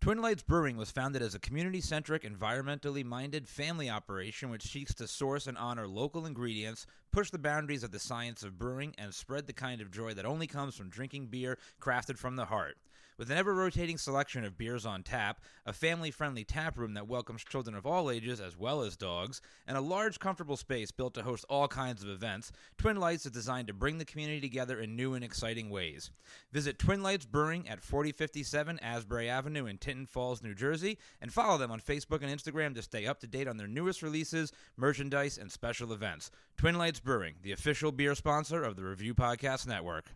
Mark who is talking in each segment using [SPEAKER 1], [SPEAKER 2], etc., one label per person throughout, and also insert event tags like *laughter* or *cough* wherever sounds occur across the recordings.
[SPEAKER 1] Twin Lights Brewing was founded as a community centric, environmentally minded family operation which seeks to source and honor local ingredients, push the boundaries of the science of brewing, and spread the kind of joy that only comes from drinking beer crafted from the heart. With an ever rotating selection of beers on tap, a family friendly tap room that welcomes children of all ages as well as dogs, and a large, comfortable space built to host all kinds of events, Twin Lights is designed to bring the community together in new and exciting ways. Visit Twin Lights Brewing at 4057 Asbury Avenue in Tinton Falls, New Jersey, and follow them on Facebook and Instagram to stay up to date on their newest releases, merchandise, and special events. Twin Lights Brewing, the official beer sponsor of the Review Podcast Network.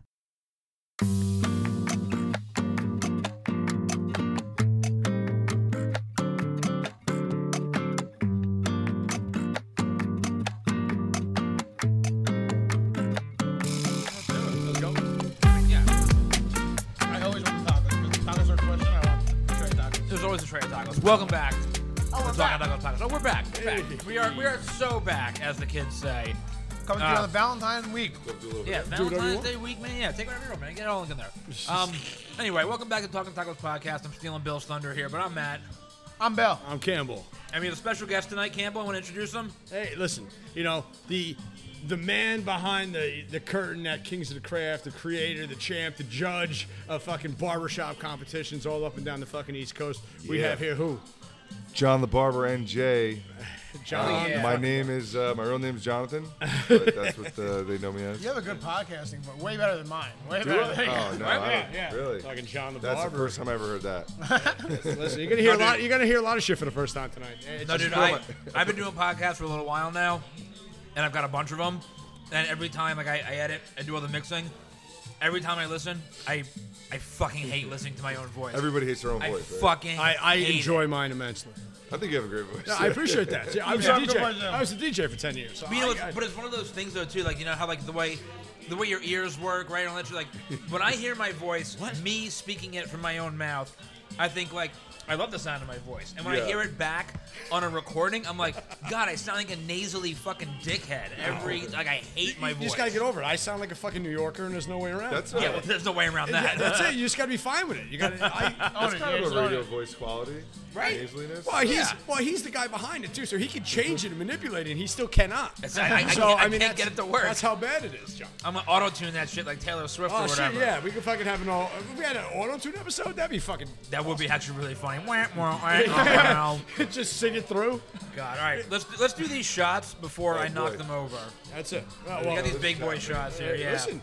[SPEAKER 2] Let's go. Yeah. I always want the tacos because tacos are a question. I want the straight tacos.
[SPEAKER 1] There's always a tray of tacos. Welcome back.
[SPEAKER 2] Oh,
[SPEAKER 1] Let's talk about tacos. Oh, we're back. We're back.
[SPEAKER 2] Hey.
[SPEAKER 1] We are we are so back, as the kids say.
[SPEAKER 2] Coming to
[SPEAKER 1] Uh,
[SPEAKER 2] you on the Valentine's week.
[SPEAKER 1] Yeah, Valentine's Day week, man. Yeah, take whatever you want, man. Get it all in there.
[SPEAKER 3] *laughs*
[SPEAKER 1] Um. anyway, welcome back to Talking Tacos podcast. I'm stealing Bill's thunder here, but I'm Matt.
[SPEAKER 2] I'm Bell.
[SPEAKER 4] I'm Campbell.
[SPEAKER 1] And we have a special guest tonight, Campbell. I want to introduce him.
[SPEAKER 4] Hey, listen, you know the the man behind the the curtain at Kings of the Craft, the creator, the champ, the judge of fucking barbershop competitions all up and down the fucking East Coast. We
[SPEAKER 3] Yeah.
[SPEAKER 4] have here who?
[SPEAKER 3] John the Barber NJ.
[SPEAKER 4] John.
[SPEAKER 1] yeah.
[SPEAKER 3] My name is uh, my real name is Jonathan, but that's what uh, they know me as.
[SPEAKER 2] You have a good podcasting, but way better than mine. Way better. Than
[SPEAKER 3] Oh no, I don't- really?
[SPEAKER 4] Fucking John the
[SPEAKER 3] That's the
[SPEAKER 4] Barber.
[SPEAKER 3] first time I ever heard that.
[SPEAKER 4] Listen, you're gonna hear a lot. You're gonna hear a lot of shit for the first time tonight. It's
[SPEAKER 1] No,
[SPEAKER 4] just-
[SPEAKER 1] dude, I, I've been doing podcasts for a little while now, and I've got a bunch of them. And every time, like, I, I edit and do all the mixing. Every time I listen, I I fucking hate listening to my own voice.
[SPEAKER 3] Everybody hates their
[SPEAKER 1] *laughs*
[SPEAKER 3] own
[SPEAKER 1] I
[SPEAKER 3] voice. right?
[SPEAKER 1] fucking.
[SPEAKER 4] I, I
[SPEAKER 1] hate it.
[SPEAKER 4] enjoy mine immensely.
[SPEAKER 3] I think you have a great voice.
[SPEAKER 4] No, I appreciate that. Yeah, I was
[SPEAKER 2] Yeah,
[SPEAKER 4] a
[SPEAKER 2] good one,
[SPEAKER 4] DJ.
[SPEAKER 2] yeah.
[SPEAKER 4] I was a DJ for ten years. so
[SPEAKER 1] But, you know,
[SPEAKER 4] I- I-
[SPEAKER 1] it's, but it's one of those things though too, like you know how like the way, the way your ears work, right? And let you like
[SPEAKER 4] *laughs*
[SPEAKER 1] when I hear my voice, me speaking it from my own mouth, I think like I love the sound of my voice, and when I
[SPEAKER 3] Yeah.
[SPEAKER 1] hear it back on a recording, I'm like, God, I sound like a nasally fucking dickhead. Every like I hate my
[SPEAKER 4] you
[SPEAKER 1] voice.
[SPEAKER 4] just gotta get over it. I sound like a fucking New Yorker, and there's no way around.
[SPEAKER 3] *laughs* That's
[SPEAKER 1] yeah,
[SPEAKER 3] not
[SPEAKER 1] well, there's no way around
[SPEAKER 4] Yeah,
[SPEAKER 1] that.
[SPEAKER 4] that's it. You just gotta be fine with it. You gotta. I,
[SPEAKER 2] Own
[SPEAKER 3] that's
[SPEAKER 2] it,
[SPEAKER 3] kind
[SPEAKER 2] yeah,
[SPEAKER 3] of
[SPEAKER 2] just
[SPEAKER 3] a
[SPEAKER 2] own
[SPEAKER 3] radio
[SPEAKER 2] it.
[SPEAKER 3] voime's quality,
[SPEAKER 4] Right.
[SPEAKER 3] Nasaliness.
[SPEAKER 4] Well, he's
[SPEAKER 1] Yeah.
[SPEAKER 4] well, he's the guy behind it too, so he could change it and manipulate it, and he still cannot.
[SPEAKER 1] That's- I- I- I
[SPEAKER 4] so
[SPEAKER 1] can't- I
[SPEAKER 4] mean,
[SPEAKER 1] can't
[SPEAKER 4] that's-
[SPEAKER 1] get it to work.
[SPEAKER 4] That's how bad it is, John.
[SPEAKER 1] I'm gonna auto tune that shit like Taylor Swift
[SPEAKER 4] Oh
[SPEAKER 1] or
[SPEAKER 4] shit,
[SPEAKER 1] whatever.
[SPEAKER 4] yeah, we could fucking have an all. If we had an auto tune episode, that'd be fucking. *laughs*
[SPEAKER 1] That would be actually really funny. Wah, wah, wah, wah.
[SPEAKER 4] Just sing it through.
[SPEAKER 1] God, all right, let's let's do these shots before
[SPEAKER 3] Oh,
[SPEAKER 1] I knock
[SPEAKER 3] boy.
[SPEAKER 1] them over.
[SPEAKER 4] That's it. Well,
[SPEAKER 1] We
[SPEAKER 4] well,
[SPEAKER 1] got these big boy shots here. Yeah.
[SPEAKER 4] Listen,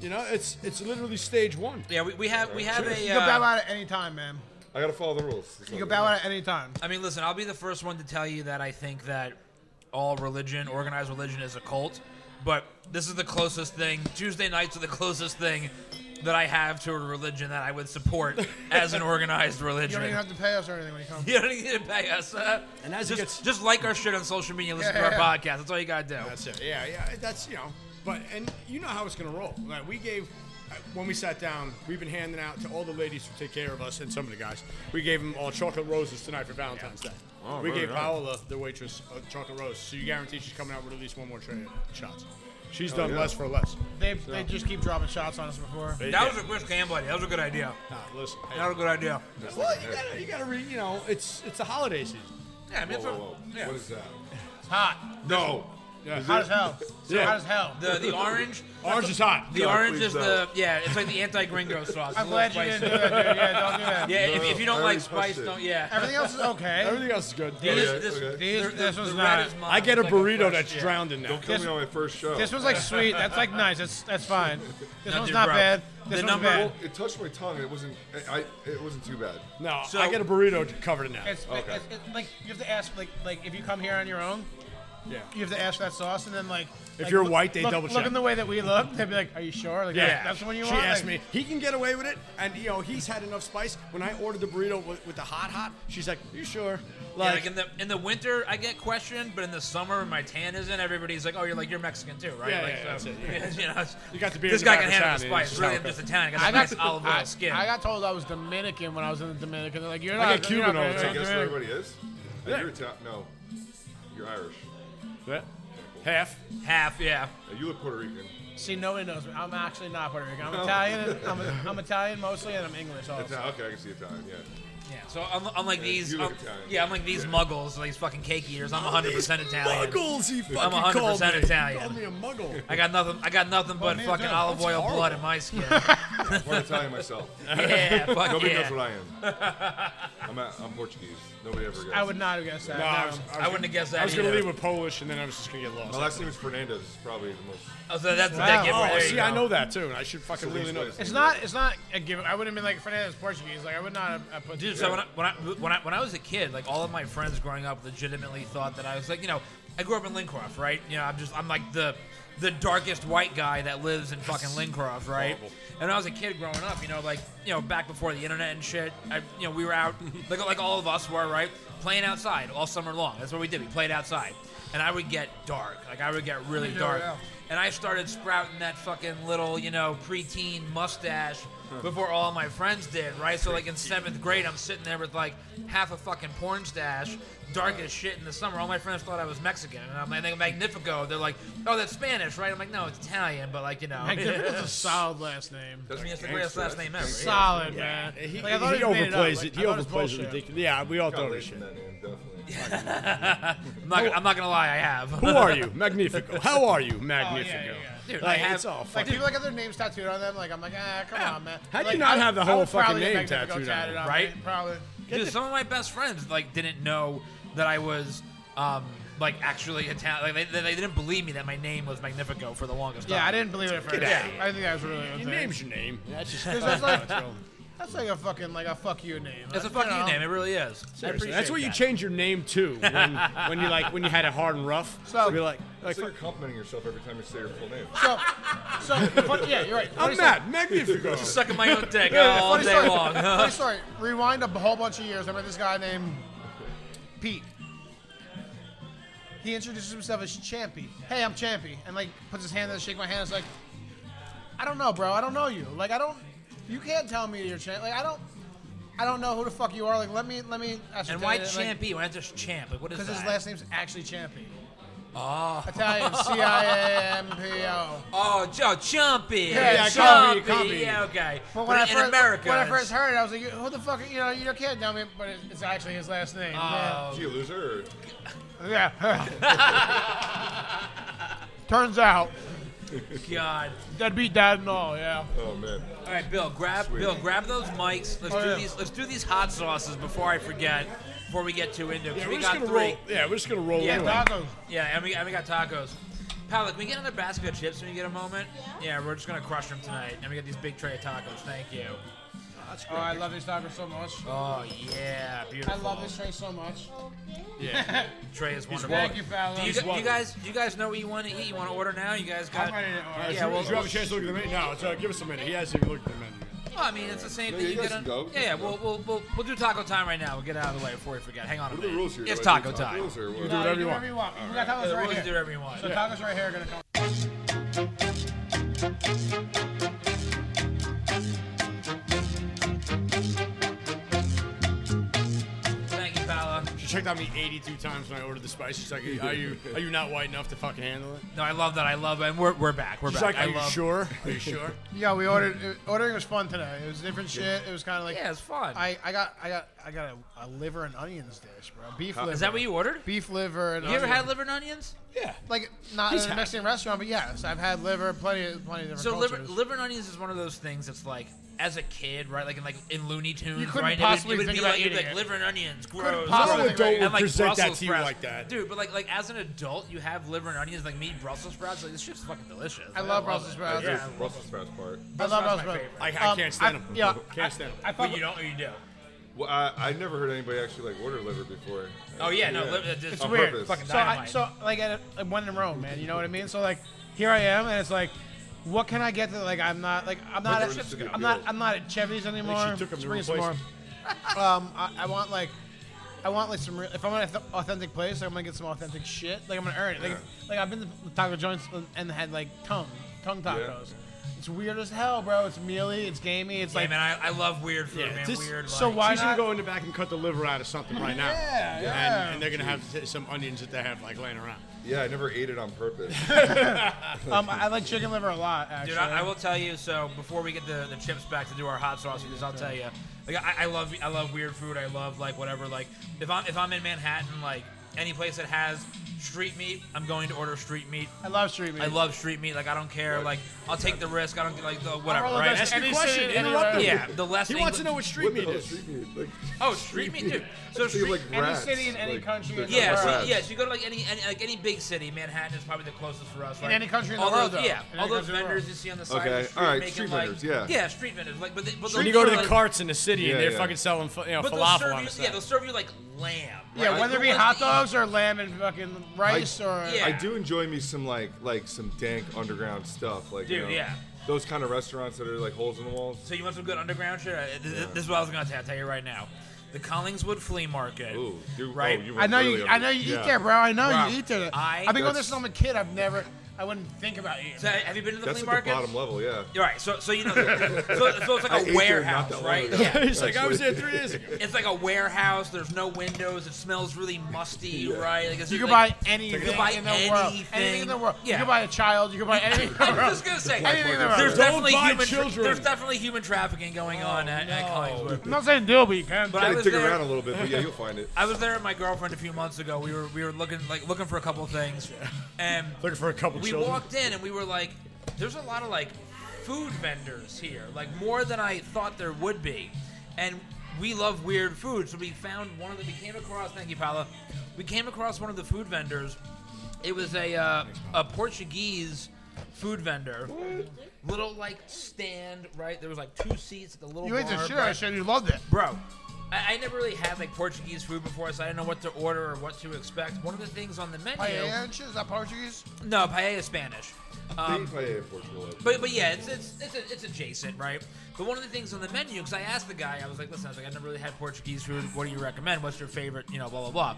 [SPEAKER 4] you know, it's it's literally stage one.
[SPEAKER 1] Yeah, we, we have we have a.
[SPEAKER 2] You can bow
[SPEAKER 1] Uh,
[SPEAKER 2] out at any time, man.
[SPEAKER 3] I gotta follow the rules.
[SPEAKER 2] You can bow out at any time.
[SPEAKER 1] I mean, listen, I'll be the first one to tell you that I think that all religion, organized religion, is a cult. But this is the closest thing. Tuesday nights are the closest thing that I have to a religion that I would
[SPEAKER 2] *laughs*
[SPEAKER 1] support as an organized
[SPEAKER 2] You don't
[SPEAKER 1] religion.
[SPEAKER 2] even have to pay us or anything when you come.
[SPEAKER 1] *laughs* You don't need to pay us. Uh,
[SPEAKER 4] And as it
[SPEAKER 1] just,
[SPEAKER 4] gets-
[SPEAKER 1] just like our shit on social media, listen
[SPEAKER 2] Yeah,
[SPEAKER 1] to our
[SPEAKER 2] yeah,
[SPEAKER 1] podcast. That's all you gotta do.
[SPEAKER 4] That's it. Yeah, yeah. That's you know, but and you know how it's gonna roll. Like we gave uh, when we sat down, we've been handing out to all the ladies who take care of us and some of the guys. We gave them all chocolate roses tonight for Valentine's Day.
[SPEAKER 3] Oh,
[SPEAKER 4] we
[SPEAKER 3] very
[SPEAKER 4] gave
[SPEAKER 3] nice.
[SPEAKER 4] Paola, the waitress, a chocolate rose. So you guarantee she's coming out with at least one more tray of shots. She's done
[SPEAKER 3] yeah.
[SPEAKER 4] less for less.
[SPEAKER 2] They, they just keep dropping shots on us before.
[SPEAKER 4] They
[SPEAKER 1] That
[SPEAKER 4] did.
[SPEAKER 1] was a Chris Campbell idea. That was a good idea.
[SPEAKER 4] Nah, listen. hey.
[SPEAKER 1] That was a good idea.
[SPEAKER 4] well, you gotta, you gotta re, you know, it's it's the holiday season.
[SPEAKER 1] Yeah, I mean, it's
[SPEAKER 3] Whoa, whoa,
[SPEAKER 1] a-
[SPEAKER 3] whoa.
[SPEAKER 1] yeah.
[SPEAKER 3] What is that?
[SPEAKER 2] It's hot.
[SPEAKER 3] No.
[SPEAKER 2] Hot as hell.
[SPEAKER 4] Yeah.
[SPEAKER 2] Hot as hell.
[SPEAKER 1] The, the orange,
[SPEAKER 4] Orange is hot.
[SPEAKER 1] the
[SPEAKER 3] No,
[SPEAKER 1] orange is
[SPEAKER 3] please don't.
[SPEAKER 1] the yeah. It's like the anti-gringo sauce. It's a
[SPEAKER 2] I'm glad you
[SPEAKER 1] little spicy.
[SPEAKER 2] didn't do that, dude. Yeah, don't do that.
[SPEAKER 1] Yeah, if,
[SPEAKER 3] No,
[SPEAKER 1] if you don't like
[SPEAKER 3] I already
[SPEAKER 1] spice,
[SPEAKER 3] touched it.
[SPEAKER 1] don't. Yeah.
[SPEAKER 2] Everything else is okay.
[SPEAKER 4] Everything else is good.
[SPEAKER 1] These-
[SPEAKER 3] Okay,
[SPEAKER 1] this,
[SPEAKER 3] okay.
[SPEAKER 2] These-
[SPEAKER 1] they're-
[SPEAKER 2] this
[SPEAKER 1] the
[SPEAKER 2] was
[SPEAKER 1] red
[SPEAKER 2] not-
[SPEAKER 1] is mild.
[SPEAKER 4] Oh, I get a
[SPEAKER 1] It's like
[SPEAKER 4] burrito
[SPEAKER 1] fresh
[SPEAKER 4] that's
[SPEAKER 1] shit.
[SPEAKER 4] drowned in that.
[SPEAKER 3] Don't kill
[SPEAKER 2] This-
[SPEAKER 3] me on my first show.
[SPEAKER 2] This one's like sweet. That's like nice. That's that's fine. This
[SPEAKER 1] No,
[SPEAKER 2] one's
[SPEAKER 1] dude,
[SPEAKER 2] not
[SPEAKER 1] bro.
[SPEAKER 2] bad.
[SPEAKER 1] The
[SPEAKER 2] This one's
[SPEAKER 1] number-
[SPEAKER 2] bad.
[SPEAKER 3] It touched my tongue. It wasn't. I. I- It wasn't too bad.
[SPEAKER 4] No,
[SPEAKER 1] So-
[SPEAKER 4] I get a burrito covered in that.
[SPEAKER 2] It's,
[SPEAKER 3] Okay.
[SPEAKER 2] it's, it's like you have to ask like like if you come here on your own,
[SPEAKER 4] yeah.
[SPEAKER 2] you have to ask that sauce, and then like
[SPEAKER 4] If
[SPEAKER 2] like,
[SPEAKER 4] you're
[SPEAKER 2] look-
[SPEAKER 4] white, they
[SPEAKER 2] look,
[SPEAKER 4] double
[SPEAKER 2] Look
[SPEAKER 4] check.
[SPEAKER 2] in the way that we look, they'd be like, "Are you sure?" Like,
[SPEAKER 4] Yeah,
[SPEAKER 2] that's the one you
[SPEAKER 4] she
[SPEAKER 2] want.
[SPEAKER 4] asked
[SPEAKER 2] Like,
[SPEAKER 4] me. He can get away with it, and you know he's had enough spice. When I ordered the burrito with, with the hot hot, she's like, "You sure?"
[SPEAKER 1] Yeah,
[SPEAKER 4] Like,
[SPEAKER 1] like in the in the winter, I get questioned, but in the summer, when my tan isn't. Everybody's like, "Oh, you're like you're Mexican too, right?"
[SPEAKER 4] Yeah,
[SPEAKER 1] like,
[SPEAKER 4] yeah, that's
[SPEAKER 1] *laughs*
[SPEAKER 4] it,
[SPEAKER 1] you know, it's-
[SPEAKER 4] You got the beard
[SPEAKER 1] This
[SPEAKER 4] in the
[SPEAKER 1] guy can
[SPEAKER 4] back of
[SPEAKER 1] handle the
[SPEAKER 4] town, and
[SPEAKER 1] spice.
[SPEAKER 4] he's
[SPEAKER 1] Really, I'm
[SPEAKER 4] Italian.
[SPEAKER 1] just Italian. I got
[SPEAKER 2] I
[SPEAKER 1] a
[SPEAKER 2] got,
[SPEAKER 1] nice
[SPEAKER 4] *laughs*
[SPEAKER 2] the,
[SPEAKER 1] olive
[SPEAKER 2] I,
[SPEAKER 1] oil skin.
[SPEAKER 2] I got told I was Dominican when I was in the Dominican. They're like, "You're not."
[SPEAKER 4] I get
[SPEAKER 2] you're not
[SPEAKER 4] Cuban all the
[SPEAKER 3] I
[SPEAKER 2] Dominican."
[SPEAKER 4] time.
[SPEAKER 3] guess what everybody is. Hey,
[SPEAKER 4] Yeah.
[SPEAKER 3] You're Italian. No. You're Irish.
[SPEAKER 4] Yeah. half.
[SPEAKER 1] half. Yeah,
[SPEAKER 3] Now, You look Puerto Rican.
[SPEAKER 2] See, nobody knows me. I'm
[SPEAKER 4] *laughs*
[SPEAKER 2] actually not Puerto Rican. I'm Italian. and- I'm, I'm Italian mostly, and I'm English also.
[SPEAKER 3] Ital- okay, I can see Italian. Yeah.
[SPEAKER 2] Yeah.
[SPEAKER 1] So un- unlike these,
[SPEAKER 3] you look
[SPEAKER 1] un-
[SPEAKER 3] Italian.
[SPEAKER 1] yeah, unlike these muggles, these fucking cake eaters, I'm 100 percent Italian.
[SPEAKER 4] Muggles, he fucking
[SPEAKER 1] 100%
[SPEAKER 4] called me.
[SPEAKER 1] Italian.
[SPEAKER 4] He called me a muggle.
[SPEAKER 1] I got nothing. I got
[SPEAKER 4] Oh,
[SPEAKER 1] nothing but
[SPEAKER 2] me
[SPEAKER 1] fucking
[SPEAKER 2] too.
[SPEAKER 1] olive
[SPEAKER 2] That's
[SPEAKER 1] oil
[SPEAKER 2] horrible.
[SPEAKER 1] blood in my
[SPEAKER 4] *laughs*
[SPEAKER 1] skin.
[SPEAKER 3] Part
[SPEAKER 1] *laughs*
[SPEAKER 3] Italian myself.
[SPEAKER 1] yeah, fuck
[SPEAKER 3] Nobody
[SPEAKER 1] yeah.
[SPEAKER 3] knows what I am. I'm, a, I'm Portuguese. Nobody ever gets.
[SPEAKER 2] I would not have guessed that.
[SPEAKER 4] No, I, was,
[SPEAKER 2] no.
[SPEAKER 1] I wouldn't have guessed that.
[SPEAKER 4] I was gonna
[SPEAKER 1] either.
[SPEAKER 4] leave with Polish, and then I was just gonna get lost.
[SPEAKER 3] My last name is Fernandez. It's probably the most.
[SPEAKER 1] Oh, so that's
[SPEAKER 2] Wow.
[SPEAKER 1] that giveaway.
[SPEAKER 2] Oh,
[SPEAKER 1] There you
[SPEAKER 4] see, I
[SPEAKER 1] go.
[SPEAKER 4] know that too, and I should fucking really
[SPEAKER 3] least
[SPEAKER 4] know.
[SPEAKER 3] place.
[SPEAKER 4] that.
[SPEAKER 2] It's not. It's not a given. I would have been like Fernandez Portuguese. Like I would not have I put.
[SPEAKER 1] Dude, so when I, when I when I when I was a kid, like all of my friends growing up, legitimately thought that I was like, you know, I grew up in Lincroft, right? You know, I'm just I'm like the the darkest white guy that lives in
[SPEAKER 2] *laughs*
[SPEAKER 1] fucking Lincroft, right?
[SPEAKER 4] Horrible.
[SPEAKER 1] And when I was a kid growing up, you know, like you know, back before the internet and shit, I, you know, we were
[SPEAKER 2] *laughs*
[SPEAKER 1] out like like all of us were, right? Playing outside all summer long. That's what we did. We played outside, and I would get dark. Like I would get really
[SPEAKER 2] Yeah,
[SPEAKER 1] dark.
[SPEAKER 2] yeah.
[SPEAKER 1] And I started sprouting that fucking little, you know, preteen mustache before all my friends did, right? So like in seventh grade, I'm sitting there with like half a fucking porn stash, dark as shit in the summer. All my friends thought I was Mexican, and I'm like, they go, Magnifico. They're like, oh, that's Spanish, right? I'm like, no, it's Italian, but like, you know,
[SPEAKER 2] *laughs* Like,
[SPEAKER 1] *laughs*
[SPEAKER 2] that
[SPEAKER 4] *laughs*
[SPEAKER 2] was a solid last name.
[SPEAKER 3] That's
[SPEAKER 1] I mean, it's the greatest
[SPEAKER 3] gangster.
[SPEAKER 1] last name ever. yeah.
[SPEAKER 2] Solid man.
[SPEAKER 4] He,
[SPEAKER 2] Like, I thought
[SPEAKER 4] he
[SPEAKER 2] was made
[SPEAKER 4] overplays
[SPEAKER 2] up.
[SPEAKER 4] it.
[SPEAKER 2] Like,
[SPEAKER 4] He
[SPEAKER 2] I thought was
[SPEAKER 4] overplays it.
[SPEAKER 2] bullshit.
[SPEAKER 4] Ridiculous. Yeah, we all
[SPEAKER 3] That's
[SPEAKER 4] thought
[SPEAKER 3] not
[SPEAKER 4] this
[SPEAKER 3] racist,
[SPEAKER 4] shit.
[SPEAKER 3] that name, definitely.
[SPEAKER 1] *laughs* I'm not, I'm not gonna lie, I have. *laughs*
[SPEAKER 4] Who are you, *laughs* Magnifico? How are you,
[SPEAKER 2] yeah,
[SPEAKER 4] Magnifico?
[SPEAKER 2] yeah.
[SPEAKER 1] Dude,
[SPEAKER 4] Like,
[SPEAKER 1] I have-
[SPEAKER 4] it's all fucking.
[SPEAKER 2] Like people that got their names tattooed on them. Like I'm like, ah, come on, man.
[SPEAKER 4] How do you
[SPEAKER 2] Like,
[SPEAKER 4] not
[SPEAKER 2] I-
[SPEAKER 4] have the
[SPEAKER 2] I
[SPEAKER 4] whole
[SPEAKER 2] would
[SPEAKER 4] fucking
[SPEAKER 2] probably get
[SPEAKER 4] name
[SPEAKER 2] Mexico
[SPEAKER 4] tattooed on
[SPEAKER 2] tatted
[SPEAKER 4] you?
[SPEAKER 2] on
[SPEAKER 1] Right?
[SPEAKER 2] me, Probably.
[SPEAKER 1] Dude, some of my best friends like didn't know that I was um like actually Italian. Like they, they didn't believe me that my name was Magnifico for the longest time.
[SPEAKER 2] Yeah, I didn't believe it at first.
[SPEAKER 4] outta
[SPEAKER 2] Yeah,
[SPEAKER 4] here.
[SPEAKER 2] I think that was really.
[SPEAKER 4] Your name's your name. That's just.
[SPEAKER 2] That's like, that's like a fucking like a fuck you name.
[SPEAKER 1] It's a fucking
[SPEAKER 2] you know?
[SPEAKER 1] name. It really is. I
[SPEAKER 4] Seriously,
[SPEAKER 1] appreciate
[SPEAKER 4] that's what you
[SPEAKER 1] that.
[SPEAKER 4] change your name to *laughs* when, when you like when you had it hard and rough.
[SPEAKER 2] So-
[SPEAKER 4] you're like, like
[SPEAKER 3] It's like you're complimenting yourself every time you say your full name.
[SPEAKER 2] So, so
[SPEAKER 4] *laughs*
[SPEAKER 2] fun, yeah, you're right. Funny
[SPEAKER 4] I'm
[SPEAKER 2] story-
[SPEAKER 4] Matt
[SPEAKER 2] *laughs*
[SPEAKER 4] Magnifico.
[SPEAKER 1] Sucking my own dick all
[SPEAKER 2] funny
[SPEAKER 1] day
[SPEAKER 2] story.
[SPEAKER 1] long.
[SPEAKER 2] funny story. Rewind a whole bunch of years. I met this guy named Pete. He introduces himself as Champy. Hey, I'm Champy, and like puts his hand in, shake my hand. It's like, I don't know, bro. I don't know you. Like, I don't. You can't tell me you're Champ. Like, I don't. I don't know who the fuck you are. Like, let me, let me.
[SPEAKER 1] and why
[SPEAKER 2] ascertain it. Like,
[SPEAKER 1] Champy? Why not just Champ? Like what is
[SPEAKER 2] Because
[SPEAKER 1] that?
[SPEAKER 2] his last name's actually Champy.
[SPEAKER 1] oh,
[SPEAKER 2] Italian, C I A M P O.
[SPEAKER 1] oh, Joe Champy.
[SPEAKER 2] Yeah,
[SPEAKER 4] yeah,
[SPEAKER 1] Champy.
[SPEAKER 4] Champy, Champy.
[SPEAKER 1] E. Yeah, okay.
[SPEAKER 2] But when I
[SPEAKER 1] in
[SPEAKER 2] first,
[SPEAKER 1] America,
[SPEAKER 2] when I
[SPEAKER 1] it's-
[SPEAKER 2] first heard it, I was like, "Who the fuck? You know, you can't know me." But it's- it's actually his last name.
[SPEAKER 1] Oh,
[SPEAKER 3] Is he a loser? Or
[SPEAKER 2] yeah.
[SPEAKER 1] *laughs*
[SPEAKER 2] Turns out,
[SPEAKER 1] God.
[SPEAKER 2] deadbeat dad and all. Yeah.
[SPEAKER 3] oh man,
[SPEAKER 1] All right, Bill, grab Bill, grab those mics. Let's
[SPEAKER 2] Oh,
[SPEAKER 1] do
[SPEAKER 2] yeah.
[SPEAKER 1] these. Let's do these hot sauces before I forget. Before we get too into, it, 'cause
[SPEAKER 4] Yeah,
[SPEAKER 1] we
[SPEAKER 4] we're just
[SPEAKER 1] got
[SPEAKER 4] gonna
[SPEAKER 1] three.
[SPEAKER 4] roll. Yeah, we're just gonna roll.
[SPEAKER 1] Yeah,
[SPEAKER 4] anyway.
[SPEAKER 2] Tacos.
[SPEAKER 1] Yeah, and we, and we got tacos. Paolo, can we get another basket of chips when you get a moment? Yeah, we're just gonna crush them tonight, and we got these big tray of tacos. Thank you.
[SPEAKER 2] Oh, I love these tacos so much.
[SPEAKER 1] Oh yeah, beautiful.
[SPEAKER 2] I love this tray so much.
[SPEAKER 1] Tray is wonderful.
[SPEAKER 2] Thank you, Paolo.
[SPEAKER 1] Do you,
[SPEAKER 2] He's
[SPEAKER 1] do you guys, do you guys know what you want to eat? You want to order now? You guys got?
[SPEAKER 2] I'm ready to order.
[SPEAKER 4] All right,
[SPEAKER 1] Yeah,
[SPEAKER 4] so
[SPEAKER 1] well,
[SPEAKER 4] did you have a chance to look at the menu? No, so give us a minute. He hasn't even looked at the menu.
[SPEAKER 1] well, I mean, it's the same
[SPEAKER 3] No,
[SPEAKER 1] thing.
[SPEAKER 3] you
[SPEAKER 1] You
[SPEAKER 3] guys
[SPEAKER 1] get
[SPEAKER 3] can
[SPEAKER 1] on-
[SPEAKER 3] go. We
[SPEAKER 1] Yeah,
[SPEAKER 3] can
[SPEAKER 1] yeah.
[SPEAKER 3] go.
[SPEAKER 1] We'll, we'll we'll we'll do taco time right now. We'll get it out of the way before we forget. Hang on. a
[SPEAKER 3] what are the
[SPEAKER 1] minute.
[SPEAKER 3] rules here?
[SPEAKER 1] It's
[SPEAKER 3] Do I do
[SPEAKER 1] taco time.
[SPEAKER 3] Tacos or what?
[SPEAKER 4] do
[SPEAKER 2] No,
[SPEAKER 4] whatever
[SPEAKER 2] you
[SPEAKER 4] you
[SPEAKER 2] do whatever you want. We got
[SPEAKER 1] The
[SPEAKER 2] tacos
[SPEAKER 1] rules
[SPEAKER 2] right
[SPEAKER 1] you do
[SPEAKER 2] here.
[SPEAKER 1] whatever you want.
[SPEAKER 2] The tacos right here are gonna come.
[SPEAKER 1] Thank you, Paolo.
[SPEAKER 4] She checked on me 82 times when I ordered the spice. She's like, "Are you are you not white enough to fucking handle it?"
[SPEAKER 1] No, I love that. I love, and we're, we're back. We're
[SPEAKER 4] She's
[SPEAKER 1] back.
[SPEAKER 4] like, "Are
[SPEAKER 1] I
[SPEAKER 4] you
[SPEAKER 1] love.
[SPEAKER 4] sure? Are you sure?"
[SPEAKER 2] Yeah, we ordered. it- ordering was fun today. It was different shit. It was kind of like
[SPEAKER 1] Yeah, it's fun.
[SPEAKER 2] I, I got I got I got a, a liver and onions dish, bro. Beef liver.
[SPEAKER 1] Is that what you ordered?
[SPEAKER 2] Beef liver and
[SPEAKER 1] You ever
[SPEAKER 2] onions.
[SPEAKER 1] had liver and onions?
[SPEAKER 4] *laughs* yeah.
[SPEAKER 2] like not
[SPEAKER 4] He's
[SPEAKER 2] in a
[SPEAKER 4] had
[SPEAKER 2] Mexican restaurant, but yes, I've had liver, plenty, of, plenty of different
[SPEAKER 1] So liver,
[SPEAKER 2] cultures.
[SPEAKER 1] liver and onions is one of those things that's like, as a kid, right? Like in like in Looney Tunes,
[SPEAKER 2] You couldn't
[SPEAKER 1] right?
[SPEAKER 2] possibly
[SPEAKER 1] it would, it would be
[SPEAKER 2] think about
[SPEAKER 1] like, it'd be
[SPEAKER 2] eating
[SPEAKER 1] like
[SPEAKER 2] it.
[SPEAKER 1] liver and onions, gross.
[SPEAKER 2] possibly
[SPEAKER 1] Right,
[SPEAKER 2] think about
[SPEAKER 1] right.
[SPEAKER 2] it.
[SPEAKER 1] And, like,
[SPEAKER 4] present that
[SPEAKER 1] Brussels
[SPEAKER 4] to you
[SPEAKER 1] sprouts.
[SPEAKER 4] like that.
[SPEAKER 1] dude. But like like as an adult, you have liver and onions, like me eat Brussels sprouts. Like this shit's fucking delicious.
[SPEAKER 2] I
[SPEAKER 1] Like,
[SPEAKER 2] love Brussels
[SPEAKER 1] it.
[SPEAKER 2] sprouts.
[SPEAKER 1] Yeah,
[SPEAKER 3] That's the Brussels sprouts part.
[SPEAKER 2] I love
[SPEAKER 1] That's
[SPEAKER 2] those.
[SPEAKER 1] my
[SPEAKER 2] bro.
[SPEAKER 1] favorite.
[SPEAKER 4] I, I
[SPEAKER 2] Um,
[SPEAKER 4] can't stand
[SPEAKER 2] I-
[SPEAKER 4] them.
[SPEAKER 2] yeah,
[SPEAKER 4] can't stand them.
[SPEAKER 2] I fuck
[SPEAKER 1] But you
[SPEAKER 2] with,
[SPEAKER 1] don't, you do.
[SPEAKER 3] Well, I, I never heard anybody actually like order liver before.
[SPEAKER 1] Oh yeah, no, liver. It's,
[SPEAKER 3] on
[SPEAKER 2] weird.
[SPEAKER 3] purpose.
[SPEAKER 1] Fucking
[SPEAKER 2] so I,
[SPEAKER 1] dynamite.
[SPEAKER 2] so like at a, like when in Rome, man. You know what I mean? So like here I am, and it's like, what can I get that like I'm not like I'm not
[SPEAKER 3] Where
[SPEAKER 2] at,
[SPEAKER 3] does it
[SPEAKER 2] I'm
[SPEAKER 3] go?
[SPEAKER 2] not I'm not at Chevy's anymore.
[SPEAKER 4] she took 'em to
[SPEAKER 2] Bring some more.
[SPEAKER 4] replace
[SPEAKER 2] um, I, I want like. I want like some real. If I'm at an authentic place, like, I'm gonna get some authentic shit. Like I'm gonna earn it. Like, like I've been to taco joints and had like tongue, tongue tacos. It's weird as hell, bro. It's mealy. It's gamey. It's
[SPEAKER 1] Hey,
[SPEAKER 2] like
[SPEAKER 1] man, I, I love weird food,
[SPEAKER 4] Yeah,
[SPEAKER 1] man.
[SPEAKER 4] this-
[SPEAKER 1] weird.
[SPEAKER 2] so
[SPEAKER 1] like-
[SPEAKER 2] why
[SPEAKER 4] She's gonna
[SPEAKER 2] not-
[SPEAKER 4] go in the back and cut the liver out of something right now.
[SPEAKER 2] Yeah,
[SPEAKER 4] and,
[SPEAKER 2] yeah.
[SPEAKER 4] And they're gonna have t- some onions that they have like laying around.
[SPEAKER 3] Yeah, I never ate it on purpose.
[SPEAKER 1] *laughs*
[SPEAKER 2] um, I like chicken liver a lot. Actually,
[SPEAKER 1] Dude, I, I will tell you. So before we get the, the chips back to do our hot sauce, because I'll tell you, like I, I love I love weird food. I love like whatever. Like if I'm if I'm in Manhattan, like any place that has street meat, I'm going to order street meat.
[SPEAKER 2] I love street meat.
[SPEAKER 1] I love street meat. Like I don't care. Like I'll take the risk. I don't like the whatever.
[SPEAKER 2] love
[SPEAKER 1] Right?
[SPEAKER 2] that
[SPEAKER 4] Ask your
[SPEAKER 2] Any
[SPEAKER 4] question.
[SPEAKER 2] city,
[SPEAKER 4] Interrupt him.
[SPEAKER 2] anywhere.
[SPEAKER 1] Yeah, the less
[SPEAKER 4] He wants to
[SPEAKER 1] Engli-
[SPEAKER 4] know what street meat
[SPEAKER 3] the hell
[SPEAKER 4] is.
[SPEAKER 3] street meat? Like,
[SPEAKER 1] Oh, street meat,
[SPEAKER 3] *laughs*
[SPEAKER 1] dude. So
[SPEAKER 3] I think
[SPEAKER 1] street-
[SPEAKER 3] like
[SPEAKER 2] any
[SPEAKER 3] rats,
[SPEAKER 2] city in any
[SPEAKER 3] like,
[SPEAKER 2] country in
[SPEAKER 3] they're
[SPEAKER 2] the
[SPEAKER 1] Yeah,
[SPEAKER 2] world.
[SPEAKER 1] so,
[SPEAKER 3] rats.
[SPEAKER 1] yeah. So you go to like any, any like any big city, Manhattan is probably the closest for us. Right?
[SPEAKER 2] any country in the
[SPEAKER 1] all
[SPEAKER 2] world,
[SPEAKER 1] those,
[SPEAKER 2] though.
[SPEAKER 1] Yeah,
[SPEAKER 2] In
[SPEAKER 1] all
[SPEAKER 2] any
[SPEAKER 1] those
[SPEAKER 2] country in the
[SPEAKER 1] vendors
[SPEAKER 2] world.
[SPEAKER 1] you see on the side.
[SPEAKER 3] Okay,
[SPEAKER 1] of the street
[SPEAKER 3] all right,
[SPEAKER 1] making,
[SPEAKER 3] street
[SPEAKER 1] like,
[SPEAKER 3] vendors, yeah.
[SPEAKER 1] yeah, street vendors. Like, but they, but
[SPEAKER 4] When
[SPEAKER 1] they'll
[SPEAKER 4] you go to
[SPEAKER 1] serve,
[SPEAKER 4] the
[SPEAKER 1] like,
[SPEAKER 4] carts in the city
[SPEAKER 3] Yeah,
[SPEAKER 4] and they're
[SPEAKER 3] yeah.
[SPEAKER 4] fucking selling you know,
[SPEAKER 1] but they'll
[SPEAKER 4] falafel
[SPEAKER 1] serve
[SPEAKER 4] on
[SPEAKER 1] you,
[SPEAKER 4] the side.
[SPEAKER 1] yeah, they'll serve you like lamb.
[SPEAKER 2] Yeah,
[SPEAKER 1] right?
[SPEAKER 2] whether it
[SPEAKER 1] Like,
[SPEAKER 2] be
[SPEAKER 1] who
[SPEAKER 2] hot
[SPEAKER 1] wants to
[SPEAKER 2] dogs or lamb and fucking rice or
[SPEAKER 1] Yeah.
[SPEAKER 3] I do enjoy me some like like some dank underground stuff. Like, you
[SPEAKER 1] Dude,
[SPEAKER 3] know,
[SPEAKER 1] yeah.
[SPEAKER 3] Those kind of restaurants that are like holes in the walls.
[SPEAKER 1] eat- So you want some good underground shit? Uh, This, this is what I was gonna tell, tell you right now. The Collingswood Flea Market.
[SPEAKER 3] Ooh, dude,
[SPEAKER 1] Right.
[SPEAKER 3] Oh, you
[SPEAKER 2] I
[SPEAKER 3] went
[SPEAKER 2] know
[SPEAKER 3] really
[SPEAKER 2] you.
[SPEAKER 3] under-
[SPEAKER 2] I know you
[SPEAKER 3] yeah.
[SPEAKER 2] eat there, bro. I know
[SPEAKER 1] Bro,
[SPEAKER 2] you eat there.
[SPEAKER 1] I-
[SPEAKER 2] I've been going there
[SPEAKER 3] That's-
[SPEAKER 2] since I'm a kid. I've never. I wouldn't think about eating.
[SPEAKER 1] So, have you been to the
[SPEAKER 3] That's
[SPEAKER 1] flea
[SPEAKER 3] at the
[SPEAKER 1] market?
[SPEAKER 3] bottom level, yeah.
[SPEAKER 1] All right, so so you
[SPEAKER 3] *laughs*
[SPEAKER 1] know, so, so it's
[SPEAKER 3] I
[SPEAKER 1] like
[SPEAKER 3] ate
[SPEAKER 1] a
[SPEAKER 3] there not
[SPEAKER 1] warehouse,
[SPEAKER 3] that long
[SPEAKER 1] right?
[SPEAKER 3] *laughs* ago.
[SPEAKER 1] Yeah.
[SPEAKER 4] *laughs* He's like, I was there three years ago.
[SPEAKER 1] It's like a warehouse. There's no windows. It smells really musty, right? Like, it's
[SPEAKER 2] You
[SPEAKER 1] just
[SPEAKER 2] can
[SPEAKER 1] like-
[SPEAKER 2] buy anything
[SPEAKER 1] You can buy
[SPEAKER 2] in the world. Anything
[SPEAKER 1] anything.
[SPEAKER 2] in the world.
[SPEAKER 1] Yeah.
[SPEAKER 2] You can buy a child. You
[SPEAKER 1] *laughs*
[SPEAKER 2] can buy anything. in the
[SPEAKER 1] I was
[SPEAKER 2] world.
[SPEAKER 1] just gonna say,
[SPEAKER 2] Anything in the world.
[SPEAKER 1] there's
[SPEAKER 4] Don't
[SPEAKER 1] definitely
[SPEAKER 4] buy
[SPEAKER 1] human. tra-
[SPEAKER 4] children.
[SPEAKER 1] there's definitely human trafficking going on at, at Collingswood.
[SPEAKER 2] I'm not saying do it, but you can.
[SPEAKER 1] But I
[SPEAKER 3] I
[SPEAKER 1] was
[SPEAKER 3] dig
[SPEAKER 1] there.
[SPEAKER 3] around a little bit, but yeah, you'll find it.
[SPEAKER 1] I was there with my girlfriend a few months ago. We were we were looking like looking for a couple things, and
[SPEAKER 4] Looking for a couple
[SPEAKER 1] we
[SPEAKER 4] children.
[SPEAKER 1] walked in and we were like, "There's a lot of like food vendors here, like more than I thought there would be," and we love weird food, so we found one of the. We came across. Thank you, Paula. We came across one of the food vendors. It was a uh, a Portuguese food vendor. Little like stand, right? There was like two seats at the little.
[SPEAKER 2] You ate
[SPEAKER 1] bar,
[SPEAKER 2] the shit out
[SPEAKER 1] right?
[SPEAKER 2] of shit. You loved it.
[SPEAKER 1] bro. I, I never really had like Portuguese food before, so I didn't know what to order or what to expect. One of the things on the menu,
[SPEAKER 2] Paella and shit. Is that Portuguese?
[SPEAKER 1] no, paella is Spanish,
[SPEAKER 3] They
[SPEAKER 1] um,
[SPEAKER 3] eat paella in Portugal.
[SPEAKER 1] but but yeah, it's it's it's, it's adjacent, right? But one of the things on the menu, because I asked the guy, I was like, listen, I was like, I never really had Portuguese food. What do you recommend? What's your favorite? You know, blah blah blah.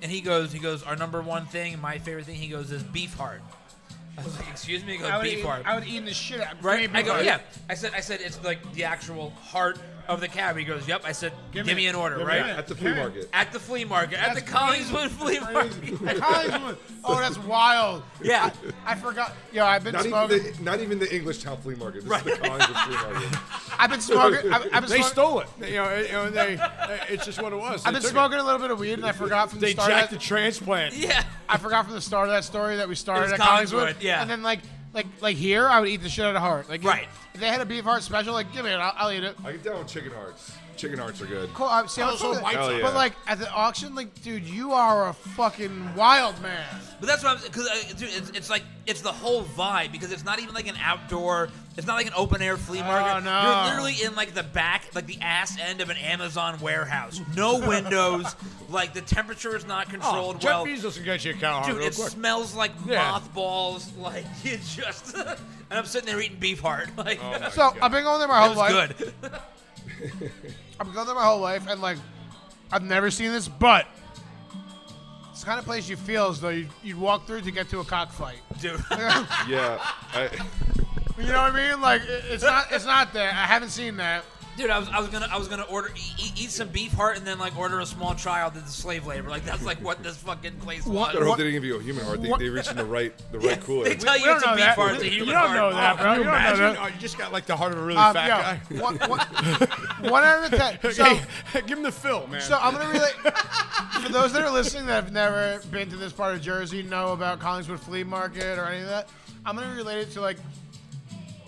[SPEAKER 1] And he goes, he goes, our number one thing, my favorite thing, he goes, is beef heart. *laughs* I was like, excuse me, he goes,
[SPEAKER 2] I would,
[SPEAKER 1] beef
[SPEAKER 2] eat,
[SPEAKER 1] heart.
[SPEAKER 2] I would eat the shit out.
[SPEAKER 1] Right? I go,
[SPEAKER 2] Give me-
[SPEAKER 1] yeah. I said, I said, it's like the actual heart of the cab. He goes, yep. I said, give, me, an order, right?
[SPEAKER 3] At the flea market.
[SPEAKER 1] At the flea market, at the Collingswood flea market.
[SPEAKER 2] Collingswood. *laughs* Oh, that's wild.
[SPEAKER 1] *laughs* yeah.
[SPEAKER 2] I forgot. Yo, I've been
[SPEAKER 3] Not even,
[SPEAKER 2] smoking.
[SPEAKER 3] the, not even the English town flea market. This is the Collins flea market.
[SPEAKER 2] I've been smoking. I've, I've been
[SPEAKER 4] They
[SPEAKER 2] smoking.
[SPEAKER 4] stole it. They- You know, it- you know, they, they- it's just what it was.
[SPEAKER 2] I've
[SPEAKER 4] They
[SPEAKER 2] been
[SPEAKER 4] took it.
[SPEAKER 2] smoking a little bit of weed, and I forgot from the
[SPEAKER 4] They
[SPEAKER 2] start.
[SPEAKER 4] jacked
[SPEAKER 2] that-
[SPEAKER 4] the transplant.
[SPEAKER 1] Yeah.
[SPEAKER 2] I forgot from the start of that story that we started
[SPEAKER 1] was
[SPEAKER 2] at
[SPEAKER 1] Collingswood,
[SPEAKER 2] Collingswood.
[SPEAKER 1] yeah.
[SPEAKER 2] And then like like like here, I would eat the shit out of heart. Like
[SPEAKER 1] Right.
[SPEAKER 2] If they had a beef heart special, like give me it, I'll, I'll eat it.
[SPEAKER 3] I get down with chicken hearts. Chicken hearts
[SPEAKER 1] *laughs*
[SPEAKER 3] are good.
[SPEAKER 2] Cool. I'm see, I'm
[SPEAKER 4] Also
[SPEAKER 2] from the-
[SPEAKER 4] white
[SPEAKER 3] Hell sauce. yeah.
[SPEAKER 2] But like at the auction, like dude, you are a fucking wild man.
[SPEAKER 1] But that's what I'm because dude, it's, it's like it's the whole vibe because it's not even like an outdoor. It's not like an open air flea market.
[SPEAKER 4] Oh,
[SPEAKER 1] You're
[SPEAKER 2] no.
[SPEAKER 1] literally in like the back, like the ass end of an Amazon warehouse. No
[SPEAKER 4] *laughs*
[SPEAKER 1] windows. like the temperature is not
[SPEAKER 4] Oh,
[SPEAKER 1] controlled
[SPEAKER 4] Jeff
[SPEAKER 1] well.
[SPEAKER 4] Bezos can get you a cow heart
[SPEAKER 1] Dude,
[SPEAKER 4] real
[SPEAKER 1] it
[SPEAKER 4] quick.
[SPEAKER 1] smells like
[SPEAKER 4] Yeah.
[SPEAKER 1] mothballs. *laughs* Like you just, *laughs* and I'm sitting there eating beef heart. *laughs* Like
[SPEAKER 4] Oh.
[SPEAKER 3] my
[SPEAKER 2] So
[SPEAKER 3] God.
[SPEAKER 2] I've been going there
[SPEAKER 1] that
[SPEAKER 2] my whole
[SPEAKER 1] was
[SPEAKER 2] life.
[SPEAKER 1] good.
[SPEAKER 2] I've been going there my whole life, and like I've never seen this, but it's the kind of place you feel as though you'd, you'd walk through to get to a cockfight.
[SPEAKER 1] Dude, *laughs*
[SPEAKER 3] Yeah. I,
[SPEAKER 2] You know what I mean? Like it- it's not it's not there. I haven't seen that.
[SPEAKER 1] dude, I was, I was gonna, I was gonna order eat, eat some beef heart and then like order a small child into slave labor. Like that's like what this fucking place was.
[SPEAKER 2] What-
[SPEAKER 3] I hope
[SPEAKER 2] what-
[SPEAKER 3] they didn't give you a human heart. They,
[SPEAKER 2] What-
[SPEAKER 3] they reached in the right the right
[SPEAKER 1] *laughs*
[SPEAKER 3] cooler.
[SPEAKER 1] They tell
[SPEAKER 2] We
[SPEAKER 1] you
[SPEAKER 2] don't
[SPEAKER 1] it's a
[SPEAKER 2] know
[SPEAKER 1] beef
[SPEAKER 2] that.
[SPEAKER 1] heart, it's a
[SPEAKER 2] You
[SPEAKER 1] human
[SPEAKER 2] don't
[SPEAKER 1] heart.
[SPEAKER 2] know that,
[SPEAKER 1] Oh,
[SPEAKER 2] bro.
[SPEAKER 4] Can you
[SPEAKER 2] You don't know
[SPEAKER 4] imagine?
[SPEAKER 2] that.
[SPEAKER 4] Oh, you just got like the heart of a really
[SPEAKER 2] Um,
[SPEAKER 4] fat guy.
[SPEAKER 2] yo, one, one, one out of
[SPEAKER 4] *laughs*
[SPEAKER 2] ten. So,
[SPEAKER 4] Okay, give him the fill, man.
[SPEAKER 2] so I'm gonna relate. For those that are listening that have never been to this part of Jersey, know about Collingswood Flea Market or any of that. I'm gonna relate it to like,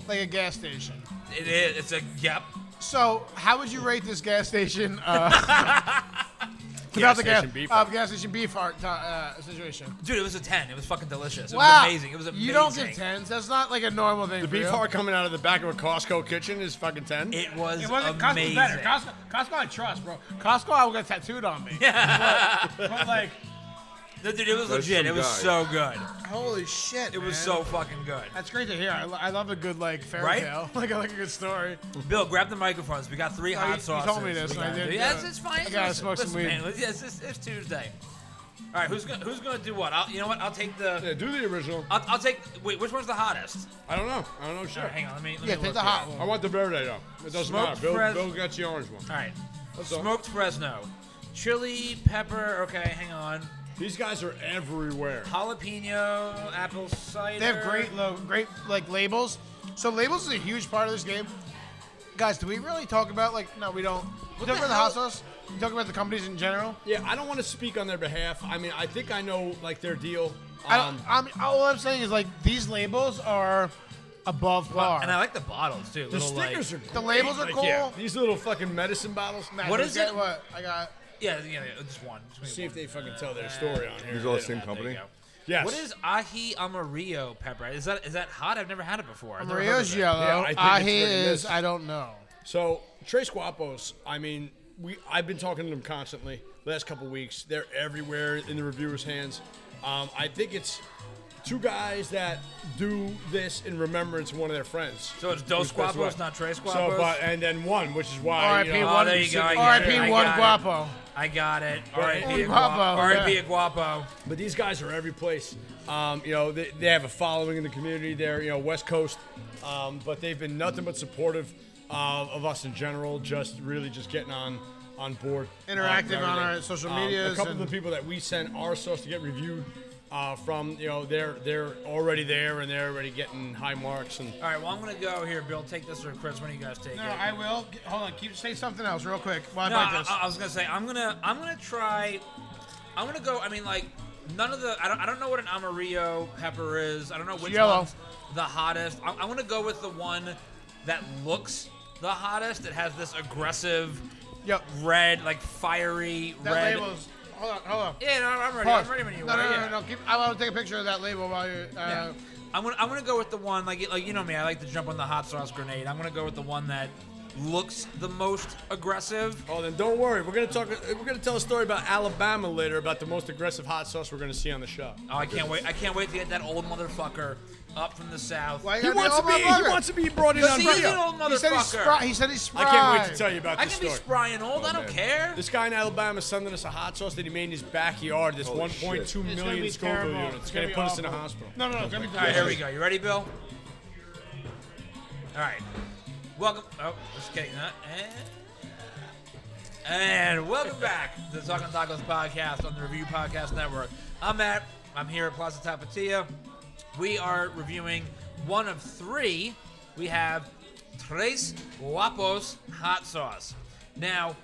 [SPEAKER 2] like a gas station.
[SPEAKER 1] Oh, It is. It's a yep.
[SPEAKER 2] So, how would you rate this gas station?
[SPEAKER 1] *laughs*
[SPEAKER 2] Uh, without
[SPEAKER 4] Gas
[SPEAKER 2] the
[SPEAKER 4] station
[SPEAKER 2] gas,
[SPEAKER 4] beef
[SPEAKER 2] uh,
[SPEAKER 4] heart.
[SPEAKER 2] gas station beef art to- uh, situation.
[SPEAKER 1] Dude, it was a ten. It was fucking delicious. It
[SPEAKER 2] Wow,
[SPEAKER 1] was amazing. It was amazing.
[SPEAKER 2] You don't give tens. That's not like a normal thing.
[SPEAKER 4] the
[SPEAKER 2] for
[SPEAKER 4] beef
[SPEAKER 2] you.
[SPEAKER 4] heart coming out of the back of a Costco kitchen is fucking ten.
[SPEAKER 1] It was
[SPEAKER 2] It wasn't
[SPEAKER 1] amazing.
[SPEAKER 2] Costco better. Costco, Costco, I trust, bro. Costco, I will get tattooed on
[SPEAKER 1] *laughs*
[SPEAKER 2] me. Yeah. But, but, like,
[SPEAKER 1] No, dude, it was
[SPEAKER 3] That's
[SPEAKER 1] legit.
[SPEAKER 3] some
[SPEAKER 1] It was
[SPEAKER 3] guy.
[SPEAKER 1] so good.
[SPEAKER 2] holy shit,
[SPEAKER 1] It was so fucking good.
[SPEAKER 2] That's great to hear. I, lo- I love a good like fairy
[SPEAKER 1] Right?
[SPEAKER 2] tale. *laughs* Like I like a good story.
[SPEAKER 1] Bill, grab the microphones. We got three
[SPEAKER 2] No,
[SPEAKER 1] hot
[SPEAKER 2] you- you
[SPEAKER 1] sauces.
[SPEAKER 2] told me this,
[SPEAKER 1] We
[SPEAKER 2] and I
[SPEAKER 1] got-
[SPEAKER 2] didn't
[SPEAKER 1] Yes,
[SPEAKER 2] do it.
[SPEAKER 1] it's fine.
[SPEAKER 2] I gotta
[SPEAKER 1] Listen,
[SPEAKER 2] smoke some
[SPEAKER 1] listen,
[SPEAKER 2] weed.
[SPEAKER 1] man, yes, it's, it's Tuesday. All right, who's gonna, who's gonna do what? I'll, you know what? I'll take the.
[SPEAKER 4] Yeah, do the original.
[SPEAKER 1] I'll, I'll take. Wait, which one's the hottest?
[SPEAKER 4] I don't know. I don't know. Sure.
[SPEAKER 1] All right, hang on. Let me. Let
[SPEAKER 2] Yeah,
[SPEAKER 1] me
[SPEAKER 2] take
[SPEAKER 1] look
[SPEAKER 2] the
[SPEAKER 1] here.
[SPEAKER 2] hot
[SPEAKER 4] I
[SPEAKER 2] one.
[SPEAKER 4] want the burrito. It doesn't
[SPEAKER 1] Smoked
[SPEAKER 4] matter. Bill,
[SPEAKER 1] pres-
[SPEAKER 4] Bill got the orange one.
[SPEAKER 1] All right.
[SPEAKER 4] That's all.
[SPEAKER 1] Smoked Fresno, chili pepper. Okay, hang on.
[SPEAKER 4] These guys are everywhere.
[SPEAKER 1] Jalapeno, apple cider.
[SPEAKER 2] They have great, lo- great like labels. So labels is a huge part of this game. Guys, do we really talk about like? No, we don't. We
[SPEAKER 1] the
[SPEAKER 2] talk about the hot
[SPEAKER 1] hell?
[SPEAKER 2] sauce. We talk about the companies in general.
[SPEAKER 4] Yeah, I don't want to speak on their behalf. I mean, I think I know like their deal. Um,
[SPEAKER 2] I don't. I'm, all I'm saying is like these labels are above par.
[SPEAKER 1] Uh, And I like the bottles too.
[SPEAKER 4] the
[SPEAKER 1] little,
[SPEAKER 4] stickers
[SPEAKER 1] like,
[SPEAKER 4] are great.
[SPEAKER 2] The labels are
[SPEAKER 4] Like, yeah,
[SPEAKER 2] cool.
[SPEAKER 4] these little fucking medicine bottles.
[SPEAKER 2] Matt,
[SPEAKER 1] What
[SPEAKER 2] did you
[SPEAKER 1] is
[SPEAKER 2] get
[SPEAKER 1] it?
[SPEAKER 2] What I got?
[SPEAKER 1] Yeah, yeah, yeah. Just one. Just give me
[SPEAKER 4] See if
[SPEAKER 1] one. Uh,
[SPEAKER 4] they fucking tell their story on here.
[SPEAKER 3] These all the
[SPEAKER 4] They
[SPEAKER 3] same
[SPEAKER 4] don't.
[SPEAKER 1] There you
[SPEAKER 3] company.
[SPEAKER 1] go.
[SPEAKER 4] Yes.
[SPEAKER 1] What is aji amarillo pepper? Is that is that hot? I've never had it before. I've never heard of
[SPEAKER 2] Maria's
[SPEAKER 1] it.
[SPEAKER 2] yellow.
[SPEAKER 4] I think
[SPEAKER 2] Ah,
[SPEAKER 4] it's
[SPEAKER 2] he
[SPEAKER 4] friggin'
[SPEAKER 2] is.
[SPEAKER 4] this.
[SPEAKER 2] I don't know.
[SPEAKER 4] So Trace Guapos, I mean, we I've been talking to them constantly last couple weeks. They're everywhere in the reviewers' hands. Um, I think it's two guys that do this in remembrance of one of their friends.
[SPEAKER 1] So it's Dos
[SPEAKER 4] Who's passed
[SPEAKER 1] Guapos,
[SPEAKER 4] away.
[SPEAKER 1] not Tres
[SPEAKER 4] So,
[SPEAKER 1] Guapos?
[SPEAKER 4] but and then one, which is why
[SPEAKER 2] R.I.P.
[SPEAKER 4] you know,
[SPEAKER 1] Oh, there you go. I got it.
[SPEAKER 2] R.I.P.
[SPEAKER 1] I
[SPEAKER 2] One
[SPEAKER 1] got it.
[SPEAKER 2] Guapo.
[SPEAKER 1] I got it. R.I.P.
[SPEAKER 2] Un
[SPEAKER 1] a
[SPEAKER 2] guapo,
[SPEAKER 1] Guapo. R.I.P.
[SPEAKER 2] yeah.
[SPEAKER 1] a Guapo.
[SPEAKER 4] But these guys are every place. Um, you know, they, they have a following in the community there, you know, West Coast. Um, but they've been nothing but supportive uh, of us in general, just really just getting on on board. uh,
[SPEAKER 2] Interactive
[SPEAKER 4] and
[SPEAKER 2] on
[SPEAKER 4] everything. Um,
[SPEAKER 2] our social
[SPEAKER 4] a
[SPEAKER 2] medias
[SPEAKER 4] couple
[SPEAKER 2] and-
[SPEAKER 4] of the people that we sent our stuff to get reviewed uh, from, you know, they're they're already there and they're already getting high marks and
[SPEAKER 1] All right, well, I'm going to go here, Bill. Take this or Chris. When do you guys take
[SPEAKER 2] No,
[SPEAKER 1] it?
[SPEAKER 2] I will. G- Hold on. Keep say something else real quick. Why
[SPEAKER 1] No, uh,
[SPEAKER 2] about
[SPEAKER 1] I,
[SPEAKER 2] this?
[SPEAKER 1] I- I was gonna say I'm gonna I'm gonna try. I'm gonna go. I mean, like none of the. I don't, I don't know what an amarillo pepper is. I don't know which
[SPEAKER 2] yellow.
[SPEAKER 1] one's the hottest. I, I want to go with the one that looks the hottest. It has this aggressive
[SPEAKER 2] Yep.
[SPEAKER 1] red, like fiery
[SPEAKER 2] That
[SPEAKER 1] red.
[SPEAKER 2] label's. Hold on. Hold on.
[SPEAKER 1] Yeah, no, I'm ready.
[SPEAKER 2] Pause.
[SPEAKER 1] I'm ready when you
[SPEAKER 2] no,
[SPEAKER 1] are.
[SPEAKER 2] no, no,
[SPEAKER 1] yeah.
[SPEAKER 2] no, no. Keep, I want to take a picture of that label while you're. Uh,
[SPEAKER 1] Yeah. I'm gonna I'm gonna go with the one like like you know me. I like to jump on the hot sauce grenade. I'm gonna go with the one that looks the most aggressive.
[SPEAKER 4] Oh, then don't worry. We're gonna talk. uh, We're gonna tell a story about Alabama later about the most aggressive hot sauce we're gonna see on the show.
[SPEAKER 1] Oh, I can't wait! I can't wait to get that old motherfucker up from the south.
[SPEAKER 2] Why you
[SPEAKER 4] He
[SPEAKER 2] gotta be
[SPEAKER 4] wants to
[SPEAKER 2] all
[SPEAKER 4] be. He
[SPEAKER 2] motherfucker?
[SPEAKER 4] wants to be brought in
[SPEAKER 1] Because
[SPEAKER 4] on
[SPEAKER 1] he's an
[SPEAKER 4] video.
[SPEAKER 1] old
[SPEAKER 2] He said he's
[SPEAKER 1] motherfucker.
[SPEAKER 2] spry. He said he's
[SPEAKER 4] I
[SPEAKER 2] spry.
[SPEAKER 4] can't wait to tell you about
[SPEAKER 1] I
[SPEAKER 4] this
[SPEAKER 1] can be
[SPEAKER 4] story.
[SPEAKER 1] spry and old. I don't
[SPEAKER 3] man.
[SPEAKER 1] care.
[SPEAKER 4] This guy in Alabama sending us a hot sauce that he made in his backyard. This
[SPEAKER 3] Holy
[SPEAKER 4] 1.2
[SPEAKER 3] shit.
[SPEAKER 2] It's gonna
[SPEAKER 4] million
[SPEAKER 2] be
[SPEAKER 4] Scoville
[SPEAKER 2] terrible.
[SPEAKER 4] units. It's gonna
[SPEAKER 2] be
[SPEAKER 4] put us in a
[SPEAKER 2] awful.
[SPEAKER 4] hospital.
[SPEAKER 2] No, no, no. It's gonna be
[SPEAKER 1] All right, here we
[SPEAKER 2] delicious.
[SPEAKER 1] go. You ready, Bill? All right. Welcome. Oh, just kidding. Huh? And, and welcome back to the Talking Tacos podcast on the Review Podcast Network. I'm Matt. I'm here at Plaza Tapatia. We are reviewing one of three. We have Tres Guapos hot sauce. Now,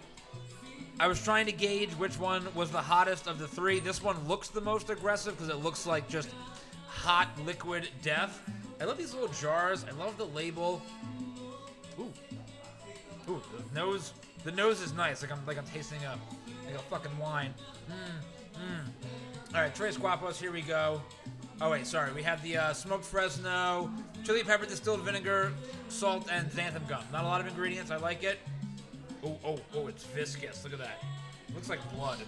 [SPEAKER 1] I was trying to gauge which one was the hottest of the three. This one looks the most aggressive because it looks like just hot liquid death. I love these little jars. I love the label. Ooh, ooh, the nose. The nose is nice. Like I'm like I'm tasting a like a fucking wine. Mmm, mmm. All right, Tres Guapos. Here we go. Oh wait, sorry. We have the uh, smoked Fresno, chili pepper, distilled vinegar, salt, and xanthan gum. Not a lot of ingredients. I like it. Oh, oh, oh, it's viscous. Look at that. Looks like blood.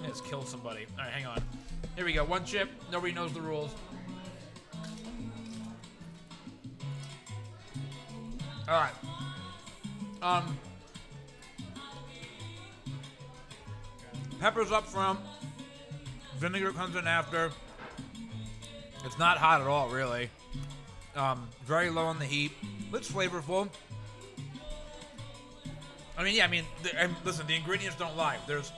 [SPEAKER 1] Yeah, it's killed somebody. All right, hang on. Here we go. One chip. Nobody knows the rules. All right. Um, peppers up front. Vinegar comes in after. It's not hot at all, really. Um, very low on the heat. Looks flavorful. I mean, yeah, I mean, the, and listen, the ingredients don't lie. There's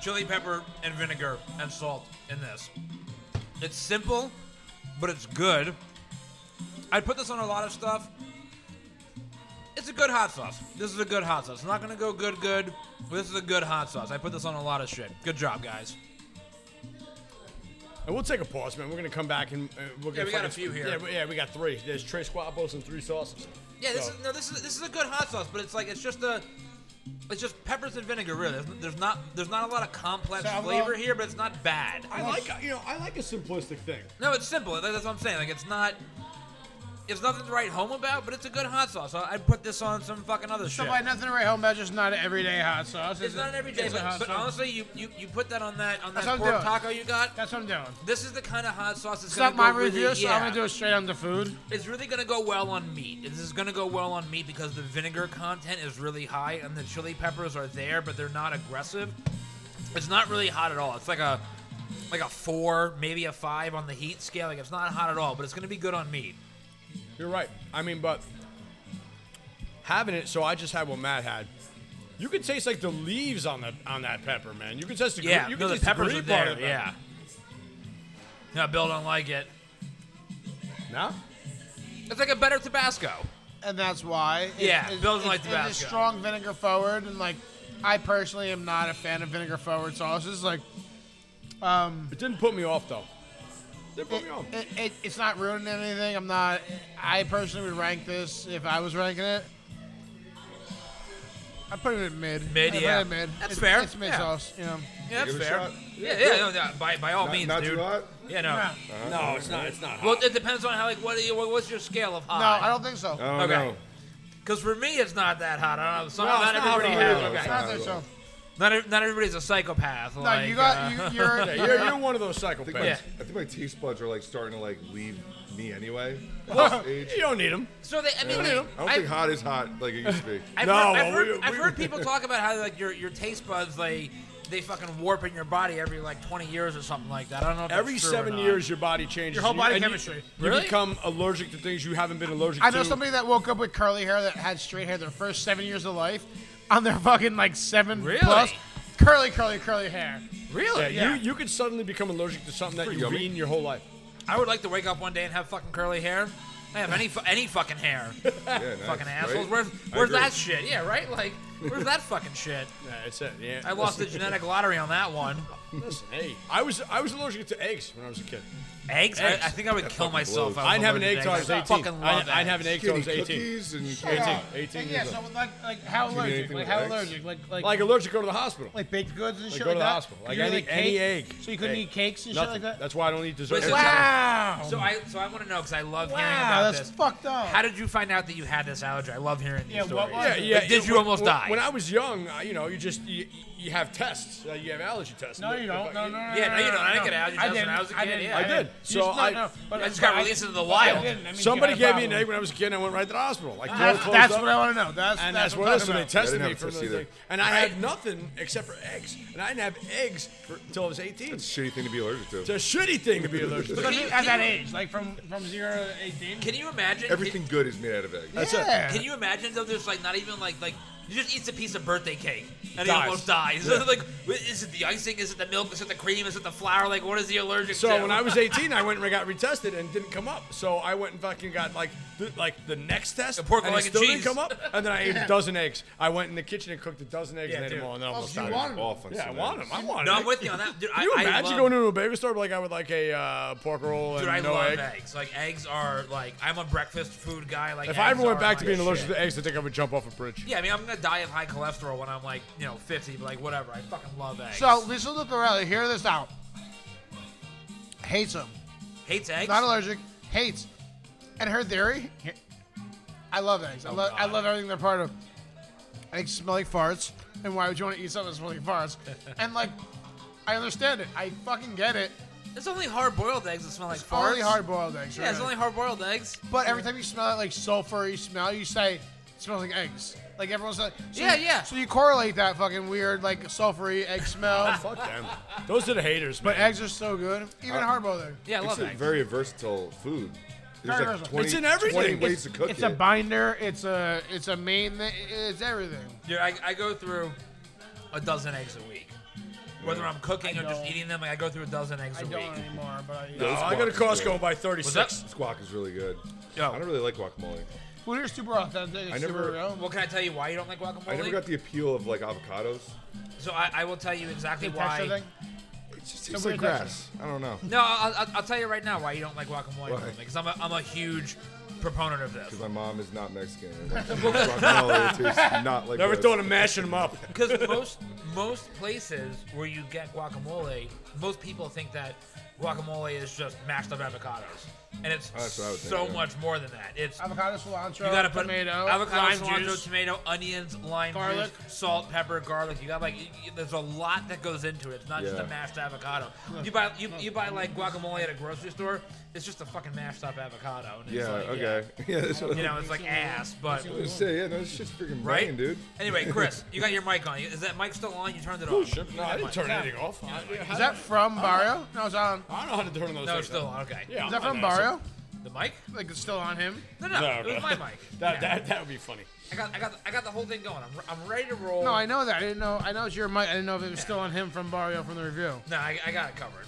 [SPEAKER 1] chili pepper and vinegar and salt in this. It's simple, but it's good. I'd put this on a lot of stuff. It's a good hot sauce. This is a good hot sauce. It's not gonna go good, good. But this is a good hot sauce. I put this on a lot of shit. Good job, guys.
[SPEAKER 4] And we'll take a pause, man. We're gonna come back and uh, we're gonna.
[SPEAKER 1] we got a
[SPEAKER 4] fucking-
[SPEAKER 1] few here.
[SPEAKER 4] Yeah, we- yeah, we got three. There's Tres Guapos and three sauces.
[SPEAKER 1] Yeah, this
[SPEAKER 4] So-
[SPEAKER 1] is no, this is this is a good hot sauce, but it's like it's just a, it's just peppers and vinegar. Really, there's, there's not there's not a lot of complex
[SPEAKER 2] So I'm
[SPEAKER 1] flavor
[SPEAKER 2] gonna-
[SPEAKER 1] here, but it's not bad.
[SPEAKER 4] I like you know I like a simplistic thing.
[SPEAKER 1] No, it's simple. That- That's what I'm saying. Like it's not. It's nothing to write home about, but it's a good hot sauce. I- I'd put this on some fucking other
[SPEAKER 2] So
[SPEAKER 1] shit.
[SPEAKER 2] by nothing to write home about, just not an everyday hot sauce.
[SPEAKER 1] It's not an everyday,
[SPEAKER 2] it's a
[SPEAKER 1] but,
[SPEAKER 2] hot
[SPEAKER 1] but
[SPEAKER 2] sauce.
[SPEAKER 1] honestly, you, you, you put that on that on
[SPEAKER 2] That's
[SPEAKER 1] that
[SPEAKER 2] what I'm
[SPEAKER 1] pork
[SPEAKER 2] doing.
[SPEAKER 1] taco you got.
[SPEAKER 2] that's what I'm doing.
[SPEAKER 1] This is the kind of hot sauce that's
[SPEAKER 2] It's
[SPEAKER 1] gonna
[SPEAKER 2] not my
[SPEAKER 1] go really,
[SPEAKER 2] review, so
[SPEAKER 1] yeah.
[SPEAKER 2] I'm gonna do it straight on the food.
[SPEAKER 1] It's really gonna go well on meat. This is gonna go well on meat because the vinegar content is really high and the chili peppers are there, but they're not aggressive. It's not really hot at all. It's like a like a four, maybe a five on the heat scale. Like it's not hot at all, but it's gonna be good on meat.
[SPEAKER 4] You're right. I mean, but having it, so I just had what Matt had. You could taste like the leaves on that on that pepper, man. You could taste the gre-
[SPEAKER 1] Yeah,
[SPEAKER 4] you could
[SPEAKER 1] no, the
[SPEAKER 4] taste
[SPEAKER 1] peppers are
[SPEAKER 4] green part
[SPEAKER 1] there.
[SPEAKER 4] of it.
[SPEAKER 1] Yeah. No, Bill don't like it.
[SPEAKER 4] No.
[SPEAKER 1] It's like a better Tabasco.
[SPEAKER 2] and that's why. It-
[SPEAKER 1] Yeah,
[SPEAKER 2] it-
[SPEAKER 1] Bill's like
[SPEAKER 2] it's- it is
[SPEAKER 1] Tabasco.
[SPEAKER 2] strong vinegar forward, and like I personally am not a fan of vinegar forward sauces. Like
[SPEAKER 4] It didn't put me off though. Didn't put
[SPEAKER 2] it,
[SPEAKER 4] me off.
[SPEAKER 2] it, it, it's not ruining anything. I'm not. I personally would rank this if I was ranking it. I put it in mid.
[SPEAKER 1] Mid,
[SPEAKER 2] I put
[SPEAKER 1] yeah.
[SPEAKER 2] it in mid.
[SPEAKER 1] That's
[SPEAKER 2] it's,
[SPEAKER 1] fair,
[SPEAKER 2] It's mid
[SPEAKER 1] yeah.
[SPEAKER 2] sauce. You know.
[SPEAKER 1] Yeah, that's
[SPEAKER 3] Give it a
[SPEAKER 1] fair.
[SPEAKER 3] shot.
[SPEAKER 1] Yeah, yeah, no, no, by by all
[SPEAKER 3] Not-
[SPEAKER 1] means,
[SPEAKER 3] not
[SPEAKER 1] dude.
[SPEAKER 3] too hot?
[SPEAKER 1] Yeah, no.
[SPEAKER 3] Uh-huh.
[SPEAKER 4] No, it's not. It's not. Hot.
[SPEAKER 1] Well, it depends on how like what are you, what's your scale of
[SPEAKER 2] No, I
[SPEAKER 1] hot?
[SPEAKER 2] don't think so.
[SPEAKER 3] I don't
[SPEAKER 1] Okay.
[SPEAKER 3] know.
[SPEAKER 1] Because for me, it's not that hot. I don't know. Some,
[SPEAKER 4] No,
[SPEAKER 1] not
[SPEAKER 4] it's not
[SPEAKER 1] everybody
[SPEAKER 4] hot.
[SPEAKER 1] has.
[SPEAKER 3] No, it's
[SPEAKER 1] Okay.
[SPEAKER 2] I don't think so.
[SPEAKER 1] Not, ev- not everybody's a psychopath.
[SPEAKER 2] No,
[SPEAKER 1] like,
[SPEAKER 2] you
[SPEAKER 1] uh, *laughs*
[SPEAKER 2] got you, you're,
[SPEAKER 4] yeah,
[SPEAKER 2] you're,
[SPEAKER 4] you're, you're one of those
[SPEAKER 3] I think, my,
[SPEAKER 4] psychopaths.
[SPEAKER 3] I think my taste buds are like starting to like leave me anyway. at this *laughs* age.
[SPEAKER 4] you don't need them.
[SPEAKER 1] So they, *laughs* I mean,
[SPEAKER 4] Yeah.
[SPEAKER 3] I don't think hot is hot like it used to be.
[SPEAKER 1] I've,
[SPEAKER 4] No,
[SPEAKER 1] heard, I've,
[SPEAKER 4] we-
[SPEAKER 1] heard, I've
[SPEAKER 4] we-
[SPEAKER 1] *laughs* heard people talk about how like your your taste buds like they fucking warp in your body every like 20 years or something like that. I don't know. If that's
[SPEAKER 4] Every
[SPEAKER 1] true or
[SPEAKER 4] seven
[SPEAKER 1] not.
[SPEAKER 4] years, your body changes.
[SPEAKER 2] Your whole body
[SPEAKER 4] and
[SPEAKER 2] chemistry.
[SPEAKER 4] You,
[SPEAKER 1] Really?
[SPEAKER 4] become allergic to things you haven't been allergic
[SPEAKER 2] I
[SPEAKER 4] to.
[SPEAKER 2] know somebody that woke up with curly hair that had straight hair their first seven years of life, on their fucking like seven
[SPEAKER 1] Really?
[SPEAKER 2] plus, curly, curly, curly hair.
[SPEAKER 1] really?
[SPEAKER 4] Yeah,
[SPEAKER 2] Yeah.
[SPEAKER 4] You, you could suddenly become allergic to something that
[SPEAKER 3] Pretty
[SPEAKER 4] you've
[SPEAKER 3] yummy.
[SPEAKER 4] eaten your whole life.
[SPEAKER 1] I would like to wake up one day and have fucking curly hair. I have any fu- any fucking hair.
[SPEAKER 3] Yeah, nice,
[SPEAKER 1] fucking assholes.
[SPEAKER 3] right?
[SPEAKER 1] Where's
[SPEAKER 3] I
[SPEAKER 1] where's
[SPEAKER 3] agree.
[SPEAKER 1] that shit? Yeah, right. Like where's that fucking shit?
[SPEAKER 4] Yeah, that's it. Yeah.
[SPEAKER 1] I
[SPEAKER 4] *laughs*
[SPEAKER 1] lost the *laughs* genetic lottery on that one.
[SPEAKER 4] Listen, hey, I was I was allergic to eggs when I was a kid.
[SPEAKER 1] Eggs. I,
[SPEAKER 4] Eggs.
[SPEAKER 1] I think I would kill
[SPEAKER 3] fucking
[SPEAKER 1] myself. if I
[SPEAKER 3] blows.
[SPEAKER 1] was
[SPEAKER 4] I'd have an
[SPEAKER 1] allergic
[SPEAKER 4] egg
[SPEAKER 1] to
[SPEAKER 4] till I was
[SPEAKER 1] eggs.
[SPEAKER 4] 18.
[SPEAKER 1] fucking love
[SPEAKER 4] I'd, I'd have an egg till I
[SPEAKER 3] Skinny
[SPEAKER 4] was 18.
[SPEAKER 3] cookies and
[SPEAKER 2] Shut
[SPEAKER 4] Eighteen.
[SPEAKER 2] up.
[SPEAKER 4] Eighteen
[SPEAKER 2] Like,
[SPEAKER 4] years
[SPEAKER 2] yeah,
[SPEAKER 4] old.
[SPEAKER 2] so like, like how
[SPEAKER 3] Did you eat
[SPEAKER 2] allergic?
[SPEAKER 3] anything
[SPEAKER 2] Like
[SPEAKER 3] with
[SPEAKER 2] how
[SPEAKER 3] eggs?
[SPEAKER 2] allergic? Like like
[SPEAKER 4] Like allergic, go to the hospital.
[SPEAKER 2] like baked goods and shit
[SPEAKER 4] go
[SPEAKER 2] like
[SPEAKER 4] to the
[SPEAKER 2] that.
[SPEAKER 4] hospital. Like
[SPEAKER 2] you
[SPEAKER 4] any-
[SPEAKER 2] like cake,
[SPEAKER 4] any egg.
[SPEAKER 2] So you couldn't
[SPEAKER 4] Egg.
[SPEAKER 2] eat cakes and
[SPEAKER 4] Nothing.
[SPEAKER 2] shit like that.
[SPEAKER 4] That's why I don't eat dessert.
[SPEAKER 1] Wait, so-
[SPEAKER 2] Wow.
[SPEAKER 1] So I so I want to know because I love hearing
[SPEAKER 2] wow,
[SPEAKER 1] about
[SPEAKER 2] that's
[SPEAKER 1] this.
[SPEAKER 2] fucked up.
[SPEAKER 1] How did you find out that you had this allergy? I love hearing these
[SPEAKER 2] Yeah,
[SPEAKER 1] stories.
[SPEAKER 2] what was-
[SPEAKER 4] yeah, yeah.
[SPEAKER 1] Like, did
[SPEAKER 4] it-
[SPEAKER 1] you
[SPEAKER 4] when-
[SPEAKER 1] almost
[SPEAKER 4] when,
[SPEAKER 1] die?
[SPEAKER 4] When I was young, I, you know, you just you, you have tests. Uh, you have allergy tests.
[SPEAKER 2] no,
[SPEAKER 4] If-
[SPEAKER 2] you
[SPEAKER 4] if
[SPEAKER 2] don't.
[SPEAKER 4] I-
[SPEAKER 2] No, no, no.
[SPEAKER 1] Yeah, no, you don't. I didn't
[SPEAKER 2] no.
[SPEAKER 1] get allergies
[SPEAKER 2] I
[SPEAKER 1] when
[SPEAKER 2] didn't.
[SPEAKER 1] I was a kid,
[SPEAKER 2] didn't.
[SPEAKER 1] yeah. I
[SPEAKER 4] did.
[SPEAKER 2] You
[SPEAKER 4] So
[SPEAKER 2] just- no,
[SPEAKER 4] I-
[SPEAKER 2] no, but
[SPEAKER 1] I just got
[SPEAKER 2] I-
[SPEAKER 1] released into the
[SPEAKER 2] but I
[SPEAKER 1] wild.
[SPEAKER 2] didn't. That means you
[SPEAKER 4] Somebody
[SPEAKER 2] had a
[SPEAKER 4] gave me an
[SPEAKER 2] problem.
[SPEAKER 4] egg when I was a kid, and I went right to the hospital. Like door
[SPEAKER 2] That's,
[SPEAKER 4] closed
[SPEAKER 2] that's
[SPEAKER 4] up.
[SPEAKER 2] what I want to know. That's
[SPEAKER 4] and
[SPEAKER 2] that's,
[SPEAKER 4] that's,
[SPEAKER 2] what
[SPEAKER 4] what
[SPEAKER 2] I'm
[SPEAKER 4] else
[SPEAKER 2] talking
[SPEAKER 4] they
[SPEAKER 2] about.
[SPEAKER 4] tested
[SPEAKER 3] I didn't
[SPEAKER 4] me
[SPEAKER 3] have
[SPEAKER 4] for
[SPEAKER 3] tests
[SPEAKER 4] the
[SPEAKER 3] either.
[SPEAKER 4] thing. And I had nothing except for eggs, and I didn't have eggs for, until I was 18.
[SPEAKER 3] It's
[SPEAKER 4] It's
[SPEAKER 3] a shitty thing to be allergic
[SPEAKER 4] a
[SPEAKER 3] to.
[SPEAKER 4] shitty thing to be allergic to.
[SPEAKER 1] But-
[SPEAKER 2] Because you- at that age, like from from zero to eighteen.
[SPEAKER 1] Can you imagine?
[SPEAKER 3] Everything good is made out of eggs.
[SPEAKER 4] That's
[SPEAKER 2] yeah.
[SPEAKER 1] Can, can you imagine though? There's like not even like like you just eats a piece of birthday cake and he
[SPEAKER 4] Dies.
[SPEAKER 1] almost dies. *laughs* like is it the icing? Is it the milk? Is it the cream? Is it the flour? Like what is he allergic
[SPEAKER 4] So
[SPEAKER 1] to?
[SPEAKER 4] when I was 18, I went and got retested and it didn't come up. So I went and fucking got like the, like the next test,
[SPEAKER 1] The pork
[SPEAKER 4] and it
[SPEAKER 1] leg and
[SPEAKER 4] still didn't
[SPEAKER 1] cheese.
[SPEAKER 4] come up. And then I ate a dozen eggs. I went in the kitchen and cooked a dozen eggs
[SPEAKER 1] Yeah,
[SPEAKER 4] and ate
[SPEAKER 1] dude.
[SPEAKER 4] them all, and then I almost
[SPEAKER 3] I
[SPEAKER 4] died.
[SPEAKER 3] was off on
[SPEAKER 4] Yeah, I
[SPEAKER 3] some
[SPEAKER 4] want them.
[SPEAKER 3] eggs.
[SPEAKER 4] I want
[SPEAKER 1] *laughs* no,
[SPEAKER 4] them.
[SPEAKER 1] I'm with you on that. Dude,
[SPEAKER 4] Can you
[SPEAKER 1] I,
[SPEAKER 4] imagine
[SPEAKER 1] I love,
[SPEAKER 4] going into a bagel store like I would like a uh, pork roll and
[SPEAKER 1] Dude, I
[SPEAKER 4] no
[SPEAKER 1] love
[SPEAKER 4] egg?
[SPEAKER 1] eggs. Like eggs are like I'm a breakfast food guy. Like
[SPEAKER 4] If I ever
[SPEAKER 1] eggs
[SPEAKER 4] went
[SPEAKER 1] are
[SPEAKER 4] back
[SPEAKER 1] my
[SPEAKER 4] to being
[SPEAKER 1] shit.
[SPEAKER 4] allergic to eggs, I think I would jump off a bridge.
[SPEAKER 1] yeah, I mean I'm gonna die of high cholesterol when I'm like you know 50, but like whatever. I fucking love eggs.
[SPEAKER 2] So Lisa Lucarelli, hear this out. Hates them.
[SPEAKER 1] hates eggs.
[SPEAKER 2] Not allergic. Hates. And her theory. I love eggs. I love. I
[SPEAKER 1] Oh, God.
[SPEAKER 2] love everything they're part of. Eggs smell like farts. And why would you want to eat something that smells
[SPEAKER 1] *laughs*
[SPEAKER 2] like farts? and like, I understand it. I fucking get it.
[SPEAKER 1] it's only hard boiled eggs that smell like farts.
[SPEAKER 2] Only hard boiled eggs.
[SPEAKER 1] Yeah, it's
[SPEAKER 2] right?
[SPEAKER 1] only hard boiled eggs.
[SPEAKER 2] But every time you smell that like sulfury smell, you say it smells like eggs. Like everyone's like, so
[SPEAKER 1] Yeah,
[SPEAKER 2] you-
[SPEAKER 1] yeah.
[SPEAKER 2] So you correlate that fucking weird like sulfury egg smell.
[SPEAKER 1] *laughs*
[SPEAKER 4] Fuck them. *laughs* Those are the haters,
[SPEAKER 2] but
[SPEAKER 4] man.
[SPEAKER 2] eggs are so good, even
[SPEAKER 1] Uh,
[SPEAKER 2] hard-boiled eggs.
[SPEAKER 1] Yeah, I
[SPEAKER 3] It's
[SPEAKER 1] love
[SPEAKER 3] a
[SPEAKER 1] eggs.
[SPEAKER 3] very versatile food. There's
[SPEAKER 2] Very
[SPEAKER 3] like
[SPEAKER 2] versatile.
[SPEAKER 3] 20,
[SPEAKER 4] It's in everything.
[SPEAKER 3] 20
[SPEAKER 4] It's-
[SPEAKER 3] ways to cook
[SPEAKER 2] It's
[SPEAKER 3] it.
[SPEAKER 2] a binder. It's a it's a main. thi- It's everything.
[SPEAKER 1] Dude, I, I go through a dozen eggs a week. Whether I'm cooking
[SPEAKER 2] I
[SPEAKER 1] or just
[SPEAKER 2] don't.
[SPEAKER 1] eating them, like I go through a dozen eggs
[SPEAKER 2] I
[SPEAKER 1] a
[SPEAKER 2] don't
[SPEAKER 1] week.
[SPEAKER 2] anymore, but I,
[SPEAKER 3] No.
[SPEAKER 4] Oh, I got a
[SPEAKER 3] Squawk.
[SPEAKER 4] Costco by
[SPEAKER 1] that?
[SPEAKER 4] 36.
[SPEAKER 3] Squawk is really good.
[SPEAKER 1] Yo.
[SPEAKER 3] I don't really like guacamole.
[SPEAKER 2] food is super authentic. It's
[SPEAKER 3] I never-
[SPEAKER 2] super real.
[SPEAKER 1] Well, can I tell you why you don't like guacamole?
[SPEAKER 3] I never got the appeal of like avocados.
[SPEAKER 1] so I, I will tell you exactly
[SPEAKER 2] The texture
[SPEAKER 1] why.
[SPEAKER 2] thing.
[SPEAKER 3] It just tastes
[SPEAKER 2] weird
[SPEAKER 3] like grass. I don't know.
[SPEAKER 1] No, I'll, I'll, I'll tell you right now why you don't like guacamole.
[SPEAKER 3] Why?
[SPEAKER 1] Because I'm a, I'm a huge proponent of this.
[SPEAKER 3] Because my mom is not
[SPEAKER 1] *laughs*
[SPEAKER 3] Mexican. And like, guacamole tastes not like
[SPEAKER 4] Never
[SPEAKER 3] grass.
[SPEAKER 4] thought of mashing
[SPEAKER 1] *laughs*
[SPEAKER 4] them up.
[SPEAKER 1] Because most most places where you get guacamole, most people think that guacamole is just mashed up avocados. and it's
[SPEAKER 3] That's what I would think,
[SPEAKER 1] so
[SPEAKER 3] yeah.
[SPEAKER 1] much more than that. It's
[SPEAKER 2] Avocado, cilantro,
[SPEAKER 1] you gotta put
[SPEAKER 2] tomato,
[SPEAKER 1] avocado,
[SPEAKER 2] lime
[SPEAKER 1] cilantro,
[SPEAKER 2] juice.
[SPEAKER 1] tomato, onions, lime,
[SPEAKER 2] Garlic.
[SPEAKER 1] juice, salt, pepper, garlic. You got like y- y- there's a lot that goes into it. It's not just
[SPEAKER 3] Yeah.
[SPEAKER 1] a mashed avocado. You buy you, you buy like guacamole at a grocery store. It's just a fucking mashed up avocado. And it's
[SPEAKER 3] Yeah,
[SPEAKER 1] like,
[SPEAKER 3] okay. *laughs* Yeah, that's what
[SPEAKER 1] You know, it's like ass, but
[SPEAKER 3] I was saying. Yeah, no, this shit's freaking
[SPEAKER 1] right,
[SPEAKER 3] banging, dude.
[SPEAKER 1] Anyway, Chris, you got your mic on. Is that mic still on? You turned it off.
[SPEAKER 4] Oh, No, I didn't turn anything off. I,
[SPEAKER 2] Is that from Barrio? No, it's on.
[SPEAKER 4] I don't know how to turn those.
[SPEAKER 1] No,
[SPEAKER 4] things
[SPEAKER 1] it's still
[SPEAKER 4] off.
[SPEAKER 1] on. Okay.
[SPEAKER 4] Yeah,
[SPEAKER 2] Is that
[SPEAKER 4] I'm
[SPEAKER 2] from
[SPEAKER 4] an asshole.
[SPEAKER 2] Barrio?
[SPEAKER 1] The mic?
[SPEAKER 2] Like it's still on him?
[SPEAKER 1] No, no,
[SPEAKER 4] No,
[SPEAKER 1] it was
[SPEAKER 4] no.
[SPEAKER 1] my mic.
[SPEAKER 4] *laughs* That,
[SPEAKER 1] Yeah.
[SPEAKER 4] that that would be funny.
[SPEAKER 1] I got I got I got the whole thing going. I'm, I'm ready to roll.
[SPEAKER 2] No, I know that. I didn't know. I know it's your mic. I didn't know if it was still on him from Barrio from the review.
[SPEAKER 1] No, I, I got it covered.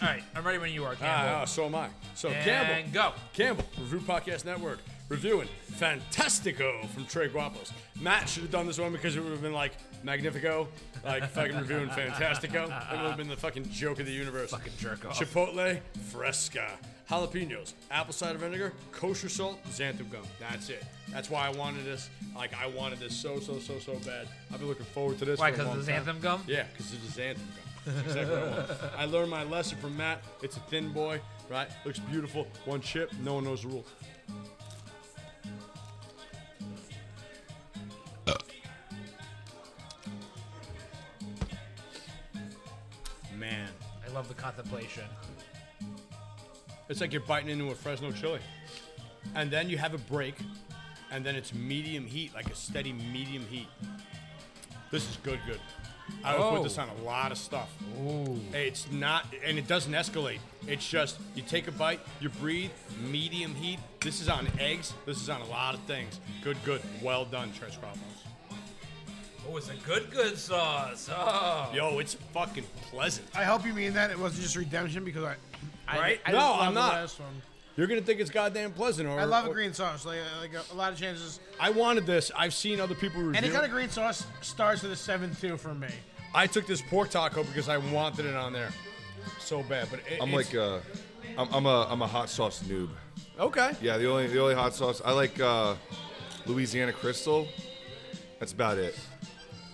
[SPEAKER 1] All right, I'm ready when you are,
[SPEAKER 4] Ah, ah,
[SPEAKER 1] Campbell.
[SPEAKER 4] so am I. So
[SPEAKER 1] and
[SPEAKER 4] Campbell,
[SPEAKER 1] go.
[SPEAKER 4] Campbell, Review Podcast Network, reviewing Fantastico from Trey Guapos. Matt should have done this one because it would have been like Magnifico, like
[SPEAKER 1] *laughs*
[SPEAKER 4] fucking reviewing Fantastico. It would have been the fucking joke of the universe.
[SPEAKER 1] Fucking jerk off.
[SPEAKER 4] Chipotle, Fresca. Jalapenos, apple cider vinegar, kosher salt, xanthan gum. That's it. That's why I wanted this. Like I wanted this so so so so bad. I've been looking forward to this.
[SPEAKER 1] Why?
[SPEAKER 4] for a
[SPEAKER 1] Because
[SPEAKER 4] long
[SPEAKER 1] of the
[SPEAKER 4] time.
[SPEAKER 1] xanthan gum.
[SPEAKER 4] Yeah, because it is anthem. That's exactly what I want.
[SPEAKER 1] *laughs*
[SPEAKER 4] I learned my lesson from Matt. It's a thin boy, right? Looks beautiful. One chip. No one knows the rule. Man,
[SPEAKER 1] I love the contemplation.
[SPEAKER 4] it's like you're biting into a Fresno chili, and then you have a break, and then it's medium heat, like a steady medium heat. This is good, good. I would
[SPEAKER 1] Oh.
[SPEAKER 4] put this on a lot of stuff. It's not, and it doesn't escalate. It's just you take a bite, you breathe, medium heat. This is on eggs. This is on a lot of things. Good, good, well done, Tres Guapos.
[SPEAKER 1] Oh, it's a good good sauce. Oh.
[SPEAKER 4] Yo, it's fucking pleasant.
[SPEAKER 2] I hope you mean that it wasn't just redemption because I. I
[SPEAKER 1] Right?
[SPEAKER 2] I
[SPEAKER 4] No,
[SPEAKER 2] just love
[SPEAKER 4] I'm
[SPEAKER 2] the
[SPEAKER 4] not.
[SPEAKER 2] last one.
[SPEAKER 4] You're gonna think it's goddamn pleasant. Or
[SPEAKER 2] I love
[SPEAKER 4] or-
[SPEAKER 2] a green sauce. Like, uh, like a, a lot of chances.
[SPEAKER 4] I wanted this. I've seen other people review.
[SPEAKER 2] Any
[SPEAKER 4] it.
[SPEAKER 2] kind of green sauce starts with a seven two for me.
[SPEAKER 4] I took this pork taco because I wanted it on there so bad. But it,
[SPEAKER 3] I'm
[SPEAKER 4] it's-
[SPEAKER 3] like, uh, I'm, I'm a, I'm a hot sauce noob.
[SPEAKER 4] okay,
[SPEAKER 3] Yeah, the only, the only hot sauce I like, uh, Louisiana Crystal. That's about it.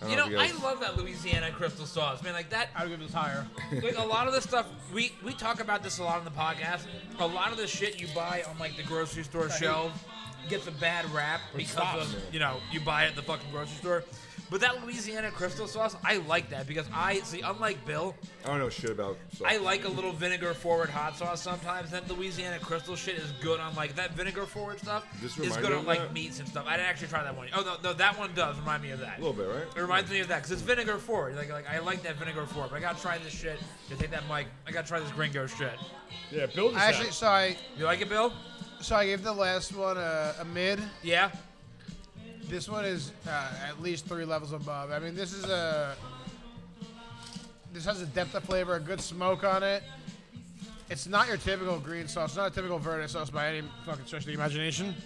[SPEAKER 3] I don't
[SPEAKER 1] You know,
[SPEAKER 3] if
[SPEAKER 1] I
[SPEAKER 3] guys-
[SPEAKER 1] love that Louisiana crystal sauce, man. Like that,
[SPEAKER 2] I would give this higher.
[SPEAKER 1] like a lot of the stuff we we talk about this a lot on the podcast. A lot of the shit you buy on like the grocery store shelf gets a bad rap because
[SPEAKER 4] sauce.
[SPEAKER 1] of you know you buy it at the fucking grocery store. But that Louisiana crystal sauce, I like that because I see, unlike Bill,
[SPEAKER 3] I don't know shit about. Sauce.
[SPEAKER 1] I like a little vinegar forward hot sauce sometimes. That Louisiana crystal shit is good on like that vinegar forward stuff.
[SPEAKER 3] This
[SPEAKER 1] is
[SPEAKER 3] remind
[SPEAKER 1] good
[SPEAKER 3] you
[SPEAKER 1] on
[SPEAKER 3] of
[SPEAKER 1] like
[SPEAKER 3] that?
[SPEAKER 1] meats and stuff. I didn't actually try that one. Oh no, no, that one does remind me of that.
[SPEAKER 3] a little bit, right?
[SPEAKER 1] It reminds me of that because it's vinegar forward. Like, like I like that vinegar forward. But I gotta try this shit. To take that mic, I gotta try this gringo shit.
[SPEAKER 4] yeah. Build this
[SPEAKER 2] I actually,
[SPEAKER 4] out.
[SPEAKER 2] so I,
[SPEAKER 1] You like it, Bill?
[SPEAKER 2] so I gave the last one a, a mid.
[SPEAKER 1] Yeah.
[SPEAKER 2] This one is uh, at least three levels above. I mean, this is a. This has a depth of flavor, a good smoke on it. It's not your typical green sauce. It's not a typical verde sauce by any fucking stretch of the imagination.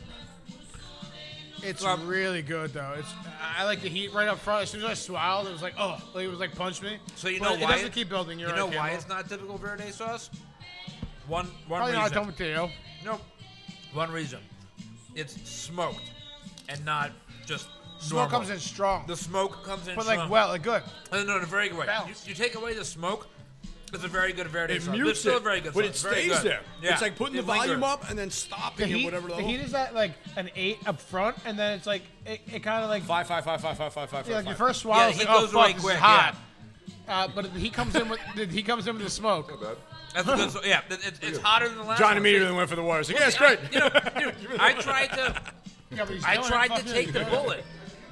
[SPEAKER 2] It's
[SPEAKER 1] Well-
[SPEAKER 2] really good though. It's I I like the heat right up front. As soon as I swallowed, it was like oh, like it was like punched me.
[SPEAKER 1] So you
[SPEAKER 2] But
[SPEAKER 1] know
[SPEAKER 2] it,
[SPEAKER 1] why
[SPEAKER 2] it doesn't
[SPEAKER 1] it-
[SPEAKER 2] keep building. You're
[SPEAKER 1] you know
[SPEAKER 2] right,
[SPEAKER 1] why
[SPEAKER 2] Campbell.
[SPEAKER 1] it's not typical verde sauce? One one
[SPEAKER 2] probably not
[SPEAKER 1] reason.
[SPEAKER 2] done with you.
[SPEAKER 1] Nope. One reason. It's smoked, and not just
[SPEAKER 2] Smoke
[SPEAKER 1] normal.
[SPEAKER 2] comes in strong,
[SPEAKER 1] The smoke comes in.
[SPEAKER 2] but like
[SPEAKER 1] strong.
[SPEAKER 2] well, like good.
[SPEAKER 1] No, no, in a very good way. You,
[SPEAKER 2] Balanced.
[SPEAKER 1] you take away the smoke. It's a very good Verde
[SPEAKER 4] It
[SPEAKER 1] sauce.
[SPEAKER 4] mutes
[SPEAKER 1] it's still
[SPEAKER 4] it,
[SPEAKER 1] a very good
[SPEAKER 4] but it
[SPEAKER 1] sauce. Very
[SPEAKER 4] stays
[SPEAKER 1] good.
[SPEAKER 4] there.
[SPEAKER 1] Yeah.
[SPEAKER 4] It's like putting
[SPEAKER 1] It
[SPEAKER 4] the volume
[SPEAKER 1] lingers.
[SPEAKER 4] up and then
[SPEAKER 2] The
[SPEAKER 4] stopping
[SPEAKER 2] heat,
[SPEAKER 4] at whatever
[SPEAKER 2] the
[SPEAKER 4] level.
[SPEAKER 2] heat is at like an eight up front, and then it's like it, it kind of like
[SPEAKER 4] Five, five, five, five, five, five, five,
[SPEAKER 2] Yeah, like
[SPEAKER 4] five,
[SPEAKER 2] your
[SPEAKER 4] five.
[SPEAKER 2] first swallow,
[SPEAKER 1] Yeah,
[SPEAKER 2] is
[SPEAKER 1] he
[SPEAKER 2] like, oh
[SPEAKER 1] goes
[SPEAKER 2] fuck,
[SPEAKER 1] away
[SPEAKER 2] this
[SPEAKER 1] quick,
[SPEAKER 2] is hot. Uh, but he comes in with *laughs* he comes in with the smoke.
[SPEAKER 3] Not bad.
[SPEAKER 1] That's a good. So, yeah, it, it's- it's hotter than the last.
[SPEAKER 4] John
[SPEAKER 1] one.
[SPEAKER 4] immediately went for the wires. Like, yeah, it's
[SPEAKER 1] I-
[SPEAKER 4] great.
[SPEAKER 1] You know,
[SPEAKER 4] *laughs*
[SPEAKER 1] dude, I tried to.
[SPEAKER 2] Yeah, but he's
[SPEAKER 1] I
[SPEAKER 2] doing it
[SPEAKER 1] tried to
[SPEAKER 2] fucking-
[SPEAKER 1] take the bullet.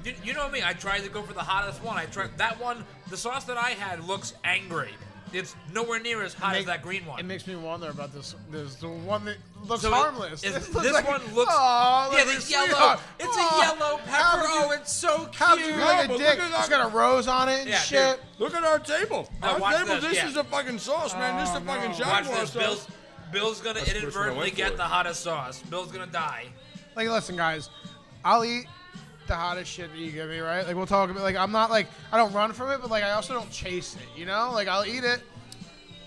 [SPEAKER 1] You, you know me. I tried to go for the hottest one. I tried that one. The sauce that I had looks angry. It's nowhere near as hot as
[SPEAKER 2] Make-
[SPEAKER 1] that green one.
[SPEAKER 2] It makes me wonder about this. This the one that looks
[SPEAKER 1] So it-
[SPEAKER 2] harmless. *laughs*
[SPEAKER 1] is-
[SPEAKER 2] This,
[SPEAKER 1] this
[SPEAKER 2] like-
[SPEAKER 1] one looks-
[SPEAKER 2] Aw,
[SPEAKER 1] yeah,
[SPEAKER 2] look at
[SPEAKER 1] the
[SPEAKER 2] this
[SPEAKER 1] yellow.
[SPEAKER 2] sweetheart.
[SPEAKER 1] It's
[SPEAKER 2] Aw,
[SPEAKER 1] a yellow
[SPEAKER 2] how
[SPEAKER 1] pepper.
[SPEAKER 2] did you-
[SPEAKER 1] Oh, it's so
[SPEAKER 2] How
[SPEAKER 1] cute.
[SPEAKER 2] did you
[SPEAKER 4] Yeah,
[SPEAKER 2] like a
[SPEAKER 4] but
[SPEAKER 2] dick?
[SPEAKER 4] look at
[SPEAKER 2] It's
[SPEAKER 4] that.
[SPEAKER 2] got a rose on it and
[SPEAKER 1] Yeah, dude.
[SPEAKER 2] shit.
[SPEAKER 4] Look at our table.
[SPEAKER 1] Now
[SPEAKER 4] our
[SPEAKER 1] watch
[SPEAKER 4] table.
[SPEAKER 1] this,
[SPEAKER 4] This
[SPEAKER 1] yeah.
[SPEAKER 4] is a fucking sauce, man. this is the
[SPEAKER 2] Oh,
[SPEAKER 4] fucking
[SPEAKER 1] Watch
[SPEAKER 2] no.
[SPEAKER 4] Jaguar
[SPEAKER 1] this,
[SPEAKER 4] sauce.
[SPEAKER 1] Bill's. Bill's gonna
[SPEAKER 3] That's the first one I
[SPEAKER 1] inadvertently
[SPEAKER 3] went
[SPEAKER 1] get
[SPEAKER 3] for.
[SPEAKER 1] the hottest sauce. Bill's gonna die.
[SPEAKER 2] Like, listen, guys, I'll eat the hottest shit that you give me, right? Like, we'll talk about. Like, I'm not like I don't run from it, but like I also don't chase it. You know, like I'll eat it.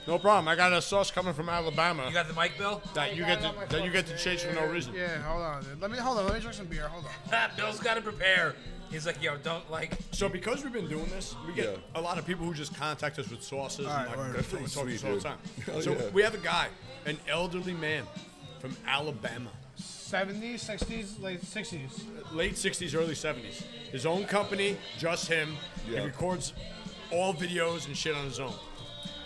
[SPEAKER 4] No problem. I got a sauce coming from Alabama
[SPEAKER 1] You got the mic, Bill?
[SPEAKER 4] that you get to that you get to chase for no reason.
[SPEAKER 2] Yeah, hold on, dude. Let me hold on. Let me drink some beer. Hold on.
[SPEAKER 1] Ah, *laughs* Bill's got to prepare. He's like, yo, don't like.
[SPEAKER 4] So because we've been doing this, we get
[SPEAKER 3] Yeah.
[SPEAKER 4] a lot of people who just contact us with sauces
[SPEAKER 2] Alright,
[SPEAKER 4] and
[SPEAKER 2] word.
[SPEAKER 4] like
[SPEAKER 3] That's
[SPEAKER 4] we
[SPEAKER 3] pretty
[SPEAKER 4] talk to us
[SPEAKER 3] sweet,
[SPEAKER 4] all the time.
[SPEAKER 3] dude. Hell
[SPEAKER 4] so
[SPEAKER 3] yeah.
[SPEAKER 4] we have a guy, an elderly man, from Alabama.
[SPEAKER 2] 70s, 60s, late 60s.
[SPEAKER 4] late 60s, early 70s. His own company, just him.
[SPEAKER 3] Yeah.
[SPEAKER 4] He records all videos and shit on his own.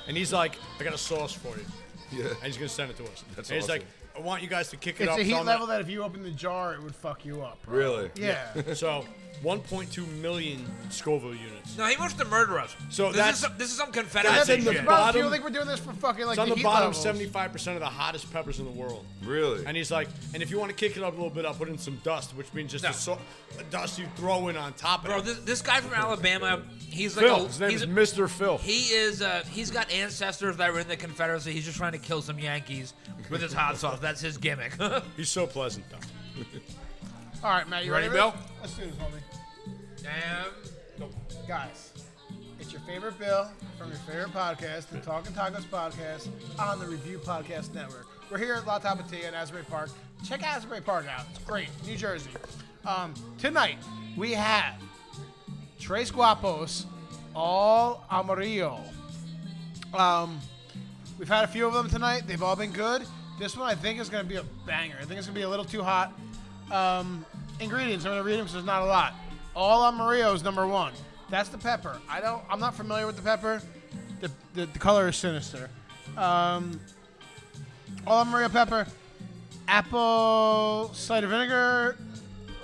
[SPEAKER 4] And he's like, I got a sauce for you.
[SPEAKER 3] Yeah.
[SPEAKER 4] And he's going to send it to us.
[SPEAKER 3] That's
[SPEAKER 4] and he's
[SPEAKER 3] awesome.
[SPEAKER 4] like, I want you guys to kick it
[SPEAKER 2] It's
[SPEAKER 4] up.
[SPEAKER 2] a heat
[SPEAKER 4] thumb
[SPEAKER 2] level that if you open the jar, it would fuck you up. bro.
[SPEAKER 3] Really?
[SPEAKER 2] Yeah.
[SPEAKER 4] it." So 1.2 million Scoville units.
[SPEAKER 1] *laughs* No, he wants to murder us.
[SPEAKER 4] So
[SPEAKER 1] this
[SPEAKER 4] that's-
[SPEAKER 1] is some, this is some
[SPEAKER 4] That's
[SPEAKER 1] Confederacy
[SPEAKER 4] in the
[SPEAKER 1] shit.
[SPEAKER 4] bo-
[SPEAKER 2] Bro, do you
[SPEAKER 4] Bottom-
[SPEAKER 2] think we're doing this for fucking like
[SPEAKER 4] It's on the
[SPEAKER 2] heat
[SPEAKER 4] bottom
[SPEAKER 2] levels?
[SPEAKER 4] 75% of the hottest peppers in the world.
[SPEAKER 3] Really?
[SPEAKER 4] And he's like, and if you want to kick it up a little bit, I'll put in some dust, which means just
[SPEAKER 1] No.
[SPEAKER 4] the so- the dust you throw in on top of
[SPEAKER 1] Bro,
[SPEAKER 4] it.
[SPEAKER 1] this, this guy from Alabama, he's like
[SPEAKER 4] Phil,
[SPEAKER 1] a,
[SPEAKER 4] his name
[SPEAKER 1] he's
[SPEAKER 4] is
[SPEAKER 1] a-
[SPEAKER 4] Mr. Phil.
[SPEAKER 1] He is. Uh, he's got ancestors that were in the Confederacy. He's just trying to kill some Yankees with his hot sauce. That's his gimmick. *laughs* and
[SPEAKER 4] He's so pleasant, though.
[SPEAKER 2] All right, Matt, you
[SPEAKER 1] You ready,
[SPEAKER 2] ready, for
[SPEAKER 1] Bill?
[SPEAKER 2] this? Let's do this, homie. Guys, it's your favorite Bill from your favorite podcast, the Talking Tacos podcast, on the Review Podcast Network. We're here at La Tapatia in Asbury Park. Check Asbury Park out. It's great, New Jersey. Um, tonight we have Tres Guapos, All Amarillo. Um, We've had a few of them tonight. They've all been good. This one I think is going to be a banger. I think it's going to be a little too hot. Um, ingredients. I'm going to read them because there's not a lot. All Amarillo is number one. That's the pepper. I don't. I'm not familiar with the pepper. The the, the color is sinister. Um, all Amarillo pepper, apple cider vinegar,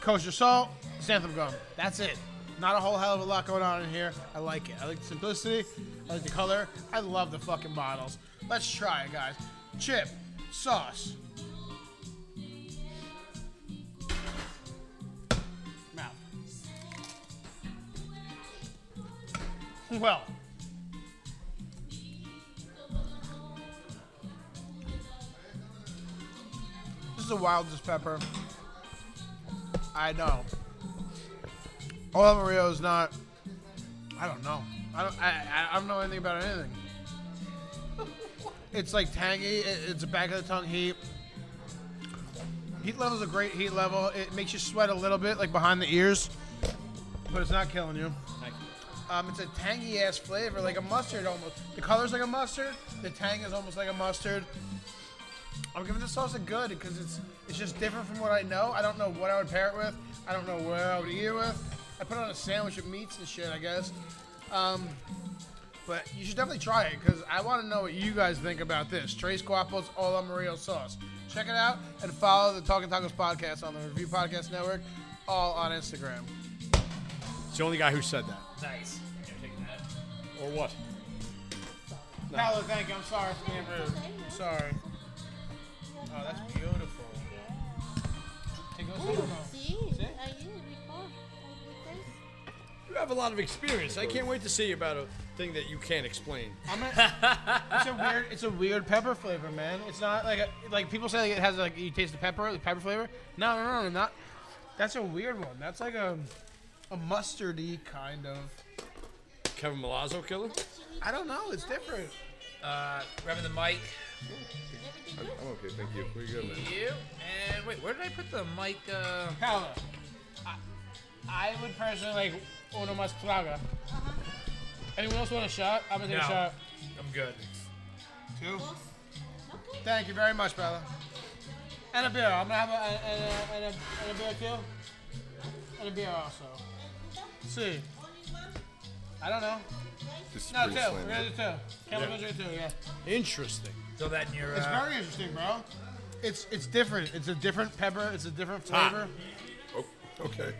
[SPEAKER 2] kosher salt, xanthan gum. That's it. Not a whole hell of a lot going on in here. I like it. I like the simplicity. I like the color. I love the fucking bottles. Let's try it, guys. Chip, sauce. Mouth. Well, this is the wildest pepper. I know. Oliverio is not. I don't know. I don't. I, I, I don't know anything about anything. It's like tangy. It, it's a back of the tongue heat. Heat level is a great heat level. It makes you sweat a little bit, like behind the ears, but it's not killing you. Um, it's a tangy ass flavor, like a mustard almost. The color's like a mustard. The tang is almost like a mustard. I'm giving this sauce a good because it's it's just different from what I know. I don't know what I would pair it with. I don't know where I would eat it with. I put it on a sandwich of meats and shit, I guess. Um, but you should definitely try it because I want to know what you guys think about this Trace Guapos Ola Amarillo sauce. Check it out and follow the Talking Tacos podcast on the Review Podcast Network, all on Instagram.
[SPEAKER 4] It's the only guy who said that.
[SPEAKER 1] nice.
[SPEAKER 4] Or what?
[SPEAKER 2] Paolo, thank you. I'm sorry for being rude. I'm sorry. Oh, that's beautiful. Take those
[SPEAKER 5] Ooh,
[SPEAKER 2] photos.
[SPEAKER 5] sí, I did it before. Like this.
[SPEAKER 4] You have a lot of experience. I can't wait to see about a thing that you can't
[SPEAKER 2] *laughs*
[SPEAKER 4] explain.
[SPEAKER 2] I'm a, it's a weird, it's a weird pepper flavor, man. It's not like a, like people say like it has like you taste the pepper, the pepper flavor. No, no, no, no, not. That's a weird one. That's like a, a mustardy kind of.
[SPEAKER 4] Kevin Milazzo killer?
[SPEAKER 2] I don't know. It's different.
[SPEAKER 1] Uh, grabbing the mic.
[SPEAKER 5] Everything
[SPEAKER 3] I'm
[SPEAKER 5] good?
[SPEAKER 3] okay, thank you. Pretty good, man.
[SPEAKER 1] You and wait, where did I put the mic? Uh,
[SPEAKER 2] Paolo, I, I would personally like uno más traga. Anyone else want a shot? I'm gonna take
[SPEAKER 1] No.
[SPEAKER 2] a shot.
[SPEAKER 1] I'm good.
[SPEAKER 2] Two.
[SPEAKER 5] Okay.
[SPEAKER 2] Thank you very much, Paolo. And a beer. I'm gonna have a and a, and a, and a beer too. And a beer also. See. I don't know.
[SPEAKER 3] This is
[SPEAKER 2] No, two.
[SPEAKER 3] pretty
[SPEAKER 2] We're gonna do
[SPEAKER 3] slanted.
[SPEAKER 2] two. Cameron's gonna do two. Yeah.
[SPEAKER 4] Interesting.
[SPEAKER 1] So that in your.
[SPEAKER 2] It's
[SPEAKER 1] uh,
[SPEAKER 2] very interesting, bro. It's it's different. It's a different pepper. It's a different
[SPEAKER 4] Hot.
[SPEAKER 2] flavor.
[SPEAKER 3] Oh, okay.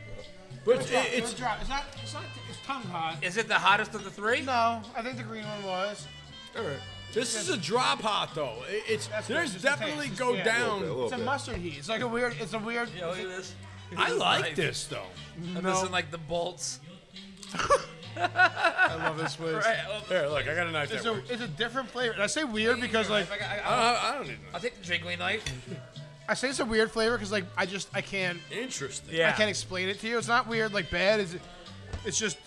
[SPEAKER 4] But it's,
[SPEAKER 2] Drop,
[SPEAKER 4] it's
[SPEAKER 2] drop. It's not. It's not. It's tongue hot.
[SPEAKER 1] is it the hottest of the three?
[SPEAKER 2] No, I think the green one was.
[SPEAKER 4] all right. This is a drop hot though. It- It's
[SPEAKER 2] That's good.
[SPEAKER 4] there's
[SPEAKER 2] Just a taste.
[SPEAKER 4] definitely
[SPEAKER 2] Just-
[SPEAKER 4] go
[SPEAKER 2] yeah.
[SPEAKER 3] A
[SPEAKER 4] down.
[SPEAKER 3] little
[SPEAKER 2] It's a
[SPEAKER 3] bit.
[SPEAKER 2] mustard heat. It's like a weird. It's a weird.
[SPEAKER 1] Yeah, look at this.
[SPEAKER 4] I like
[SPEAKER 1] Nice.
[SPEAKER 4] this though.
[SPEAKER 1] I'm missing like the bolts.
[SPEAKER 2] I love
[SPEAKER 4] *laughs*
[SPEAKER 2] this place.
[SPEAKER 1] Right. oh,
[SPEAKER 4] Here, look, I got a knife
[SPEAKER 2] It's
[SPEAKER 4] that
[SPEAKER 2] a
[SPEAKER 4] works.
[SPEAKER 2] it's a different flavor. And I say weird because like
[SPEAKER 1] I, I,
[SPEAKER 4] I
[SPEAKER 1] I'll,
[SPEAKER 4] don't, have- I don't need a knife.
[SPEAKER 1] I'll take the jiggly knife.
[SPEAKER 2] I say it's a weird flavor because like I just I can't
[SPEAKER 4] Interesting.
[SPEAKER 1] Yeah.
[SPEAKER 2] I can't explain it to you. It's not weird like bad. It's it's just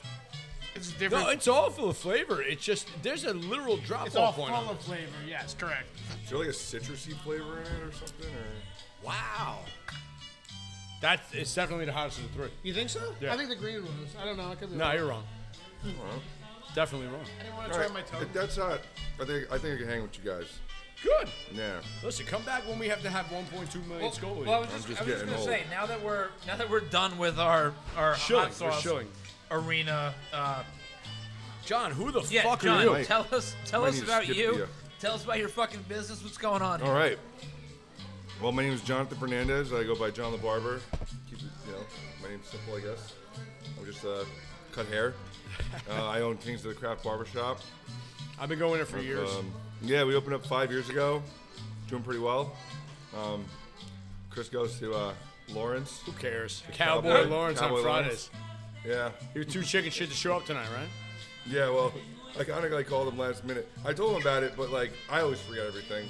[SPEAKER 2] it's different.
[SPEAKER 4] No, it's all full of flavor. It's just there's a literal drop
[SPEAKER 2] it's all
[SPEAKER 4] off
[SPEAKER 2] full
[SPEAKER 4] point. on
[SPEAKER 2] of flavor. Yes, correct.
[SPEAKER 3] Is there like a citrusy flavor in it or something? Or
[SPEAKER 4] it. Wow. That is definitely the hottest of the three.
[SPEAKER 2] You think so?
[SPEAKER 4] Yeah.
[SPEAKER 2] I think the green one is. I don't know. I could be
[SPEAKER 4] No,
[SPEAKER 2] wrong.
[SPEAKER 4] you're wrong.
[SPEAKER 3] I don't know.
[SPEAKER 4] Definitely wrong.
[SPEAKER 2] I didn't want to try my
[SPEAKER 3] Alright,
[SPEAKER 2] tongue.
[SPEAKER 3] That's hot. I think I think I can hang with you guys.
[SPEAKER 4] Good.
[SPEAKER 3] Yeah.
[SPEAKER 4] Listen, come back when we have to have 1.2 million
[SPEAKER 1] Well,
[SPEAKER 4] scoliosis.
[SPEAKER 1] well, I was just, I
[SPEAKER 3] I'm just
[SPEAKER 1] was just
[SPEAKER 3] getting
[SPEAKER 1] gonna
[SPEAKER 3] old.
[SPEAKER 1] say now that we're now that we're done with our our
[SPEAKER 4] Shilling,
[SPEAKER 1] hot
[SPEAKER 4] we're
[SPEAKER 1] sauce
[SPEAKER 4] shilling.
[SPEAKER 1] arena. Uh,
[SPEAKER 4] John, who the
[SPEAKER 1] yeah,
[SPEAKER 4] fuck
[SPEAKER 1] John,
[SPEAKER 4] are you?
[SPEAKER 3] Mike.
[SPEAKER 1] tell us tell
[SPEAKER 3] Might
[SPEAKER 1] us
[SPEAKER 3] need to
[SPEAKER 1] about
[SPEAKER 3] skip
[SPEAKER 1] you.
[SPEAKER 3] the, uh,
[SPEAKER 1] Tell us about your fucking business. What's going on?
[SPEAKER 3] All right. Well, my name is Jonathan Fernandez. I go by John the Barber. Keep it, you know, my name's simple, I guess. I'm just uh, cut
[SPEAKER 2] *laughs*
[SPEAKER 3] hair. Uh, I own Kings of the Craft Barber Shop.
[SPEAKER 4] I've been going there for years.
[SPEAKER 3] Um, yeah, we opened up five years ago. Doing pretty well. Um, Chris goes to uh, Lawrence.
[SPEAKER 4] who cares? Cowboy,
[SPEAKER 3] Cowboy-
[SPEAKER 4] Lawrence
[SPEAKER 3] Cowboy
[SPEAKER 4] on Fridays.
[SPEAKER 3] Lawrence. Yeah.
[SPEAKER 4] You're too chicken shit to show up tonight, right?
[SPEAKER 3] Yeah, well, I kind of like called him last minute. I told him about it, but like I always forget everything.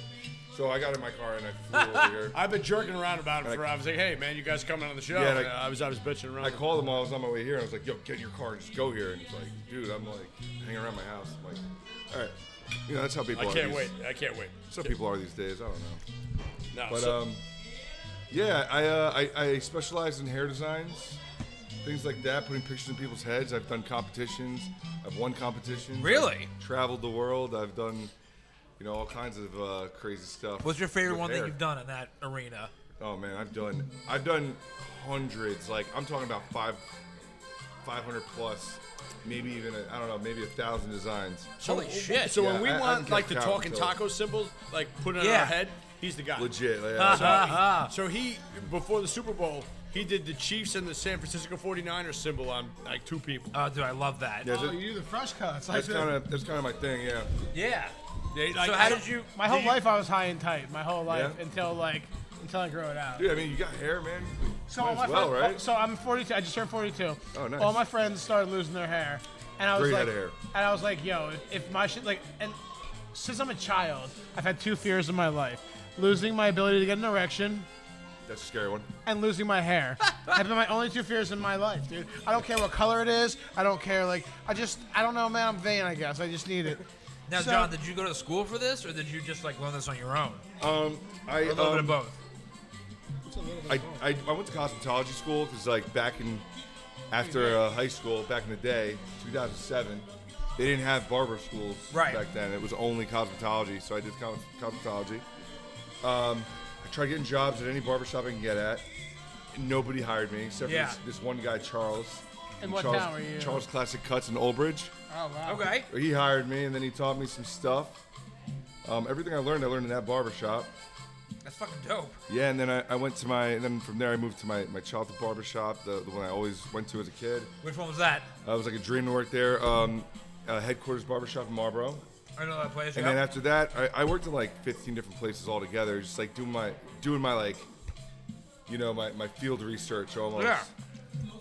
[SPEAKER 3] So I got in my car and I flew
[SPEAKER 4] *laughs*
[SPEAKER 3] over here.
[SPEAKER 4] I've been jerking around about it
[SPEAKER 3] And I-
[SPEAKER 4] for. I was like, hey man, you guys coming on the show?
[SPEAKER 3] Yeah, and
[SPEAKER 4] And
[SPEAKER 3] I-
[SPEAKER 4] I, was I was bitching around.
[SPEAKER 3] I called him while I was on my way here. And I was like, "Yo, get in your car and just go here." And he's like, "Dude, I'm like hanging around my house." I'm like, "All right, you know that's how people
[SPEAKER 4] I
[SPEAKER 3] are."
[SPEAKER 4] can't
[SPEAKER 3] these-
[SPEAKER 4] wait. I can't wait.
[SPEAKER 3] That's how people are these days. I don't know,
[SPEAKER 4] No,
[SPEAKER 3] but
[SPEAKER 4] so-
[SPEAKER 3] um, yeah, I, uh, I I specialize in hair designs, things like that, putting pictures in people's heads. I've done competitions. I've won competitions.
[SPEAKER 1] Really?
[SPEAKER 3] I've traveled the world. I've done. You know all kinds of uh, crazy stuff.
[SPEAKER 1] What's your favorite
[SPEAKER 3] with
[SPEAKER 1] one
[SPEAKER 3] hair.
[SPEAKER 1] that you've done in that arena?
[SPEAKER 3] Oh man, I've done I've done hundreds. Like I'm talking about five, five hundred plus, maybe even a, I don't know, maybe a thousand designs.
[SPEAKER 1] Holy shit!
[SPEAKER 4] So
[SPEAKER 3] Yeah,
[SPEAKER 4] when we
[SPEAKER 3] I- I
[SPEAKER 4] want
[SPEAKER 3] haven't
[SPEAKER 4] like
[SPEAKER 3] kept
[SPEAKER 4] the
[SPEAKER 3] count
[SPEAKER 4] talking
[SPEAKER 3] until-
[SPEAKER 4] taco symbols, like put it on
[SPEAKER 1] Yeah.
[SPEAKER 4] our head, he's the guy.
[SPEAKER 3] Legit. Like,
[SPEAKER 1] *laughs*
[SPEAKER 4] So,
[SPEAKER 3] uh,
[SPEAKER 1] Ah.
[SPEAKER 4] so he before the Super Bowl, he did the Chiefs and the San Francisco 49ers symbol on like two people.
[SPEAKER 1] Oh, dude, I love that.
[SPEAKER 3] yeah,
[SPEAKER 2] Oh,
[SPEAKER 3] that-
[SPEAKER 2] you do the fresh cuts. Like
[SPEAKER 3] that's
[SPEAKER 2] the,
[SPEAKER 3] kind of that's kind of my thing. Yeah.
[SPEAKER 1] Yeah.
[SPEAKER 4] They, like,
[SPEAKER 1] so how did you?
[SPEAKER 2] my whole life I was high and tight. My whole life
[SPEAKER 3] Yeah.
[SPEAKER 2] until like until I grew it out.
[SPEAKER 3] Dude, I mean, you got hair, man.
[SPEAKER 2] So
[SPEAKER 3] Might
[SPEAKER 2] all my
[SPEAKER 3] as well,
[SPEAKER 2] friends,
[SPEAKER 3] right?
[SPEAKER 2] So I'm 42. I just turned 42.
[SPEAKER 3] Oh, nice.
[SPEAKER 2] All my friends started losing their hair, and I was
[SPEAKER 3] Great
[SPEAKER 2] like,
[SPEAKER 3] head of hair.
[SPEAKER 2] and I was like, yo, if, if my shit like, and since I'm a child, I've had two fears in my life: losing my ability to get an erection
[SPEAKER 3] That's a scary one.
[SPEAKER 2] and losing my *laughs* hair. have been my only two fears in my life, dude. I don't care what color it is. I don't care. Like, I just, I don't know, man. I'm vain, I guess. I just need it.
[SPEAKER 1] Now,
[SPEAKER 2] So-
[SPEAKER 1] John, did you go to school for this, or did you just like learn this on your own?
[SPEAKER 3] Um, I
[SPEAKER 1] A little bit
[SPEAKER 3] um,
[SPEAKER 1] of both.
[SPEAKER 3] I, I, I went to cosmetology school because like back in after uh, high school back in the day 2007 they didn't have barber schools
[SPEAKER 1] Right.
[SPEAKER 3] back then it was only cosmetology so i did cos- cosmetology um, i tried getting jobs at any barbershop i can get at nobody hired me except
[SPEAKER 1] Yeah.
[SPEAKER 3] for this, this one guy charles
[SPEAKER 2] In what
[SPEAKER 3] charles,
[SPEAKER 2] town were you?
[SPEAKER 3] charles classic cuts in old bridge
[SPEAKER 2] *laughs* Oh wow.
[SPEAKER 1] Okay.
[SPEAKER 3] he hired me and then he taught me some stuff um, everything i learned i learned in that barbershop
[SPEAKER 1] That's fucking dope.
[SPEAKER 3] yeah, and then I, I went to my, and then from there I moved to my, my childhood barber shop, the, the one I always went to as a kid.
[SPEAKER 1] Which one was that?
[SPEAKER 3] Uh, it was like a dream to work there. Um, uh, headquarters barbershop in Marlboro.
[SPEAKER 1] I know that place.
[SPEAKER 3] And
[SPEAKER 1] yeah.
[SPEAKER 3] then after that, I, I worked in like 15 different places altogether, just like doing my, doing my like, you know, my, my field research almost.
[SPEAKER 1] Yeah.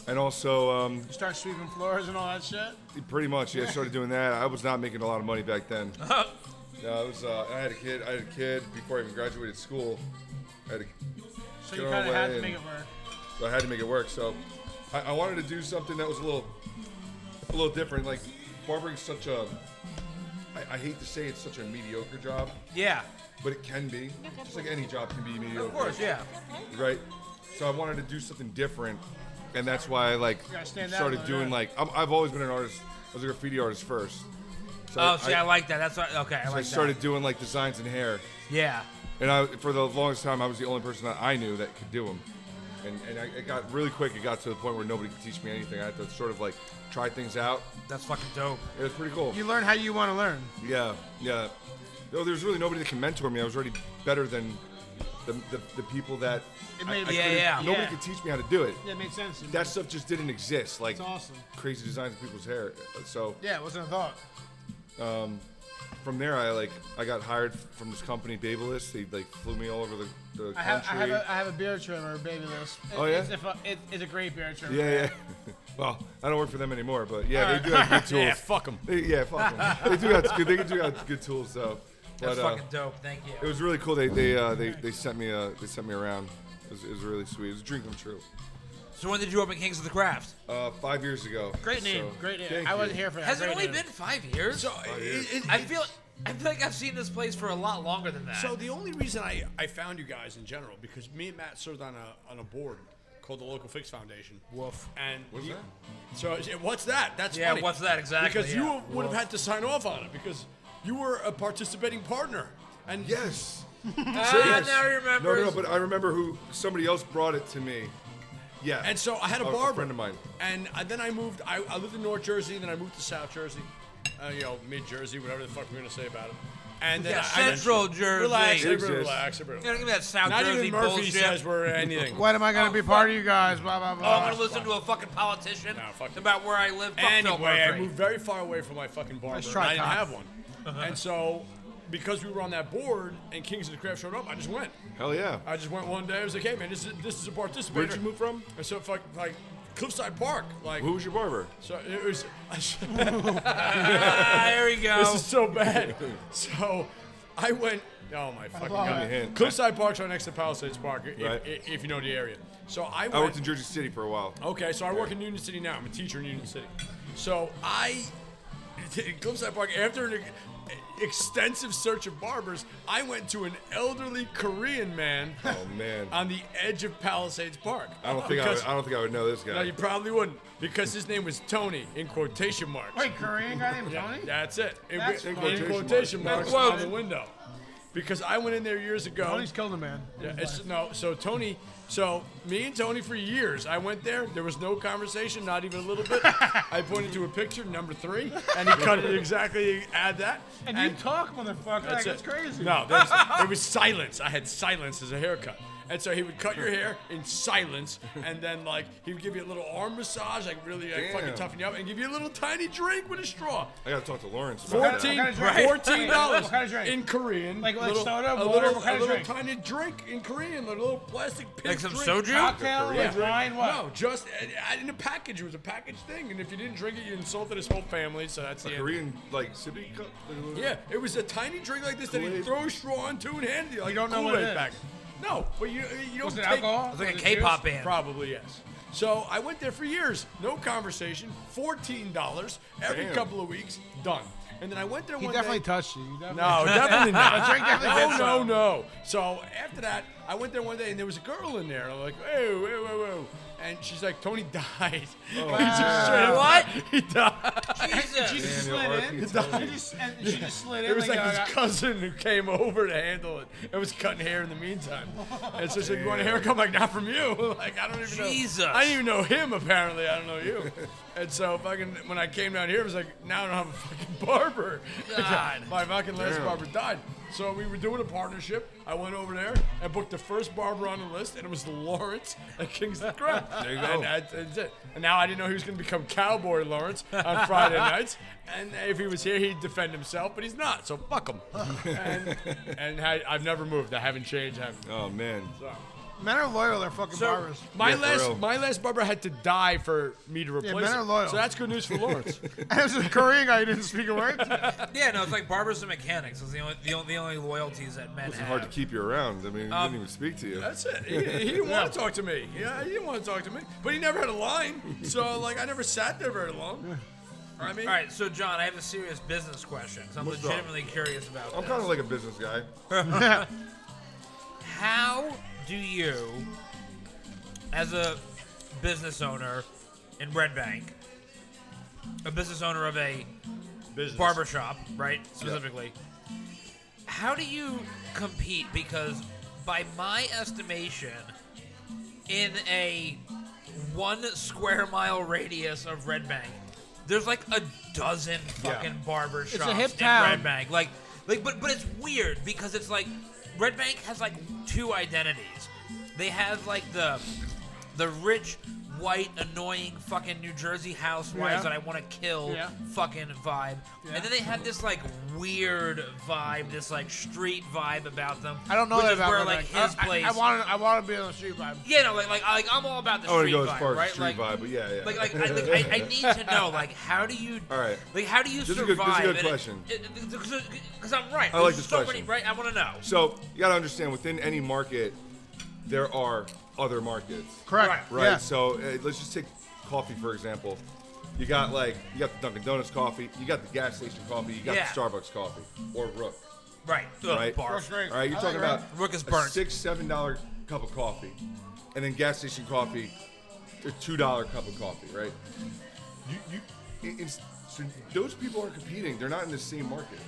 [SPEAKER 3] And also, um,
[SPEAKER 2] You start sweeping floors and all that shit.
[SPEAKER 3] pretty much, yeah, I started doing that. I was not making a lot of money back then.
[SPEAKER 1] Huh.
[SPEAKER 3] No, it was, uh, I had a kid, I had a kid before I even graduated school. I had a
[SPEAKER 2] So you
[SPEAKER 3] Go
[SPEAKER 2] kind of had
[SPEAKER 3] away
[SPEAKER 2] to make it
[SPEAKER 3] and-
[SPEAKER 2] work.
[SPEAKER 3] So I had to make it work. So I, I wanted to do something that was a little, a little different. Like barbering's such a, I, I hate to say it's such a mediocre job,
[SPEAKER 1] *laughs* yeah.
[SPEAKER 3] but it can be. Just like any job can be mediocre.
[SPEAKER 1] Of course. Yeah.
[SPEAKER 3] Right. So I wanted to do something different, and that's why I like
[SPEAKER 2] gotta stand out
[SPEAKER 3] started
[SPEAKER 2] on
[SPEAKER 3] doing
[SPEAKER 2] that.
[SPEAKER 3] like I'm, I've always been an artist. I was a graffiti artist first. So
[SPEAKER 1] Oh, see, I, like that. That's what, okay. I
[SPEAKER 3] so
[SPEAKER 1] like
[SPEAKER 3] I started doing like designs and hair.
[SPEAKER 1] That. Yeah.
[SPEAKER 3] And I, for the longest time, I was the only person that I knew that could do them. And, and I, it got really quick. It got to the point where nobody could teach me anything. I had to sort of like try things out.
[SPEAKER 1] That's fucking dope.
[SPEAKER 3] It was pretty cool.
[SPEAKER 2] You learn how you want to learn.
[SPEAKER 3] Yeah, yeah. Though there's really nobody that can mentor me. I was already better than the, the, the people that.
[SPEAKER 2] It made-
[SPEAKER 3] I, I
[SPEAKER 1] Yeah,
[SPEAKER 3] couldn't-
[SPEAKER 1] yeah.
[SPEAKER 3] Nobody
[SPEAKER 2] Yeah.
[SPEAKER 3] could teach me how to do it.
[SPEAKER 2] Yeah, it made sense.
[SPEAKER 3] That stuff just didn't exist. Like
[SPEAKER 2] It's awesome.
[SPEAKER 3] crazy designs of people's hair. So
[SPEAKER 2] Yeah, it wasn't a thought.
[SPEAKER 3] from there, I like I got hired from this company, Babelist. They like flew me all over the, the
[SPEAKER 2] I have,
[SPEAKER 3] country.
[SPEAKER 2] I have, a, I have a beard trimmer, baby list.
[SPEAKER 3] Oh, yeah?
[SPEAKER 2] It's, if a, it, it's a great beard trimmer.
[SPEAKER 3] Yeah, yeah. *laughs* Well, I don't work for them anymore, but yeah, they do have good tools.
[SPEAKER 4] yeah, fuck them.
[SPEAKER 3] They, yeah, fuck 'em. they do have good. They do have good tools though.
[SPEAKER 1] That's
[SPEAKER 3] But uh,
[SPEAKER 1] fucking dope. Thank
[SPEAKER 3] it
[SPEAKER 1] you.
[SPEAKER 3] was really cool. They they uh, they, they sent me uh, they sent me around. It was, it was really sweet. It was a dream come true.
[SPEAKER 1] So when did you open Kings of the Craft?
[SPEAKER 3] Uh, five years ago.
[SPEAKER 2] Great name.
[SPEAKER 3] So,
[SPEAKER 2] great name.
[SPEAKER 3] thank
[SPEAKER 2] I
[SPEAKER 3] you.
[SPEAKER 2] wasn't here for that.
[SPEAKER 1] Has it
[SPEAKER 2] Great
[SPEAKER 1] only
[SPEAKER 2] name.
[SPEAKER 1] been five years?
[SPEAKER 4] So, it- it-
[SPEAKER 1] I feel. I feel like I've seen this place for a lot longer than that.
[SPEAKER 4] so the only reason I, I found you guys in general because me and Matt served on a on a board called the Local Fix Foundation. Woof. And
[SPEAKER 3] What's
[SPEAKER 4] you-
[SPEAKER 3] that?
[SPEAKER 4] So yeah, what's that? That's
[SPEAKER 1] Yeah,
[SPEAKER 4] funny.
[SPEAKER 1] what's that exactly,
[SPEAKER 4] Because you
[SPEAKER 1] yeah.
[SPEAKER 4] would have had to sign off on it because you were a participating partner. And
[SPEAKER 3] Yes.
[SPEAKER 1] Ah,
[SPEAKER 3] Yes.
[SPEAKER 1] now he remembers.
[SPEAKER 3] No, no, no, but I remember who somebody else brought it to me. Yeah.
[SPEAKER 4] And so I had a
[SPEAKER 3] a
[SPEAKER 4] barber.
[SPEAKER 3] friend of mine.
[SPEAKER 4] And I, then I moved. I, I lived in North Jersey, then I moved to South Jersey, uh, you know, mid Jersey, whatever the fuck we're gonna say about it. And then
[SPEAKER 1] Yeah,
[SPEAKER 4] I, I-
[SPEAKER 1] Central Jersey.
[SPEAKER 4] Relax,
[SPEAKER 3] It
[SPEAKER 4] everybody,
[SPEAKER 3] exists.
[SPEAKER 4] relax, everybody.
[SPEAKER 1] You know, give me that South
[SPEAKER 4] Not
[SPEAKER 1] Jersey
[SPEAKER 4] even Murphy
[SPEAKER 1] bullshit.
[SPEAKER 4] says we're anything.
[SPEAKER 2] When am I gonna
[SPEAKER 1] Oh,
[SPEAKER 2] be
[SPEAKER 1] fuck.
[SPEAKER 2] part of you guys? Blah blah
[SPEAKER 1] Oh, I'm
[SPEAKER 2] blah.
[SPEAKER 1] gonna listen to a fucking politician
[SPEAKER 4] Nah, fuck you.
[SPEAKER 1] about where I live. Fuck Phil
[SPEAKER 4] Anyway, I
[SPEAKER 1] Murphy.
[SPEAKER 4] moved very far away from my fucking barber.
[SPEAKER 2] Nice
[SPEAKER 4] and
[SPEAKER 2] try,
[SPEAKER 4] I didn't
[SPEAKER 2] Todd.
[SPEAKER 4] have one. and so, because we were on that board and Kings of the Craft showed up, I just went.
[SPEAKER 3] Hell yeah.
[SPEAKER 4] I just went one day. I was like, hey, man, this is, this is a participant.
[SPEAKER 3] Where'd you move from?
[SPEAKER 4] And so, fuck, like, Cliffside Park. Like,
[SPEAKER 3] Who was your barber?
[SPEAKER 4] so it was. *laughs*
[SPEAKER 3] *laughs*
[SPEAKER 1] Ah, there we go.
[SPEAKER 4] This is so bad. So I went. Oh my fucking
[SPEAKER 3] Give me a
[SPEAKER 4] god!
[SPEAKER 3] hint.
[SPEAKER 4] Cliffside Park's right next to Palisades Park, if,
[SPEAKER 3] Right.
[SPEAKER 4] if, if you know the area. So I went.
[SPEAKER 3] I worked in Jersey City for a while.
[SPEAKER 4] okay, so I work in Union City now. I'm a teacher in Union City. So I, Cliffside Park. After an extensive search of barbers, I went to an elderly Korean man
[SPEAKER 3] Oh man.
[SPEAKER 4] *laughs* on the edge of Palisades Park.
[SPEAKER 3] I don't think I, would,
[SPEAKER 4] Because-
[SPEAKER 3] I don't think I would know this
[SPEAKER 4] No,
[SPEAKER 3] guy.
[SPEAKER 4] you probably wouldn't because his name was Tony in quotation marks.
[SPEAKER 2] Wait, Korean guy named
[SPEAKER 4] Yeah,
[SPEAKER 2] Tony?
[SPEAKER 4] That's it. In,
[SPEAKER 2] That's
[SPEAKER 4] in
[SPEAKER 3] funny.
[SPEAKER 4] quotation marks
[SPEAKER 1] Well,
[SPEAKER 4] on the window. Because I went in there years ago.
[SPEAKER 2] Tony's killed a man.
[SPEAKER 4] Yeah, it's- no, so Tony, so me and Tony for years, I went there. There was no conversation, not even a
[SPEAKER 2] *laughs*
[SPEAKER 4] little bit. I pointed to a picture, number three, and he cut it exactly. Add that.
[SPEAKER 2] And you talk, motherfucker. Like,
[SPEAKER 4] That's
[SPEAKER 2] it's
[SPEAKER 4] it.
[SPEAKER 2] crazy.
[SPEAKER 4] No, there was, there was silence. I had silence as a haircut. And so he would cut your hair in silence, and then like he would give you a little arm massage, like really like, fucking
[SPEAKER 3] Damn.
[SPEAKER 4] toughen you up, and give you a little tiny drink with a straw.
[SPEAKER 3] I gotta talk to Lawrence. About
[SPEAKER 4] Fourteen,
[SPEAKER 2] What
[SPEAKER 3] That.
[SPEAKER 2] kind of drink?
[SPEAKER 4] fourteen dollars
[SPEAKER 2] What kind of drink?
[SPEAKER 4] in Korean.
[SPEAKER 2] Like- like soda,
[SPEAKER 4] a
[SPEAKER 2] water,
[SPEAKER 4] little,
[SPEAKER 2] what kind of
[SPEAKER 4] a little
[SPEAKER 2] drink?
[SPEAKER 4] tiny drink in Korean, like a little plastic pink
[SPEAKER 1] like some
[SPEAKER 4] drink.
[SPEAKER 1] soju.
[SPEAKER 2] *laughs* Cocktail,
[SPEAKER 3] Korean
[SPEAKER 2] like wine, what?
[SPEAKER 4] No, just uh, in a package. It was a package thing, and if you didn't drink it, you insulted his whole family. So that's the
[SPEAKER 3] A
[SPEAKER 4] end.
[SPEAKER 3] Korean like sippy cup. Like a little-
[SPEAKER 4] Yeah, it was a tiny drink like this that he'd
[SPEAKER 3] Kool-Aid.
[SPEAKER 4] throw a straw into and hand you. Like
[SPEAKER 2] You don't know what
[SPEAKER 4] Kool-Aid
[SPEAKER 2] it is.
[SPEAKER 4] packet. No, but you you don't
[SPEAKER 2] Was it
[SPEAKER 4] take,
[SPEAKER 2] alcohol?
[SPEAKER 1] It's like a
[SPEAKER 2] Was it
[SPEAKER 1] K-pop
[SPEAKER 2] juice?
[SPEAKER 1] band.
[SPEAKER 4] Probably yes. So I went there for years, no conversation, fourteen dollars every
[SPEAKER 3] Damn.
[SPEAKER 4] couple of weeks, done. And then I went there
[SPEAKER 2] He
[SPEAKER 4] one
[SPEAKER 2] definitely
[SPEAKER 4] day.
[SPEAKER 2] touched you. you definitely
[SPEAKER 4] No, definitely not.
[SPEAKER 2] drink definitely
[SPEAKER 4] no,
[SPEAKER 2] did
[SPEAKER 4] no,
[SPEAKER 2] something.
[SPEAKER 4] no. So after that, I went there one day and there was a girl in there. I'm like, whoa, whoa, whoa, whoa. And she's like, Tony *laughs* died. he just straight up-
[SPEAKER 1] Oh, What?
[SPEAKER 4] *laughs*
[SPEAKER 1] Oh
[SPEAKER 4] He died.
[SPEAKER 1] Jesus.
[SPEAKER 2] She just
[SPEAKER 3] Daniel
[SPEAKER 2] slid
[SPEAKER 3] Arpey
[SPEAKER 2] in.
[SPEAKER 3] telling
[SPEAKER 2] She just, and she just slid in.
[SPEAKER 4] It was like
[SPEAKER 2] uh,
[SPEAKER 4] his cousin who came over to handle it. It was cutting hair in the meantime. And so she's like, You want a haircut? I'm like, Not from you. *laughs* like, I don't even know.
[SPEAKER 1] Jesus.
[SPEAKER 4] I didn't even know him, apparently. I don't know you. and so fucking, when I came down here, it was like, Now I don't have a fucking barber. *laughs*
[SPEAKER 1] God.
[SPEAKER 4] My fucking last
[SPEAKER 3] Damn.
[SPEAKER 4] barber died. So we were doing a partnership. I went over there and booked the first barber on the list, and it was *laughs* Lawrence at King's the Crown.
[SPEAKER 3] There you go.
[SPEAKER 4] And, I- that's it. And now I didn't know he was going to become Cowboy Lawrence
[SPEAKER 3] *laughs*
[SPEAKER 4] on Friday nights. And if he was here, he'd defend himself, but he's not, so fuck
[SPEAKER 3] *laughs*
[SPEAKER 4] him. and and I, I've never moved. I haven't changed. I haven't.
[SPEAKER 3] Oh man.
[SPEAKER 2] Men are loyal. They're fucking
[SPEAKER 4] So *laughs*
[SPEAKER 2] barbers. *laughs*
[SPEAKER 4] my
[SPEAKER 3] Yeah, for
[SPEAKER 4] last
[SPEAKER 3] real.
[SPEAKER 4] my last barber had to die for me to replace
[SPEAKER 2] men
[SPEAKER 4] him.
[SPEAKER 2] are loyal.
[SPEAKER 4] So that's good news for
[SPEAKER 2] *laughs*
[SPEAKER 4] Lawrence.
[SPEAKER 2] And this is a Korean guy. He didn't speak a word.
[SPEAKER 1] Yeah, no, it's like barbers and mechanics. It's the only the only, the only loyalties that men
[SPEAKER 3] It's
[SPEAKER 1] have.
[SPEAKER 3] hard to keep you around. I mean, he
[SPEAKER 1] Um,
[SPEAKER 3] didn't even speak to you.
[SPEAKER 4] That's it. He, he didn't want to talk to me. Yeah, he didn't want to talk to me. But he never had a line. So like I never sat there very long. I mean,
[SPEAKER 1] All right, so John, I have a serious business question. 'cause I'm
[SPEAKER 3] What's up?
[SPEAKER 1] legitimately curious about.
[SPEAKER 3] I'm
[SPEAKER 1] this.
[SPEAKER 3] kind of like a business guy.
[SPEAKER 4] *laughs*
[SPEAKER 1] How do you, as a business owner in Red Bank, a business owner of a
[SPEAKER 4] business.
[SPEAKER 1] barbershop, right, specifically, how do you compete? Because by my estimation, in a one square mile radius of Red Bank, there's like a dozen fucking barber shops
[SPEAKER 2] hip
[SPEAKER 1] in
[SPEAKER 2] town.
[SPEAKER 1] Red Bank. Like, like, but but it's weird because it's like Red Bank has like two identities. They have like the the rich, white, annoying fucking New Jersey housewives
[SPEAKER 2] Yeah.
[SPEAKER 1] that I want to kill
[SPEAKER 2] Yeah.
[SPEAKER 1] fucking vibe.
[SPEAKER 2] Yeah.
[SPEAKER 1] And then they have this like weird vibe, this like street vibe about them.
[SPEAKER 2] I don't know
[SPEAKER 1] which
[SPEAKER 2] that
[SPEAKER 1] is
[SPEAKER 2] about
[SPEAKER 1] where
[SPEAKER 2] Red
[SPEAKER 1] like
[SPEAKER 2] Bank. I-
[SPEAKER 1] his place.
[SPEAKER 2] I, I want to. I want to be on the street vibe.
[SPEAKER 1] yeah, no, like, like like I'm all about the
[SPEAKER 3] I want to
[SPEAKER 1] street
[SPEAKER 3] go as
[SPEAKER 1] vibe,
[SPEAKER 3] far as
[SPEAKER 1] right? like,
[SPEAKER 3] street vibe, but yeah, yeah.
[SPEAKER 1] like, like, I, like I, I need to know, like, how do you,
[SPEAKER 3] *laughs* All right.
[SPEAKER 1] like, how do you
[SPEAKER 3] This is a
[SPEAKER 1] survive?
[SPEAKER 3] good- this is a good
[SPEAKER 1] And it-
[SPEAKER 3] question.
[SPEAKER 1] it- it- Because I'm right.
[SPEAKER 3] I like
[SPEAKER 1] There's
[SPEAKER 3] this
[SPEAKER 1] so Many,
[SPEAKER 3] question.
[SPEAKER 1] right, I want to know.
[SPEAKER 3] *laughs* So you gotta understand, within any market, there are other markets.
[SPEAKER 2] Correct.
[SPEAKER 3] right?
[SPEAKER 2] Yeah.
[SPEAKER 3] So uh, let's just take coffee for example. You got like you got the Dunkin' Donuts coffee, you got the gas station coffee, you got
[SPEAKER 1] Yeah.
[SPEAKER 3] the Starbucks coffee or Rook,
[SPEAKER 1] Right. Ugh,
[SPEAKER 3] right?
[SPEAKER 1] barf.
[SPEAKER 2] Rook's great.
[SPEAKER 3] All right,
[SPEAKER 2] I
[SPEAKER 3] you're
[SPEAKER 2] like
[SPEAKER 3] talking
[SPEAKER 2] Rook.
[SPEAKER 3] about
[SPEAKER 1] Rook is
[SPEAKER 3] a
[SPEAKER 1] burnt.
[SPEAKER 3] six seven dollar cup of coffee, and then gas station coffee, a two dollar cup of coffee, right? You you it- it's, so those people are competing. They're not in the same market.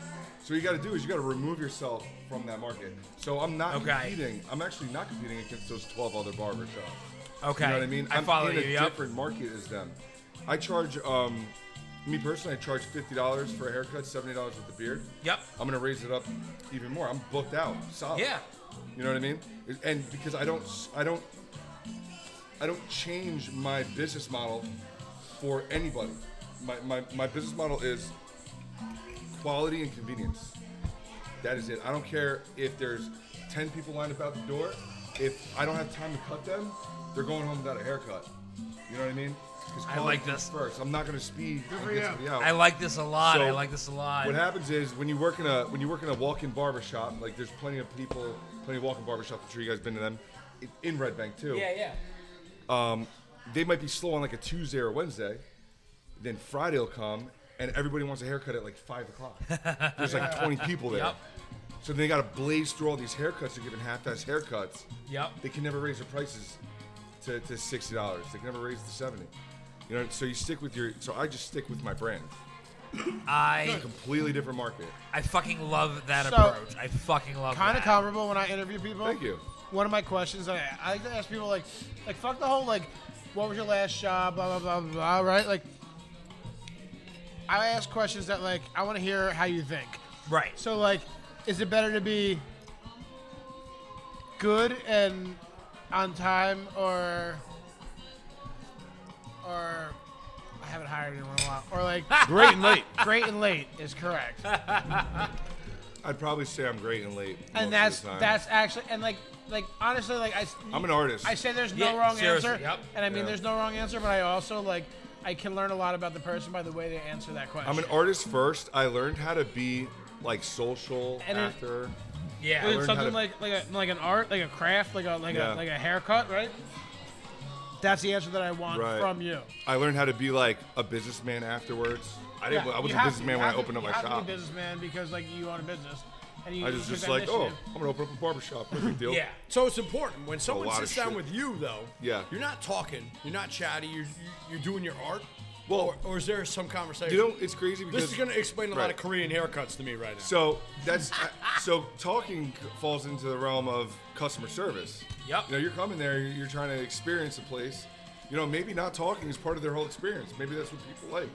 [SPEAKER 3] So what you got to do is you got to remove yourself from that market. So I'm not
[SPEAKER 1] Okay.
[SPEAKER 3] competing. I'm actually not competing against those 12 other barber shops.
[SPEAKER 1] Okay.
[SPEAKER 3] You know what I mean?
[SPEAKER 1] I
[SPEAKER 3] am
[SPEAKER 1] follow
[SPEAKER 3] in
[SPEAKER 1] you.
[SPEAKER 3] a
[SPEAKER 1] yep.
[SPEAKER 3] different market as them. I charge, um, me personally, I charge fifty dollars for a haircut, seventy dollars with the beard.
[SPEAKER 1] Yep.
[SPEAKER 3] I'm gonna raise it up even more. I'm booked out, solid.
[SPEAKER 1] Yeah.
[SPEAKER 3] You know what I mean? And because I don't, s- I don't, I don't change my business model for anybody. My my, my business model is quality and convenience. That is it. I don't care if there's 10 people lined up out the door. If I don't have time to cut them, they're going home without a haircut. You know what I mean? 'Cause
[SPEAKER 1] I
[SPEAKER 3] quality
[SPEAKER 1] like this.
[SPEAKER 3] comes First, I'm not going to speed and
[SPEAKER 4] Hurry
[SPEAKER 3] get
[SPEAKER 4] up.
[SPEAKER 3] somebody out.
[SPEAKER 1] I like this a lot. I
[SPEAKER 3] So,
[SPEAKER 1] like this a lot.
[SPEAKER 3] What happens is when you work in a when you work in a walk-in barber shop, like there's plenty of people, plenty of walk-in barber shops. I'm sure you guys been to them in- in Red Bank too.
[SPEAKER 1] yeah, yeah.
[SPEAKER 3] They might be slow on like a Tuesday or Wednesday, then Friday will come and everybody wants a haircut at like five
[SPEAKER 1] *laughs*
[SPEAKER 3] o'clock. There's like 20 people there.
[SPEAKER 1] Yep.
[SPEAKER 3] So they got to blaze through all these haircuts. They're giving half-ass haircuts.
[SPEAKER 1] Yep.
[SPEAKER 3] They can never raise their prices to, to sixty dollars. They can never raise it to seventy. You know, so you stick with your. So I just stick with my brand.
[SPEAKER 1] I
[SPEAKER 3] Completely different market.
[SPEAKER 1] I fucking love that
[SPEAKER 2] So-
[SPEAKER 1] approach. I fucking love
[SPEAKER 2] Kind of
[SPEAKER 1] that.
[SPEAKER 2] comparable when I interview people.
[SPEAKER 3] Thank you.
[SPEAKER 2] One of my questions I, I like to ask people like, like fuck the whole like, what was your last job? Blah blah blah blah. Right? Like, I ask questions that like I want to hear how you think.
[SPEAKER 1] right.
[SPEAKER 2] So like, is it better to be good and on time or or I haven't hired anyone in a while or like
[SPEAKER 4] Great and late.
[SPEAKER 2] *laughs* great and late is correct.
[SPEAKER 3] I'd probably say I'm great and late. most of
[SPEAKER 2] and that's
[SPEAKER 3] the time.
[SPEAKER 2] that's actually and like like honestly like I s-
[SPEAKER 3] I'm an artist.
[SPEAKER 2] I say there's no
[SPEAKER 1] Yeah,
[SPEAKER 2] wrong
[SPEAKER 1] seriously,
[SPEAKER 2] answer,
[SPEAKER 1] yep.
[SPEAKER 2] and I mean
[SPEAKER 3] Yeah.
[SPEAKER 2] there's no wrong answer, but I also like I can learn a lot about the person by the way they answer that question.
[SPEAKER 3] I'm an artist first. I leared how to be like social
[SPEAKER 2] And it-
[SPEAKER 3] after.
[SPEAKER 1] Yeah.
[SPEAKER 2] Dude,
[SPEAKER 3] learned how
[SPEAKER 2] something
[SPEAKER 3] to-
[SPEAKER 2] like like a, like an art, like a craft, like a like
[SPEAKER 3] Yeah.
[SPEAKER 2] a like a haircut, right? That's the answer that I want
[SPEAKER 3] Right.
[SPEAKER 2] from you.
[SPEAKER 3] I learned how to be like a businessman afterwards. I didn't.
[SPEAKER 2] Yeah,
[SPEAKER 3] I was
[SPEAKER 2] you
[SPEAKER 3] a
[SPEAKER 2] have to-
[SPEAKER 3] businessman
[SPEAKER 2] you
[SPEAKER 3] when I
[SPEAKER 2] have to-
[SPEAKER 3] opened up
[SPEAKER 2] you
[SPEAKER 3] my
[SPEAKER 2] have to be
[SPEAKER 3] shop.
[SPEAKER 2] a businessman because like you own a business, and you
[SPEAKER 3] I was
[SPEAKER 2] you took
[SPEAKER 3] just
[SPEAKER 2] that
[SPEAKER 3] like, oh,
[SPEAKER 2] initiative.
[SPEAKER 3] I'm gonna open up a barbershop.
[SPEAKER 2] *laughs*
[SPEAKER 3] No big deal.
[SPEAKER 1] Yeah.
[SPEAKER 4] So it's important when someone
[SPEAKER 3] lot of
[SPEAKER 4] sits down
[SPEAKER 3] shit.
[SPEAKER 4] with you, though.
[SPEAKER 3] Yeah.
[SPEAKER 4] You're not talking. You're not chatty. You're you're doing your art.
[SPEAKER 3] Well-
[SPEAKER 4] or, or is there some conversation?
[SPEAKER 3] You know, it's crazy because
[SPEAKER 4] this is going to explain a lot
[SPEAKER 3] Right.
[SPEAKER 4] of Korean haircuts to me right now.
[SPEAKER 3] So that's I- so talking c- falls into the realm of customer service.
[SPEAKER 1] Yep.
[SPEAKER 3] You know, you're coming there, you're trying to experience a place. You know, maybe not talking is part of their whole experience. Maybe that's what people like.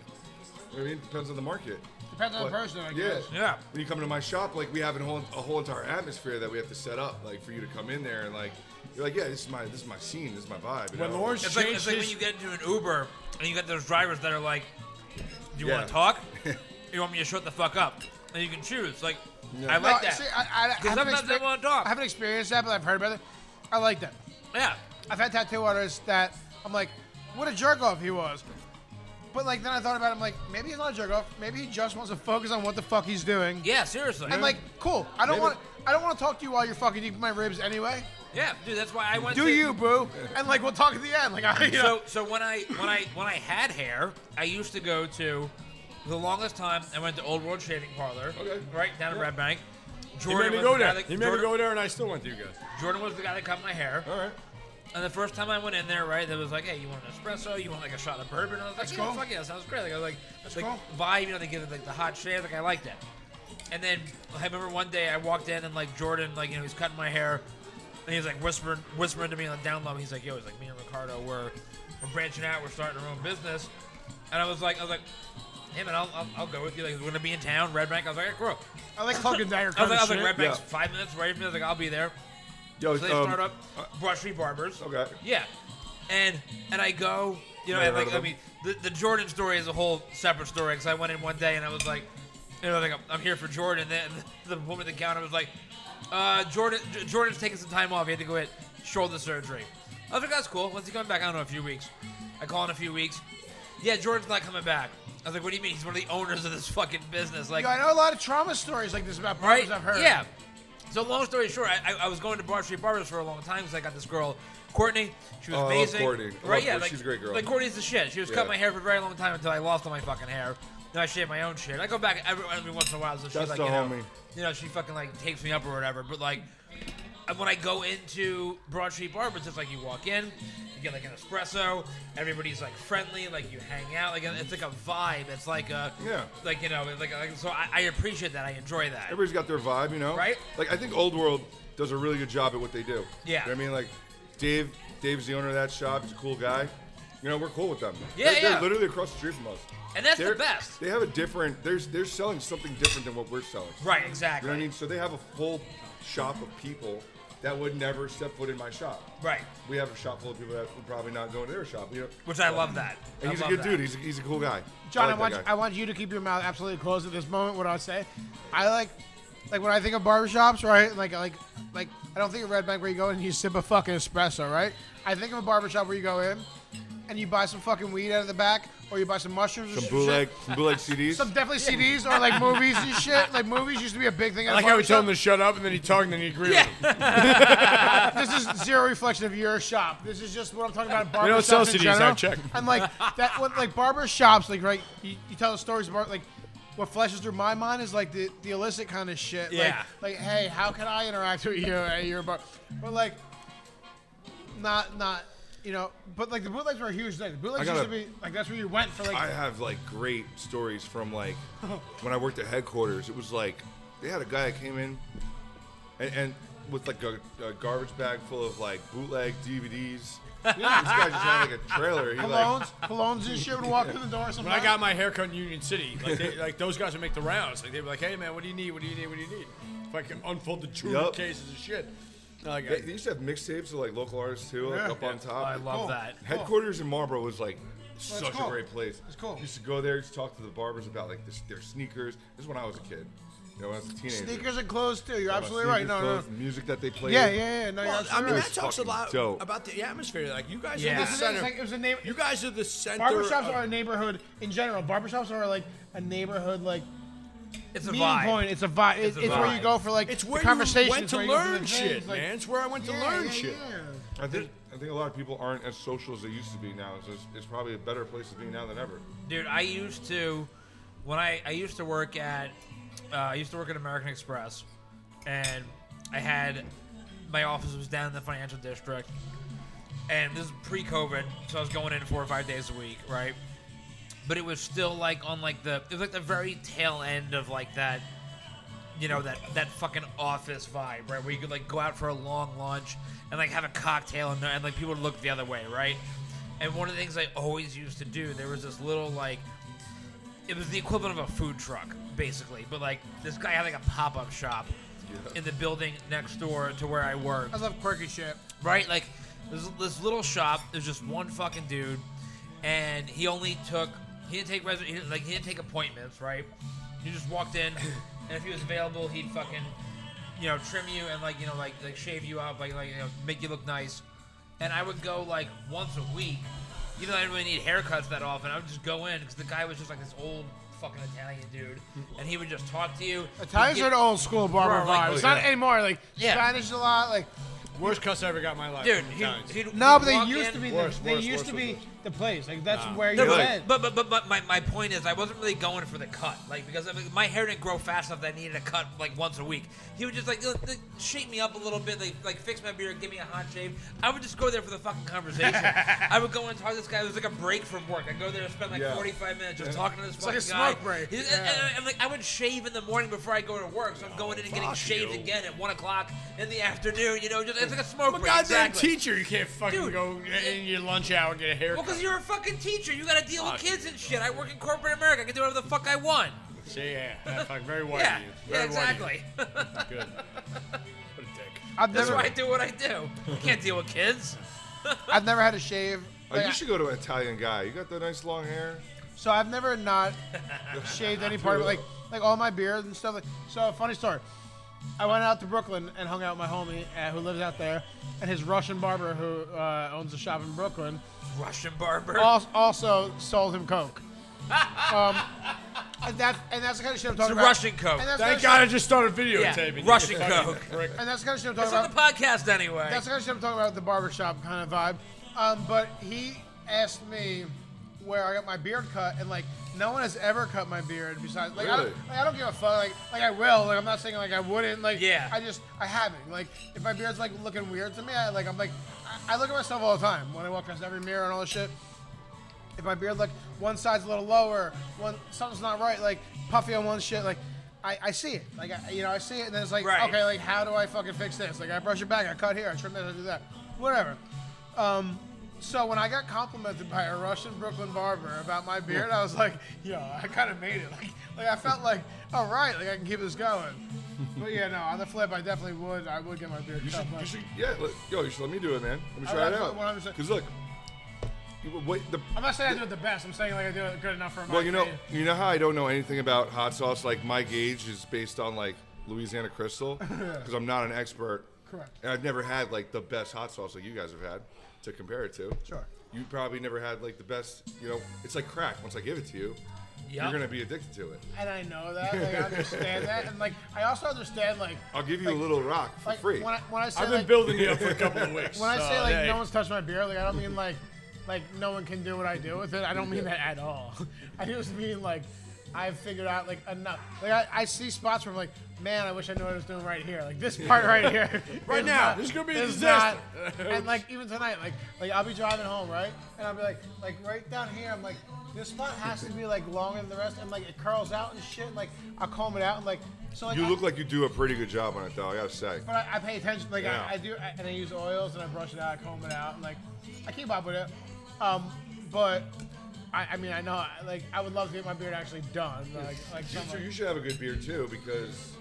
[SPEAKER 3] You know what I mean, depends on the market.
[SPEAKER 2] Depends on the
[SPEAKER 3] But-
[SPEAKER 2] person, I
[SPEAKER 3] yeah.
[SPEAKER 2] guess.
[SPEAKER 1] Yeah.
[SPEAKER 3] When you come into my shop, like we have a whole a whole entire atmosphere that we have to set up, like for you to come in there and like you're like, yeah, this is my this is my scene, this is my vibe. you
[SPEAKER 4] when
[SPEAKER 3] know?
[SPEAKER 4] Lawrence
[SPEAKER 1] It's like,
[SPEAKER 4] changed
[SPEAKER 1] it's like when
[SPEAKER 4] his,
[SPEAKER 1] you get into an Uber and you got those drivers that are like, "Do you want
[SPEAKER 3] Yeah.
[SPEAKER 1] to talk? you want me to shut the fuck up?" And you can choose. Like, I
[SPEAKER 2] No,
[SPEAKER 1] like that.
[SPEAKER 2] see, I, I, I haven't
[SPEAKER 1] sometimes they
[SPEAKER 2] expe-
[SPEAKER 1] wanna talk.
[SPEAKER 2] I haven't experienced that, but I've heard about it. I like that.
[SPEAKER 1] yeah.
[SPEAKER 2] I've had tattoo artists that I'm like, what a jerk off he was. But like then I thought about it, I'm like, maybe he's not a jerk off. Maybe he just wants to focus on what the fuck he's doing.
[SPEAKER 1] Yeah. Seriously.
[SPEAKER 2] And like, cool. I don't
[SPEAKER 3] Maybe-
[SPEAKER 2] want I don't want to talk to you while you're fucking eating my ribs anyway.
[SPEAKER 1] yeah, dude. That's why I went.
[SPEAKER 2] Do
[SPEAKER 1] to,
[SPEAKER 2] you, boo? And like we'll talk at the end. Like I you know.
[SPEAKER 1] So so when I when I when I had hair, I used to go to the longest time I went to Old World Shaving Parlor.
[SPEAKER 3] Okay.
[SPEAKER 1] Right down in Red Bank.
[SPEAKER 4] he made
[SPEAKER 1] Jordan
[SPEAKER 4] me
[SPEAKER 1] was
[SPEAKER 4] go
[SPEAKER 1] the guy
[SPEAKER 4] there.
[SPEAKER 1] that-
[SPEAKER 4] he made me
[SPEAKER 1] Jordan-
[SPEAKER 4] go there, and I still went to you guys.
[SPEAKER 1] Jordan was the guy that cut my hair.
[SPEAKER 3] All right.
[SPEAKER 1] And the first time I went in there, right, there was like, hey, you want an espresso? You want like a shot of bourbon? And I was like,
[SPEAKER 2] That's
[SPEAKER 1] yeah,
[SPEAKER 2] cool.
[SPEAKER 1] fuck yeah, that sounds great. Like, I was like, like
[SPEAKER 2] cool.
[SPEAKER 1] vibe, you know, they give it like the hot shave. Like, I liked it. And then I remember one day I walked in and like Jordan, like, you know, he's cutting my hair. And he was like whispering, whispering to me on the down low. He's like, yo, he's like, me and Ricardo, we're, we're branching out. We're starting our own business. And I was like, I was like, hey, man, I'll, I'll, I'll go with you. Like, we're going to be in town, Red Bank. I was like, all right, cool.
[SPEAKER 2] I like cloak and dagger
[SPEAKER 1] I was
[SPEAKER 2] kind
[SPEAKER 1] like, I
[SPEAKER 2] of
[SPEAKER 1] was like
[SPEAKER 2] shit.
[SPEAKER 1] Red Bank's
[SPEAKER 3] Yeah.
[SPEAKER 1] five minutes away from me. I was like, I'll be there.
[SPEAKER 3] Yo,
[SPEAKER 1] So they
[SPEAKER 3] um,
[SPEAKER 1] start up Brushy Barbers.
[SPEAKER 3] okay.
[SPEAKER 1] Yeah, and and I go, you know,
[SPEAKER 3] Never
[SPEAKER 1] and
[SPEAKER 3] heard
[SPEAKER 1] like
[SPEAKER 3] of
[SPEAKER 1] I
[SPEAKER 3] them.
[SPEAKER 1] mean, the, the Jordan story is a whole separate story because I went in one day and I was like, you know, like I'm, I'm here for Jordan. And then *laughs* the woman at the counter was like, uh, Jordan, J- Jordan's taking some time off. He had to go get shoulder surgery. I was like, that's cool. When's he coming back? I don't know, a few weeks. I call in a few weeks. Yeah, Jordan's not coming back. I was like, what do you mean? He's one of the owners of this fucking business. Like,
[SPEAKER 2] Yo, I know a lot of trauma stories like this about
[SPEAKER 1] right?
[SPEAKER 2] barbers I've heard.
[SPEAKER 1] Yeah. So long story short, I, I, I was going to Broad Street Barbers for a long time because I got this girl, Courtney. She was
[SPEAKER 3] Oh, I love
[SPEAKER 1] amazing.
[SPEAKER 3] Courtney. I
[SPEAKER 1] Right?
[SPEAKER 3] love
[SPEAKER 1] yeah,
[SPEAKER 3] Courtney.
[SPEAKER 1] like,
[SPEAKER 3] She's a great girl.
[SPEAKER 1] Like Courtney's the shit. She was
[SPEAKER 3] Yeah.
[SPEAKER 1] cutting my hair for a very long time until I lost all my fucking hair. Then I shaved my own shit. I go back every, every once in a while, so she's
[SPEAKER 3] That's
[SPEAKER 1] like,
[SPEAKER 3] the
[SPEAKER 1] you know,
[SPEAKER 3] homie.
[SPEAKER 1] you know, she fucking like takes me up or whatever. But like, And when I go into Broad Street Bar, it's just like you walk in, you get like an espresso. Everybody's like friendly, like you hang out. Like it's like a vibe. It's like a
[SPEAKER 3] Yeah.
[SPEAKER 1] Like you know, like, like so I, I appreciate that. I enjoy that.
[SPEAKER 3] Everybody's got their vibe, you know.
[SPEAKER 1] Right.
[SPEAKER 3] Like I think Old World does a really good job at what they do.
[SPEAKER 1] Yeah.
[SPEAKER 3] You know what I mean, like Dave. Dave's the owner of that shop. He's a cool guy. You know, we're cool with them.
[SPEAKER 1] Yeah,
[SPEAKER 3] they're, they're
[SPEAKER 1] yeah.
[SPEAKER 3] literally across the street from us.
[SPEAKER 1] And that's the
[SPEAKER 3] They're-
[SPEAKER 1] best.
[SPEAKER 3] They have a different. They're they're selling something different than what we're selling.
[SPEAKER 1] right.
[SPEAKER 3] You
[SPEAKER 1] Exactly.
[SPEAKER 3] know what I mean? So they have a full shop of people that would never step foot in my shop.
[SPEAKER 1] Right.
[SPEAKER 3] We have a shop full of people that would probably not go into their shop. You know.
[SPEAKER 1] Which I love that.
[SPEAKER 3] And
[SPEAKER 1] I
[SPEAKER 3] he's a
[SPEAKER 1] love
[SPEAKER 3] good
[SPEAKER 1] that.
[SPEAKER 3] dude. He's a, he's a cool guy.
[SPEAKER 2] John, I,
[SPEAKER 3] like
[SPEAKER 2] want
[SPEAKER 3] that guy.
[SPEAKER 2] I want you to keep your mouth absolutely closed at this moment. What I say, I like like when I think of barbershops, right? Like like like I don't think of Red Bank where you go in and you sip a fucking espresso, right? I think of a barbershop where you go in and you buy some fucking weed out of the back, or you buy some mushrooms, or
[SPEAKER 3] some
[SPEAKER 2] some *laughs*
[SPEAKER 3] bootleg,
[SPEAKER 2] shit.
[SPEAKER 3] some bootleg CDs.
[SPEAKER 2] some definitely CDs or like movies and shit. Like movies used to be a big thing. At
[SPEAKER 4] I like how we told him to shut up, and then he talked, and then he agreed. With him.
[SPEAKER 2] this is zero reflection of your shop. This is just what I'm talking about.
[SPEAKER 4] They
[SPEAKER 2] Barber
[SPEAKER 4] don't sell
[SPEAKER 2] shops in
[SPEAKER 4] CDs, I
[SPEAKER 2] general.
[SPEAKER 4] checked.
[SPEAKER 2] And like that, what, like barber shops, like right, you, you tell the stories about like what flashes through my mind is like the, the illicit kind of shit.
[SPEAKER 1] Yeah.
[SPEAKER 2] Like, like, hey, how can I interact with you at your bar? But like, not not. You know, but like the bootlegs were a huge thing. The bootlegs
[SPEAKER 3] I gotta-
[SPEAKER 2] used to be like that's where you went for like
[SPEAKER 3] I have like great stories from like when I worked at headquarters. It was like they had a guy that came in and, and with like a, a garbage bag full of like bootleg
[SPEAKER 1] *laughs*
[SPEAKER 3] DVDs. You know, this guy just had like a trailer. He
[SPEAKER 4] *laughs*
[SPEAKER 3] like
[SPEAKER 2] colognes, colognes and shit would walk through the door.
[SPEAKER 4] When
[SPEAKER 2] Sometimes.
[SPEAKER 4] I got my haircut in Union City, like, they, like those guys would make the rounds. Like they were like, "Hey man, what do you need? What do you need? What do you need?" If I could unfold the two
[SPEAKER 3] Yup.
[SPEAKER 4] cases of shit, like,
[SPEAKER 3] they, they used to have mixtapes of like local artists too, like up on top.
[SPEAKER 1] I love that.
[SPEAKER 3] Headquarters in Marlboro was like such
[SPEAKER 2] cool.
[SPEAKER 3] a great place.
[SPEAKER 2] It's cool.
[SPEAKER 3] You used to go there, used to talk to the barbers about like this, their sneakers. This is when I was a kid. You know, when I was a teenager.
[SPEAKER 2] sneakers and clothes too. You're
[SPEAKER 3] My
[SPEAKER 2] absolutely right.
[SPEAKER 3] Oh, sneakers,
[SPEAKER 2] No, no, no.
[SPEAKER 3] clothes, Music that they played.
[SPEAKER 2] Yeah, yeah, yeah. No, you're
[SPEAKER 4] Well, I
[SPEAKER 2] absolutely
[SPEAKER 4] mean,
[SPEAKER 2] right.
[SPEAKER 4] that talks a
[SPEAKER 3] fucking
[SPEAKER 4] lot
[SPEAKER 3] dope.
[SPEAKER 4] about the atmosphere. Like you guys
[SPEAKER 1] Yeah.
[SPEAKER 4] are the
[SPEAKER 1] That's
[SPEAKER 2] the thing, it's
[SPEAKER 4] center.
[SPEAKER 2] like- it was a neighbor-
[SPEAKER 4] you guys are the center.
[SPEAKER 2] Barbershops
[SPEAKER 4] of-
[SPEAKER 2] are a neighborhood in general. Barbershops are like a neighborhood like
[SPEAKER 1] It's a
[SPEAKER 2] meeting
[SPEAKER 1] vibe.
[SPEAKER 2] point. It's a vibe.
[SPEAKER 1] It's
[SPEAKER 2] It's,
[SPEAKER 1] a
[SPEAKER 2] it's where you
[SPEAKER 1] vibe.
[SPEAKER 2] go for like
[SPEAKER 4] It's
[SPEAKER 2] the
[SPEAKER 4] where you
[SPEAKER 2] conversations,
[SPEAKER 4] went to
[SPEAKER 2] where you go for the
[SPEAKER 4] learn
[SPEAKER 2] things,
[SPEAKER 4] shit,
[SPEAKER 2] like-
[SPEAKER 4] man. It's where I went to
[SPEAKER 2] Yeah,
[SPEAKER 4] learn
[SPEAKER 2] yeah,
[SPEAKER 4] shit.
[SPEAKER 2] yeah.
[SPEAKER 3] I think I think a lot of people aren't as social as they used to be now. So it's, it's probably a better place to be now than ever.
[SPEAKER 2] Oh,
[SPEAKER 1] dude i used to when i i used to work at uh, i used to work at american express and i had my office was down in the financial district and this is pre-covid so i was going in four or five days a week right but it was still like on like the it was like the very tail end of like that you know that that fucking office vibe right where you could like go out for a long lunch and like have a cocktail and, and like people would look the other way right and one of the things i always used to do there was this little like it was the equivalent of a food truck basically but like this guy had like a pop-up shop in the building next door to where i work
[SPEAKER 2] I love quirky shit.
[SPEAKER 1] right? Like this, this little shop. There's just one fucking dude, and he only took he didn't take res- he didn't, like he didn't take appointments, right? He just walked in, and if he was available, he'd fucking you know trim you and like you know like like shave you up, like like you know make you look nice. And I would go like once a week. You know, I didn't really need haircuts that often. I would just go in because the guy was just like this old fucking Italian dude, and he would just talk to you. He'd
[SPEAKER 2] Italians
[SPEAKER 1] give-
[SPEAKER 2] are an old school barber
[SPEAKER 1] Bro, like-
[SPEAKER 2] vibe. It's
[SPEAKER 1] Oh,
[SPEAKER 2] not anymore. Like
[SPEAKER 1] Yeah.
[SPEAKER 2] Spanish a lot. Like
[SPEAKER 4] Worst cuss I ever got in my life.
[SPEAKER 1] dude.
[SPEAKER 4] from
[SPEAKER 1] He,
[SPEAKER 4] Italians.
[SPEAKER 1] he'd
[SPEAKER 2] no, but they
[SPEAKER 1] walk
[SPEAKER 2] used
[SPEAKER 1] in-
[SPEAKER 2] to be.
[SPEAKER 3] Worse,
[SPEAKER 2] the, they
[SPEAKER 3] worse,
[SPEAKER 2] used
[SPEAKER 3] worse,
[SPEAKER 2] to be
[SPEAKER 3] worse.
[SPEAKER 2] the place. Like that's where you
[SPEAKER 1] No,
[SPEAKER 2] went.
[SPEAKER 1] but, but but but but my, my point is I wasn't really going for the cut like because I mean, my hair didn't grow fast enough that I needed a cut like once a week. He would just like, look, like, shape me up a little bit, like like fix my beard, give me a hot shave. I would just go there for the fucking conversation. I would go in and talk to this guy. It was like a break from work. I would go there and spend like
[SPEAKER 3] Yeah.
[SPEAKER 1] 45 minutes just talking to this
[SPEAKER 2] like
[SPEAKER 1] fucking
[SPEAKER 2] a
[SPEAKER 1] guy.
[SPEAKER 2] smoke break.
[SPEAKER 1] He's- and, and- and, like I would shave in the morning before I go to work, so I'm going in and getting
[SPEAKER 4] fuck
[SPEAKER 1] shaved
[SPEAKER 4] you.
[SPEAKER 1] again at one o'clock in the afternoon. You know, just it's like a smoke
[SPEAKER 4] I'm a
[SPEAKER 1] break.
[SPEAKER 4] goddamn
[SPEAKER 1] exactly.
[SPEAKER 4] teacher. You can't fucking
[SPEAKER 1] Dude.
[SPEAKER 4] go in your lunch hour and get a
[SPEAKER 1] Well,
[SPEAKER 4] haircut.
[SPEAKER 1] because you're a fucking teacher. You gotta deal with
[SPEAKER 4] Fuck.
[SPEAKER 1] kids and shit. I work in corporate America. I can do whatever the fuck I want.
[SPEAKER 4] So, yeah, yeah, fuck, very white
[SPEAKER 1] yeah,
[SPEAKER 4] of you.
[SPEAKER 1] yeah,
[SPEAKER 4] Very white of you.
[SPEAKER 1] exactly. *laughs*
[SPEAKER 4] Good. What a dick.
[SPEAKER 2] I've
[SPEAKER 1] That's
[SPEAKER 2] never.
[SPEAKER 1] why I do what I do. I can't deal with kids.
[SPEAKER 2] I've never had a shave.
[SPEAKER 3] Uh,
[SPEAKER 2] Like,
[SPEAKER 3] you should go to an Italian guy. You got the nice long hair.
[SPEAKER 2] So I've never not shaved any part of it, like like all my beard and stuff. Like so, funny story. I went out to Brooklyn and hung out with my homie uh, who lives out there, and his Russian barber who uh, owns a shop in Brooklyn
[SPEAKER 1] Russian barber.
[SPEAKER 2] also, also sold him coke. Um, and that's and that's the kind of shit I'm talking
[SPEAKER 1] It's
[SPEAKER 2] about.
[SPEAKER 1] Russian coke.
[SPEAKER 2] And that's the
[SPEAKER 4] Thank God
[SPEAKER 2] kind
[SPEAKER 4] I
[SPEAKER 2] of shit-
[SPEAKER 4] just started videotaping.
[SPEAKER 1] yeah,
[SPEAKER 4] you
[SPEAKER 1] Russian
[SPEAKER 4] fucking
[SPEAKER 1] coke.
[SPEAKER 4] prick.
[SPEAKER 2] And that's the kind of shit I'm talking
[SPEAKER 1] It's on
[SPEAKER 2] about.
[SPEAKER 1] the podcast anyway.
[SPEAKER 2] That's the kind of shit I'm talking about, the barbershop kind of vibe. Um, but he asked me where I got my beard cut, and like no one has ever cut my beard besides like, I,
[SPEAKER 3] Really?
[SPEAKER 2] don't, like I don't give a fuck. Like like I will. Like I'm not saying like I wouldn't. Like
[SPEAKER 1] Yeah.
[SPEAKER 2] I just I haven't. Like if my beard's like looking weird to me, I like I'm like I, I look at myself all the time when I walk past every mirror and all this shit. If my beard like one side's a little lower, one something's not right, like puffy on one shit, like. I, I see it, like I, you know, I see it, and then it's like,
[SPEAKER 1] Right.
[SPEAKER 2] okay, like how do I fucking fix this? Like I brush it back, I cut here, I trim that, I do that, whatever. Um, so when I got complimented by a Russian Brooklyn barber about my beard, I was like, yo, I kind of made it. *laughs* Like, like I felt like, all right, like I can keep this going. But yeah, no. On the flip, I definitely would. I would get my beard
[SPEAKER 3] You
[SPEAKER 2] cut.
[SPEAKER 3] should,
[SPEAKER 2] but-
[SPEAKER 3] you should, yeah, let, yo, you should let me do it, man. Let me
[SPEAKER 2] I-
[SPEAKER 3] try it
[SPEAKER 2] that's what- what I'm
[SPEAKER 3] out.
[SPEAKER 2] saying.
[SPEAKER 3] Because look, you- wait, the,
[SPEAKER 2] I'm not saying I do it the best. I'm saying like I do it good enough for my.
[SPEAKER 3] well, you know,
[SPEAKER 2] opinion.
[SPEAKER 3] you know how I don't know anything about hot sauce. Like my gauge is based on like Louisiana
[SPEAKER 2] *laughs*
[SPEAKER 3] Crystal, because I'm not an expert.
[SPEAKER 2] Correct.
[SPEAKER 3] And I've never had like the best hot sauce like you guys have had to compare it to.
[SPEAKER 2] Sure.
[SPEAKER 3] You probably never had like the best. You know, it's like crack. Once I give it to you,
[SPEAKER 1] Yup.
[SPEAKER 3] you're gonna be addicted to it.
[SPEAKER 2] And I know that. Like, I understand that. And like I also understand like.
[SPEAKER 3] I'll give you
[SPEAKER 2] like-
[SPEAKER 3] a little rock for
[SPEAKER 2] like,
[SPEAKER 3] free.
[SPEAKER 2] When I, when I say
[SPEAKER 4] I've been
[SPEAKER 2] like,
[SPEAKER 4] building it up for a couple of weeks.
[SPEAKER 2] when I
[SPEAKER 4] so,
[SPEAKER 2] say like
[SPEAKER 4] hey.
[SPEAKER 2] no one's touched my beard, like I don't mean like like no one can do what I do with it. I don't mean that at all. *laughs* I just mean like I've figured out like enough. Like I, I see spots where I'm like, man, I wish I knew what I was doing right here. Like this part right here.
[SPEAKER 4] *laughs* Right
[SPEAKER 2] is
[SPEAKER 4] now, this is gonna be a
[SPEAKER 2] is
[SPEAKER 4] disaster. *laughs*
[SPEAKER 2] not- and like even tonight, like like I'll be driving home, right? And I'll be like like right down here, I'm like. This spot has to be like longer than the rest, and like it curls out and shit. And, like I comb it out, and like so. Like,
[SPEAKER 3] you
[SPEAKER 2] I-
[SPEAKER 3] look like you do a pretty good job on it, though. I gotta say.
[SPEAKER 2] but I, I pay attention. Like
[SPEAKER 3] Yeah.
[SPEAKER 2] I, I do, I, and I use oils and I brush it out, I comb it out, and like I keep up with it. Um, but I, I mean, I know, like I would love to get my beard actually done. Like, like
[SPEAKER 3] You
[SPEAKER 2] something
[SPEAKER 3] should, you
[SPEAKER 2] like-
[SPEAKER 3] should have a good beard too, because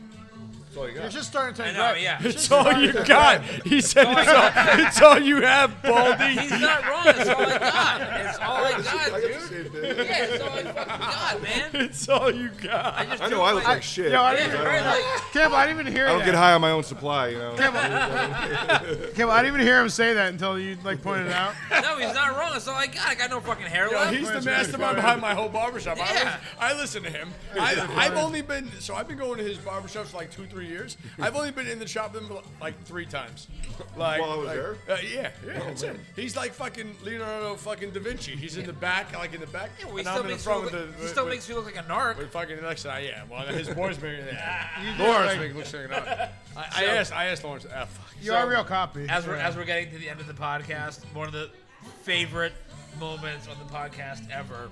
[SPEAKER 3] that's all you got.
[SPEAKER 2] it's just starting to
[SPEAKER 1] I
[SPEAKER 2] turn
[SPEAKER 1] know,
[SPEAKER 2] gray.
[SPEAKER 1] yeah.
[SPEAKER 4] It's all you got. He said it's all, it's all you have, Baldy.
[SPEAKER 1] *laughs* He's not wrong. It's all I got. It's all I got,
[SPEAKER 3] I got the
[SPEAKER 1] dude.
[SPEAKER 3] same thing.
[SPEAKER 1] Yeah, it's all I fucking got, man.
[SPEAKER 4] It's all you got.
[SPEAKER 1] I just
[SPEAKER 3] I
[SPEAKER 1] do
[SPEAKER 3] know I
[SPEAKER 1] my-
[SPEAKER 3] look like shit.
[SPEAKER 2] Yo, I
[SPEAKER 3] because
[SPEAKER 2] didn't,
[SPEAKER 3] I don't,
[SPEAKER 1] Right, like,
[SPEAKER 2] Campbell, I didn't even hear
[SPEAKER 3] I don't
[SPEAKER 2] that.
[SPEAKER 3] get high on my own supply, you know.
[SPEAKER 1] *laughs*
[SPEAKER 2] Campbell, I didn't even hear him say that until you like pointed it out.
[SPEAKER 1] No, he's not wrong. That's all I got. I got no fucking hair
[SPEAKER 4] Yo,
[SPEAKER 1] left.
[SPEAKER 4] he's the mastermind behind my whole barbershop. I,
[SPEAKER 1] Yeah.
[SPEAKER 4] listen, I listen to him. I, I've only been so I've been going to his barbershop for like two, three years. I've only been in the shop with him like three times. Like
[SPEAKER 3] While I was
[SPEAKER 4] like-
[SPEAKER 3] there?
[SPEAKER 4] uh, yeah, yeah. that's it. He's like fucking Leonardo fucking da Vinci. He's in the back, like in the back,
[SPEAKER 1] Yeah, well, he
[SPEAKER 4] and I'm
[SPEAKER 1] still,
[SPEAKER 4] in the
[SPEAKER 1] makes,
[SPEAKER 4] front
[SPEAKER 1] me
[SPEAKER 4] with
[SPEAKER 1] look,
[SPEAKER 4] the.
[SPEAKER 1] he still
[SPEAKER 4] with-
[SPEAKER 1] makes you look like a narc.
[SPEAKER 4] with fucking next, I yeah. Well, his boy's married.
[SPEAKER 1] *laughs*
[SPEAKER 4] Yeah.
[SPEAKER 2] just,
[SPEAKER 4] Lawrence
[SPEAKER 2] like-
[SPEAKER 4] make- looks like an I, I asked. I asked Lawrence. Ah, fuck.
[SPEAKER 2] You are a real copy.
[SPEAKER 1] As we're as we're getting to the end of the podcast, one of the favorite moments on the podcast ever.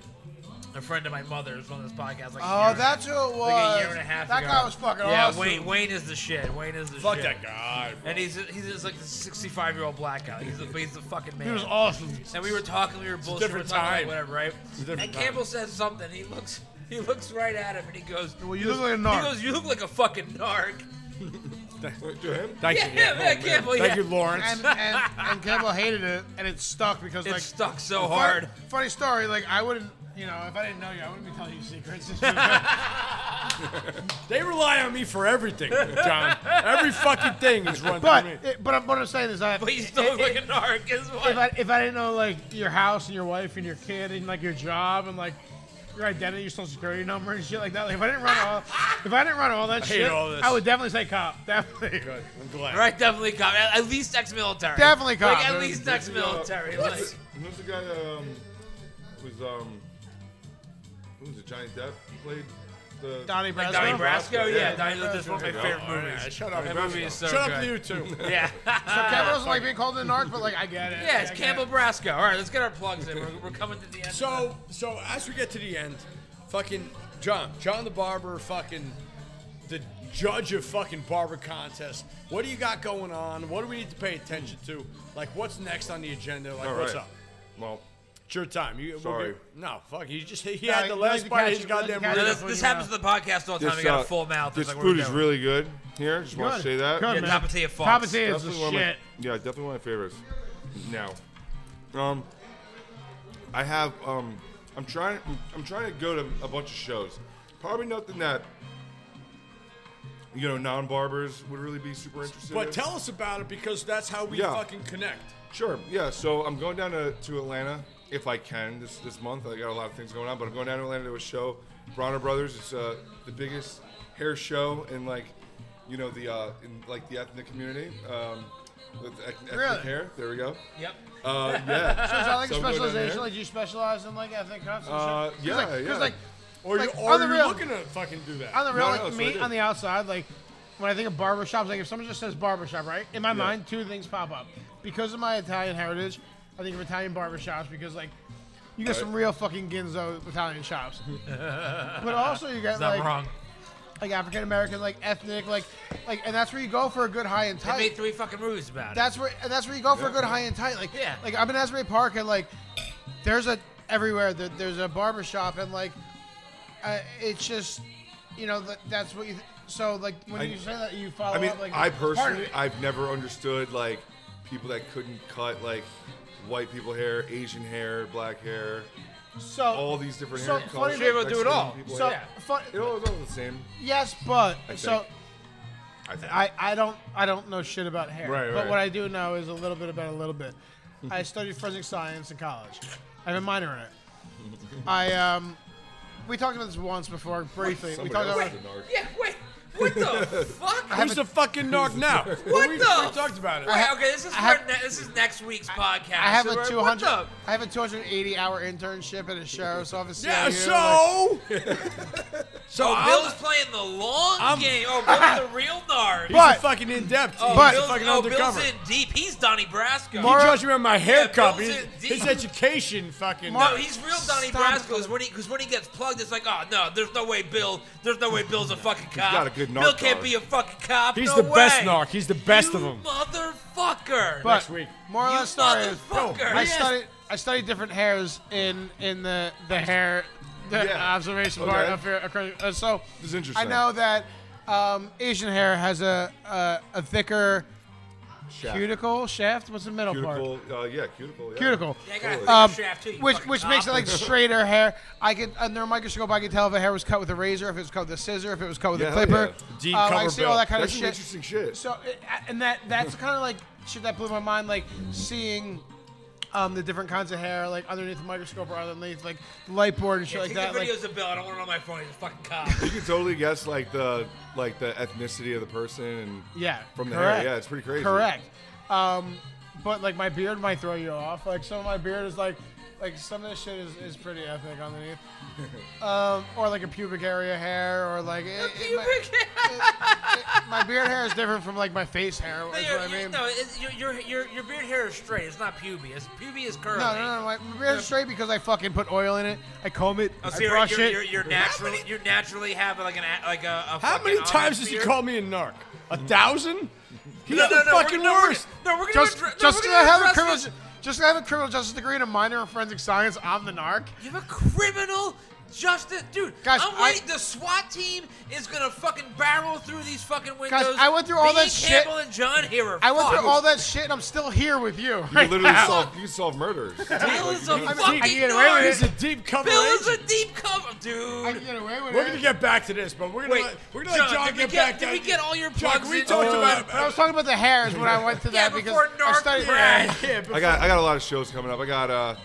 [SPEAKER 1] A friend of my mother's on this podcast. Like a
[SPEAKER 2] oh,
[SPEAKER 1] year-
[SPEAKER 2] that's who it was.
[SPEAKER 1] like a year and a half
[SPEAKER 2] that
[SPEAKER 1] ago.
[SPEAKER 2] guy was fucking
[SPEAKER 1] yeah,
[SPEAKER 2] awesome.
[SPEAKER 1] Wayne Wayne is the shit. Wayne is the
[SPEAKER 4] Fuck
[SPEAKER 1] shit.
[SPEAKER 4] that guy. bro.
[SPEAKER 1] And he's he's just like a 65 year old black guy. He's the, but he's the fucking man.
[SPEAKER 4] He was awesome.
[SPEAKER 1] and we were talking, we were bullshit,
[SPEAKER 4] different
[SPEAKER 1] we were talking about
[SPEAKER 4] time.
[SPEAKER 1] whatever, right?
[SPEAKER 4] different
[SPEAKER 1] And
[SPEAKER 4] time.
[SPEAKER 1] Campbell says something. He looks he looks right at him and he goes,
[SPEAKER 2] Well, you look like a narc.
[SPEAKER 1] He goes, you look like a fucking narc.
[SPEAKER 3] To him?
[SPEAKER 4] Thank
[SPEAKER 1] Yeah,
[SPEAKER 4] you.
[SPEAKER 1] yeah, man, Campbell. yeah.
[SPEAKER 4] Thank you, Lawrence.
[SPEAKER 2] and, and, and Campbell hated it, and it stuck because
[SPEAKER 1] It
[SPEAKER 2] like
[SPEAKER 1] stuck so
[SPEAKER 2] Fun-
[SPEAKER 1] hard.
[SPEAKER 2] Funny story, like I wouldn't, you know, if I didn't know you, I wouldn't be telling you secrets. *laughs* I
[SPEAKER 4] They rely on me for everything, John. Every fucking thing is run
[SPEAKER 2] but
[SPEAKER 4] through me.
[SPEAKER 2] it, but I'm, what I'm saying is that
[SPEAKER 1] But you still look like a narc.
[SPEAKER 2] *laughs*
[SPEAKER 1] Is what.
[SPEAKER 2] if I if I didn't know like your house and your wife and your kid and like your job and like your identity, your social security number and shit like that, like if I didn't run *laughs* all if I didn't run all that
[SPEAKER 4] hate
[SPEAKER 2] shit,
[SPEAKER 4] all this.
[SPEAKER 2] I would definitely say cop. *laughs* Definitely.
[SPEAKER 4] Good. I'm glad.
[SPEAKER 1] Right, definitely cop. At, at least ex-military.
[SPEAKER 2] Definitely cop,
[SPEAKER 1] Like at
[SPEAKER 2] dude.
[SPEAKER 1] least ex-military. Like,
[SPEAKER 3] Who's the guy that um, was um, who was it? Johnny Depp played the.
[SPEAKER 2] Donnie Brasco.
[SPEAKER 1] like Donnie Brasco. Yeah,
[SPEAKER 3] Yeah.
[SPEAKER 1] Donnie. That's one of my
[SPEAKER 3] Yeah.
[SPEAKER 1] favorite
[SPEAKER 4] Oh, yeah,
[SPEAKER 1] movies.
[SPEAKER 4] shut up.
[SPEAKER 1] That movie is so
[SPEAKER 4] shut up
[SPEAKER 1] good.
[SPEAKER 4] to you
[SPEAKER 1] *laughs*
[SPEAKER 4] too.
[SPEAKER 1] Yeah.
[SPEAKER 2] Campbell doesn't like being called a narc, but like I get it.
[SPEAKER 1] Yeah, it's
[SPEAKER 2] I get
[SPEAKER 1] Campbell
[SPEAKER 2] it.
[SPEAKER 1] Brasco. All right, let's get our plugs in. We're, we're coming to the end.
[SPEAKER 4] So, so as we get to the end, fucking John, John the barber, fucking the judge of fucking barber contest. What do you got going on? What do we need to pay attention to? Like, what's next on the agenda? Like,
[SPEAKER 3] All
[SPEAKER 4] what's
[SPEAKER 3] right.
[SPEAKER 4] up?
[SPEAKER 3] Well,
[SPEAKER 4] It's your time. You, we'll
[SPEAKER 3] Sorry.
[SPEAKER 4] get- no, fuck. You just he
[SPEAKER 2] No,
[SPEAKER 4] had
[SPEAKER 2] you
[SPEAKER 4] the last
[SPEAKER 2] like
[SPEAKER 4] bite
[SPEAKER 2] to
[SPEAKER 4] of
[SPEAKER 2] catch
[SPEAKER 4] his
[SPEAKER 2] it, you
[SPEAKER 4] goddamn
[SPEAKER 2] like to
[SPEAKER 1] No,
[SPEAKER 4] burrito.
[SPEAKER 1] this, this happens to the podcast all the time.
[SPEAKER 3] this,
[SPEAKER 1] I got
[SPEAKER 3] uh,
[SPEAKER 1] a full mouth.
[SPEAKER 3] This
[SPEAKER 1] It's like, what are
[SPEAKER 3] food
[SPEAKER 1] we
[SPEAKER 3] is
[SPEAKER 1] doing?
[SPEAKER 3] really good here. Just want to
[SPEAKER 2] Good.
[SPEAKER 3] say that.
[SPEAKER 2] Good,
[SPEAKER 1] Yeah,
[SPEAKER 2] man.
[SPEAKER 1] Tapatio Fox.
[SPEAKER 2] Tapatio is the
[SPEAKER 3] Definitely one of my-
[SPEAKER 2] shit.
[SPEAKER 3] yeah, definitely one of my favorites. Now, um, I have um, I'm trying I'm, I'm trying to go to a bunch of shows. Probably nothing that you know non barbers would really be super interested. in.
[SPEAKER 4] But tell us about it because that's how we
[SPEAKER 3] Yeah.
[SPEAKER 4] fucking connect.
[SPEAKER 3] Sure. Yeah. So I'm going down to, to Atlanta if I can this this month. I got a lot of things going on, but I'm going down to Atlanta to a show. Bronner Brothers. It's uh, the biggest hair show in like you know the uh, in like the ethnic community. Um, With ec- ethnic
[SPEAKER 2] Really?
[SPEAKER 3] hair. There we go.
[SPEAKER 1] Yep.
[SPEAKER 3] Uh, yeah.
[SPEAKER 2] So is that like a
[SPEAKER 3] Some good on
[SPEAKER 2] specialization?
[SPEAKER 3] hair.
[SPEAKER 2] Like, do you specialize in like ethnic cuts? and
[SPEAKER 3] Uh,
[SPEAKER 2] shit?
[SPEAKER 3] yeah,
[SPEAKER 2] like,
[SPEAKER 3] yeah.
[SPEAKER 2] like,
[SPEAKER 4] Or
[SPEAKER 2] Like,
[SPEAKER 4] you
[SPEAKER 2] on
[SPEAKER 4] are
[SPEAKER 2] the
[SPEAKER 4] you
[SPEAKER 2] real-
[SPEAKER 4] looking to fucking do that?
[SPEAKER 2] on the real,
[SPEAKER 3] No,
[SPEAKER 2] like
[SPEAKER 3] no, it's
[SPEAKER 2] me
[SPEAKER 3] right
[SPEAKER 2] on the outside, like when I think of barbershops, like if someone just says barbershop, right? In my mind, two things pop up. Because of my Italian heritage, I think of Italian barbershops because like you get
[SPEAKER 3] Right.
[SPEAKER 2] some real fucking Ginzo Italian
[SPEAKER 3] *laughs*
[SPEAKER 2] shops. but also you get
[SPEAKER 1] It's not
[SPEAKER 2] like
[SPEAKER 1] wrong.
[SPEAKER 2] like African American, like ethnic, like like and that's where you go for a good high and
[SPEAKER 1] They made
[SPEAKER 2] tight.
[SPEAKER 1] three fucking movies about it.
[SPEAKER 2] That's where and that's where you go for a good high and tight. Like
[SPEAKER 1] Yeah.
[SPEAKER 2] like I'm in Asbury Park and like there's a everywhere there, there's a barber shop and like uh, it's just you know that, that's what you so like when
[SPEAKER 3] I-
[SPEAKER 2] you say that you follow
[SPEAKER 3] I mean,
[SPEAKER 2] up Oh, like
[SPEAKER 3] I
[SPEAKER 2] part of
[SPEAKER 3] personally,
[SPEAKER 2] it.
[SPEAKER 3] I've never understood like people that couldn't cut like white people hair, Asian hair, black hair,
[SPEAKER 2] so
[SPEAKER 3] all these different
[SPEAKER 2] so
[SPEAKER 3] hair
[SPEAKER 2] funny
[SPEAKER 3] colors.
[SPEAKER 2] to-
[SPEAKER 1] able to do it
[SPEAKER 3] Mexican
[SPEAKER 1] all.
[SPEAKER 3] people
[SPEAKER 2] so
[SPEAKER 3] hair.
[SPEAKER 2] fun,
[SPEAKER 3] it all, it's all the same.
[SPEAKER 2] yes but
[SPEAKER 3] I
[SPEAKER 2] so
[SPEAKER 3] think. I think.
[SPEAKER 2] I, I don't I don't know shit about hair.
[SPEAKER 3] Right,
[SPEAKER 2] But
[SPEAKER 3] right.
[SPEAKER 2] what I do know is a little bit about a little bit. I studied forensic science in college. I have a minor in it. I um, we talked about this once before briefly. We
[SPEAKER 3] Somebody
[SPEAKER 2] talked
[SPEAKER 3] else
[SPEAKER 2] about
[SPEAKER 3] is a narc.
[SPEAKER 1] Yeah, wait. What
[SPEAKER 2] *laughs*
[SPEAKER 1] the fuck?
[SPEAKER 4] Who's the fucking narc now?
[SPEAKER 1] What
[SPEAKER 4] we,
[SPEAKER 1] the?
[SPEAKER 4] We talked about
[SPEAKER 2] *laughs*
[SPEAKER 4] it.
[SPEAKER 1] Wait, okay, this is
[SPEAKER 2] have-
[SPEAKER 1] for ne- this is next week's podcast.
[SPEAKER 2] I have a
[SPEAKER 1] What
[SPEAKER 2] 200
[SPEAKER 1] the-
[SPEAKER 2] I have a 280 hour internship at a sheriff's office.
[SPEAKER 4] *laughs* Yeah.
[SPEAKER 2] CIU, like-
[SPEAKER 4] So. *laughs* so
[SPEAKER 1] Oh,
[SPEAKER 4] I'm,
[SPEAKER 1] Bill's playing the long
[SPEAKER 4] I'm-
[SPEAKER 1] game.
[SPEAKER 2] *laughs*
[SPEAKER 1] Oh, Bill's the real narc.
[SPEAKER 4] he's
[SPEAKER 2] But-
[SPEAKER 4] a fucking in depth.
[SPEAKER 1] oh,
[SPEAKER 2] but-
[SPEAKER 1] Bill's,
[SPEAKER 4] fucking
[SPEAKER 1] oh,
[SPEAKER 4] undercover.
[SPEAKER 1] Bill's in deep. He's Donnie Brasco.
[SPEAKER 4] He judged me on my haircut.
[SPEAKER 1] Bill's
[SPEAKER 4] his,
[SPEAKER 1] in deep.
[SPEAKER 4] his education, fucking.
[SPEAKER 1] no, he's real Donnie
[SPEAKER 2] Stop.
[SPEAKER 1] Brasco. Because when he because when he gets plugged, it's like, oh no, there's no way Bill, there's no way Bill's a fucking cop.
[SPEAKER 3] got a good narc
[SPEAKER 1] Bill can't
[SPEAKER 3] dog.
[SPEAKER 1] be a fucking cop.
[SPEAKER 4] He's
[SPEAKER 1] no
[SPEAKER 4] the best
[SPEAKER 1] way.
[SPEAKER 4] narc. He's the best
[SPEAKER 1] you
[SPEAKER 4] of 'em.
[SPEAKER 1] Motherfucker.
[SPEAKER 2] But
[SPEAKER 4] Next week.
[SPEAKER 2] More or
[SPEAKER 1] You
[SPEAKER 2] less, story is
[SPEAKER 1] motherfucker.
[SPEAKER 2] I
[SPEAKER 1] Yes.
[SPEAKER 2] studied I studied different hairs in in the the hair the
[SPEAKER 3] Yeah.
[SPEAKER 2] observation part
[SPEAKER 3] Okay.
[SPEAKER 2] of your across- uh, so.
[SPEAKER 3] This is interesting.
[SPEAKER 2] I know that um, Asian hair has a a, a thicker
[SPEAKER 3] Shaft.
[SPEAKER 2] cuticle shaft. What's the middle part?
[SPEAKER 3] Cuticle. Uh, yeah, cuticle. Yeah.
[SPEAKER 2] Cuticle.
[SPEAKER 1] Yeah, I got a thick
[SPEAKER 2] Um,
[SPEAKER 1] shaft too. you
[SPEAKER 2] which
[SPEAKER 1] fucking
[SPEAKER 2] which
[SPEAKER 1] cop.
[SPEAKER 2] makes it
[SPEAKER 1] *laughs*
[SPEAKER 2] like straighter hair. I could under a microscope I could tell if a hair was cut with a razor, if it was cut with a scissor, if it was cut with
[SPEAKER 3] Yeah,
[SPEAKER 2] a
[SPEAKER 3] hell
[SPEAKER 2] clipper.
[SPEAKER 3] yeah.
[SPEAKER 4] Deep
[SPEAKER 2] Um, I
[SPEAKER 4] cover
[SPEAKER 2] see
[SPEAKER 4] bill.
[SPEAKER 2] all that kind
[SPEAKER 3] That's
[SPEAKER 2] of
[SPEAKER 3] some
[SPEAKER 2] shit.
[SPEAKER 3] interesting shit.
[SPEAKER 2] So it- and that that's kind of like shit that blew my mind. Like seeing. Um, the different kinds of hair, like underneath the microscope or underneath like the light board and shit
[SPEAKER 1] Yeah,
[SPEAKER 2] like
[SPEAKER 1] take
[SPEAKER 2] that.
[SPEAKER 1] the
[SPEAKER 2] Like,
[SPEAKER 1] videos of Bill. I don't want it on my phone. He's a fucking
[SPEAKER 2] *laughs*
[SPEAKER 1] cop. *laughs*
[SPEAKER 3] you can totally guess like the like the ethnicity of the
[SPEAKER 1] *laughs*
[SPEAKER 3] person and
[SPEAKER 2] Yeah.
[SPEAKER 3] from the
[SPEAKER 2] correct.
[SPEAKER 3] hair. Yeah, it's pretty crazy.
[SPEAKER 2] Correct. Um, but like my beard might throw you off. Like some of my beard is like, like some of this shit is, is pretty ethnic underneath.
[SPEAKER 3] *laughs*
[SPEAKER 2] um, or like a pubic area hair, or like it- it- my,
[SPEAKER 1] Pubic hair. *laughs*
[SPEAKER 2] it- my beard hair is different from like my face hair.
[SPEAKER 1] No,
[SPEAKER 2] Is
[SPEAKER 1] your-
[SPEAKER 2] what I
[SPEAKER 1] your- *laughs*
[SPEAKER 2] mean.
[SPEAKER 1] no, it's- your, your, your, your beard hair is straight. It's not pubic. It's pubic is curly.
[SPEAKER 2] No, no, no, my my beard is straight because I fucking put oil in it. I comb it.
[SPEAKER 1] Oh, so
[SPEAKER 2] I
[SPEAKER 1] you're,
[SPEAKER 2] brush
[SPEAKER 1] you're,
[SPEAKER 2] it.
[SPEAKER 1] you're, you're naturally you naturally have like an a- like a. a
[SPEAKER 4] How
[SPEAKER 1] fucking
[SPEAKER 4] many
[SPEAKER 1] honest
[SPEAKER 4] times has he
[SPEAKER 1] beard?
[SPEAKER 4] called me a narc? A thousand? He's
[SPEAKER 1] No, no,
[SPEAKER 4] the
[SPEAKER 1] no, we're
[SPEAKER 4] fucking
[SPEAKER 1] gonna- we're
[SPEAKER 4] worst.
[SPEAKER 1] gonna- No, we're gonna
[SPEAKER 2] just,
[SPEAKER 1] addre- no,
[SPEAKER 2] just
[SPEAKER 1] we're
[SPEAKER 2] because I have a
[SPEAKER 1] address
[SPEAKER 2] criminal,
[SPEAKER 1] this-
[SPEAKER 2] just 'cause I have a criminal justice degree and a minor in forensic science, I'm the narc.
[SPEAKER 1] You have a criminal justice, dude.
[SPEAKER 2] Guys,
[SPEAKER 1] I'm
[SPEAKER 2] I-
[SPEAKER 1] waiting. The SWAT team is gonna fucking barrel through these fucking windows.
[SPEAKER 2] I went through all
[SPEAKER 1] Me,
[SPEAKER 2] that shit.
[SPEAKER 1] Campbell and John here. Are
[SPEAKER 2] I went
[SPEAKER 1] fucked.
[SPEAKER 2] through all that shit, and I'm still here with you.
[SPEAKER 3] You
[SPEAKER 2] *laughs*
[SPEAKER 3] can literally solve you can
[SPEAKER 1] *laughs*
[SPEAKER 3] solve murders.
[SPEAKER 1] Bill is a
[SPEAKER 3] mean,
[SPEAKER 2] I
[SPEAKER 1] fucking
[SPEAKER 2] can get away with
[SPEAKER 1] narc.
[SPEAKER 4] He's a deep cover.
[SPEAKER 1] Bill is
[SPEAKER 4] agent.
[SPEAKER 1] a deep cover,
[SPEAKER 2] I
[SPEAKER 1] dude.
[SPEAKER 2] can get away with
[SPEAKER 4] We're
[SPEAKER 2] it.
[SPEAKER 4] gonna get back to this, but we're gonna
[SPEAKER 1] Wait,
[SPEAKER 4] let, we're gonna let
[SPEAKER 1] John,
[SPEAKER 4] John
[SPEAKER 1] did we
[SPEAKER 4] get,
[SPEAKER 1] get-
[SPEAKER 4] back.
[SPEAKER 1] did
[SPEAKER 4] to-
[SPEAKER 1] we get all your
[SPEAKER 4] John,
[SPEAKER 1] plugs
[SPEAKER 4] we
[SPEAKER 1] in?
[SPEAKER 4] talked
[SPEAKER 1] Uh,
[SPEAKER 4] about.
[SPEAKER 2] But I was talking about the hairs when I went to
[SPEAKER 1] Yeah,
[SPEAKER 2] that because
[SPEAKER 1] before
[SPEAKER 2] I
[SPEAKER 1] Narc
[SPEAKER 2] studied.
[SPEAKER 1] Brad.
[SPEAKER 4] yeah, yeah,
[SPEAKER 3] I got I got a lot of shows coming up. I got uh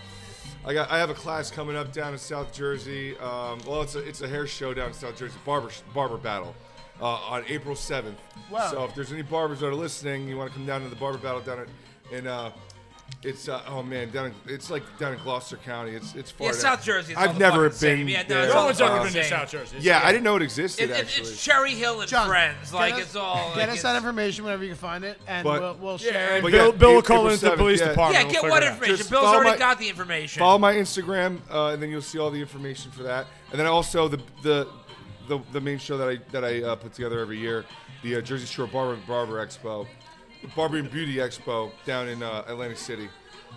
[SPEAKER 3] I got I have a class coming up down in South Jersey. Um, well, it's a it's a hair show down in South Jersey. Barber barber battle. Uh, on April 7th.
[SPEAKER 2] Wow.
[SPEAKER 3] So if there's any barbers that are listening, you want to come down to the barber battle down at, in uh, it's uh, oh man, down in, it's like down in Gloucester County. It's it's far.
[SPEAKER 1] Yeah,
[SPEAKER 3] down.
[SPEAKER 1] South Jersey. is all
[SPEAKER 3] I've
[SPEAKER 1] the
[SPEAKER 3] never
[SPEAKER 1] fucking same.
[SPEAKER 3] been.
[SPEAKER 1] Yeah, no,
[SPEAKER 3] there.
[SPEAKER 1] it's
[SPEAKER 4] no
[SPEAKER 1] all
[SPEAKER 4] one's
[SPEAKER 1] the
[SPEAKER 4] ever
[SPEAKER 1] fucking
[SPEAKER 4] been to
[SPEAKER 1] same.
[SPEAKER 4] South Jersey.
[SPEAKER 3] Yeah, I didn't know it existed
[SPEAKER 1] It, it,
[SPEAKER 3] actually.
[SPEAKER 1] it's Cherry Hill and
[SPEAKER 2] John,
[SPEAKER 1] Friends.
[SPEAKER 2] get
[SPEAKER 1] Like
[SPEAKER 2] us-
[SPEAKER 1] it's all.
[SPEAKER 2] Get
[SPEAKER 1] like,
[SPEAKER 2] us that
[SPEAKER 1] it's-
[SPEAKER 2] information whenever you can find it, and
[SPEAKER 3] But-
[SPEAKER 2] we'll, we'll
[SPEAKER 4] Yeah,
[SPEAKER 2] share.
[SPEAKER 4] and
[SPEAKER 2] it.
[SPEAKER 3] But
[SPEAKER 4] Bill,
[SPEAKER 3] yeah,
[SPEAKER 4] Bill will
[SPEAKER 3] April
[SPEAKER 4] call into the
[SPEAKER 3] 7th,
[SPEAKER 4] police
[SPEAKER 3] yeah.
[SPEAKER 1] Yeah,
[SPEAKER 4] department.
[SPEAKER 1] get
[SPEAKER 4] we'll
[SPEAKER 1] what
[SPEAKER 4] figure it out.
[SPEAKER 1] information?
[SPEAKER 3] Just
[SPEAKER 1] Bill's
[SPEAKER 3] follow
[SPEAKER 1] already
[SPEAKER 3] my-
[SPEAKER 1] got the information.
[SPEAKER 3] Follow my Instagram, uh, and then you'll see all the information for that. And then also the the the, the main show that I that I uh, put together every year, the uh, Jersey Shore Barber Barber Expo, the Barber and Beauty Expo down in uh, Atlantic City.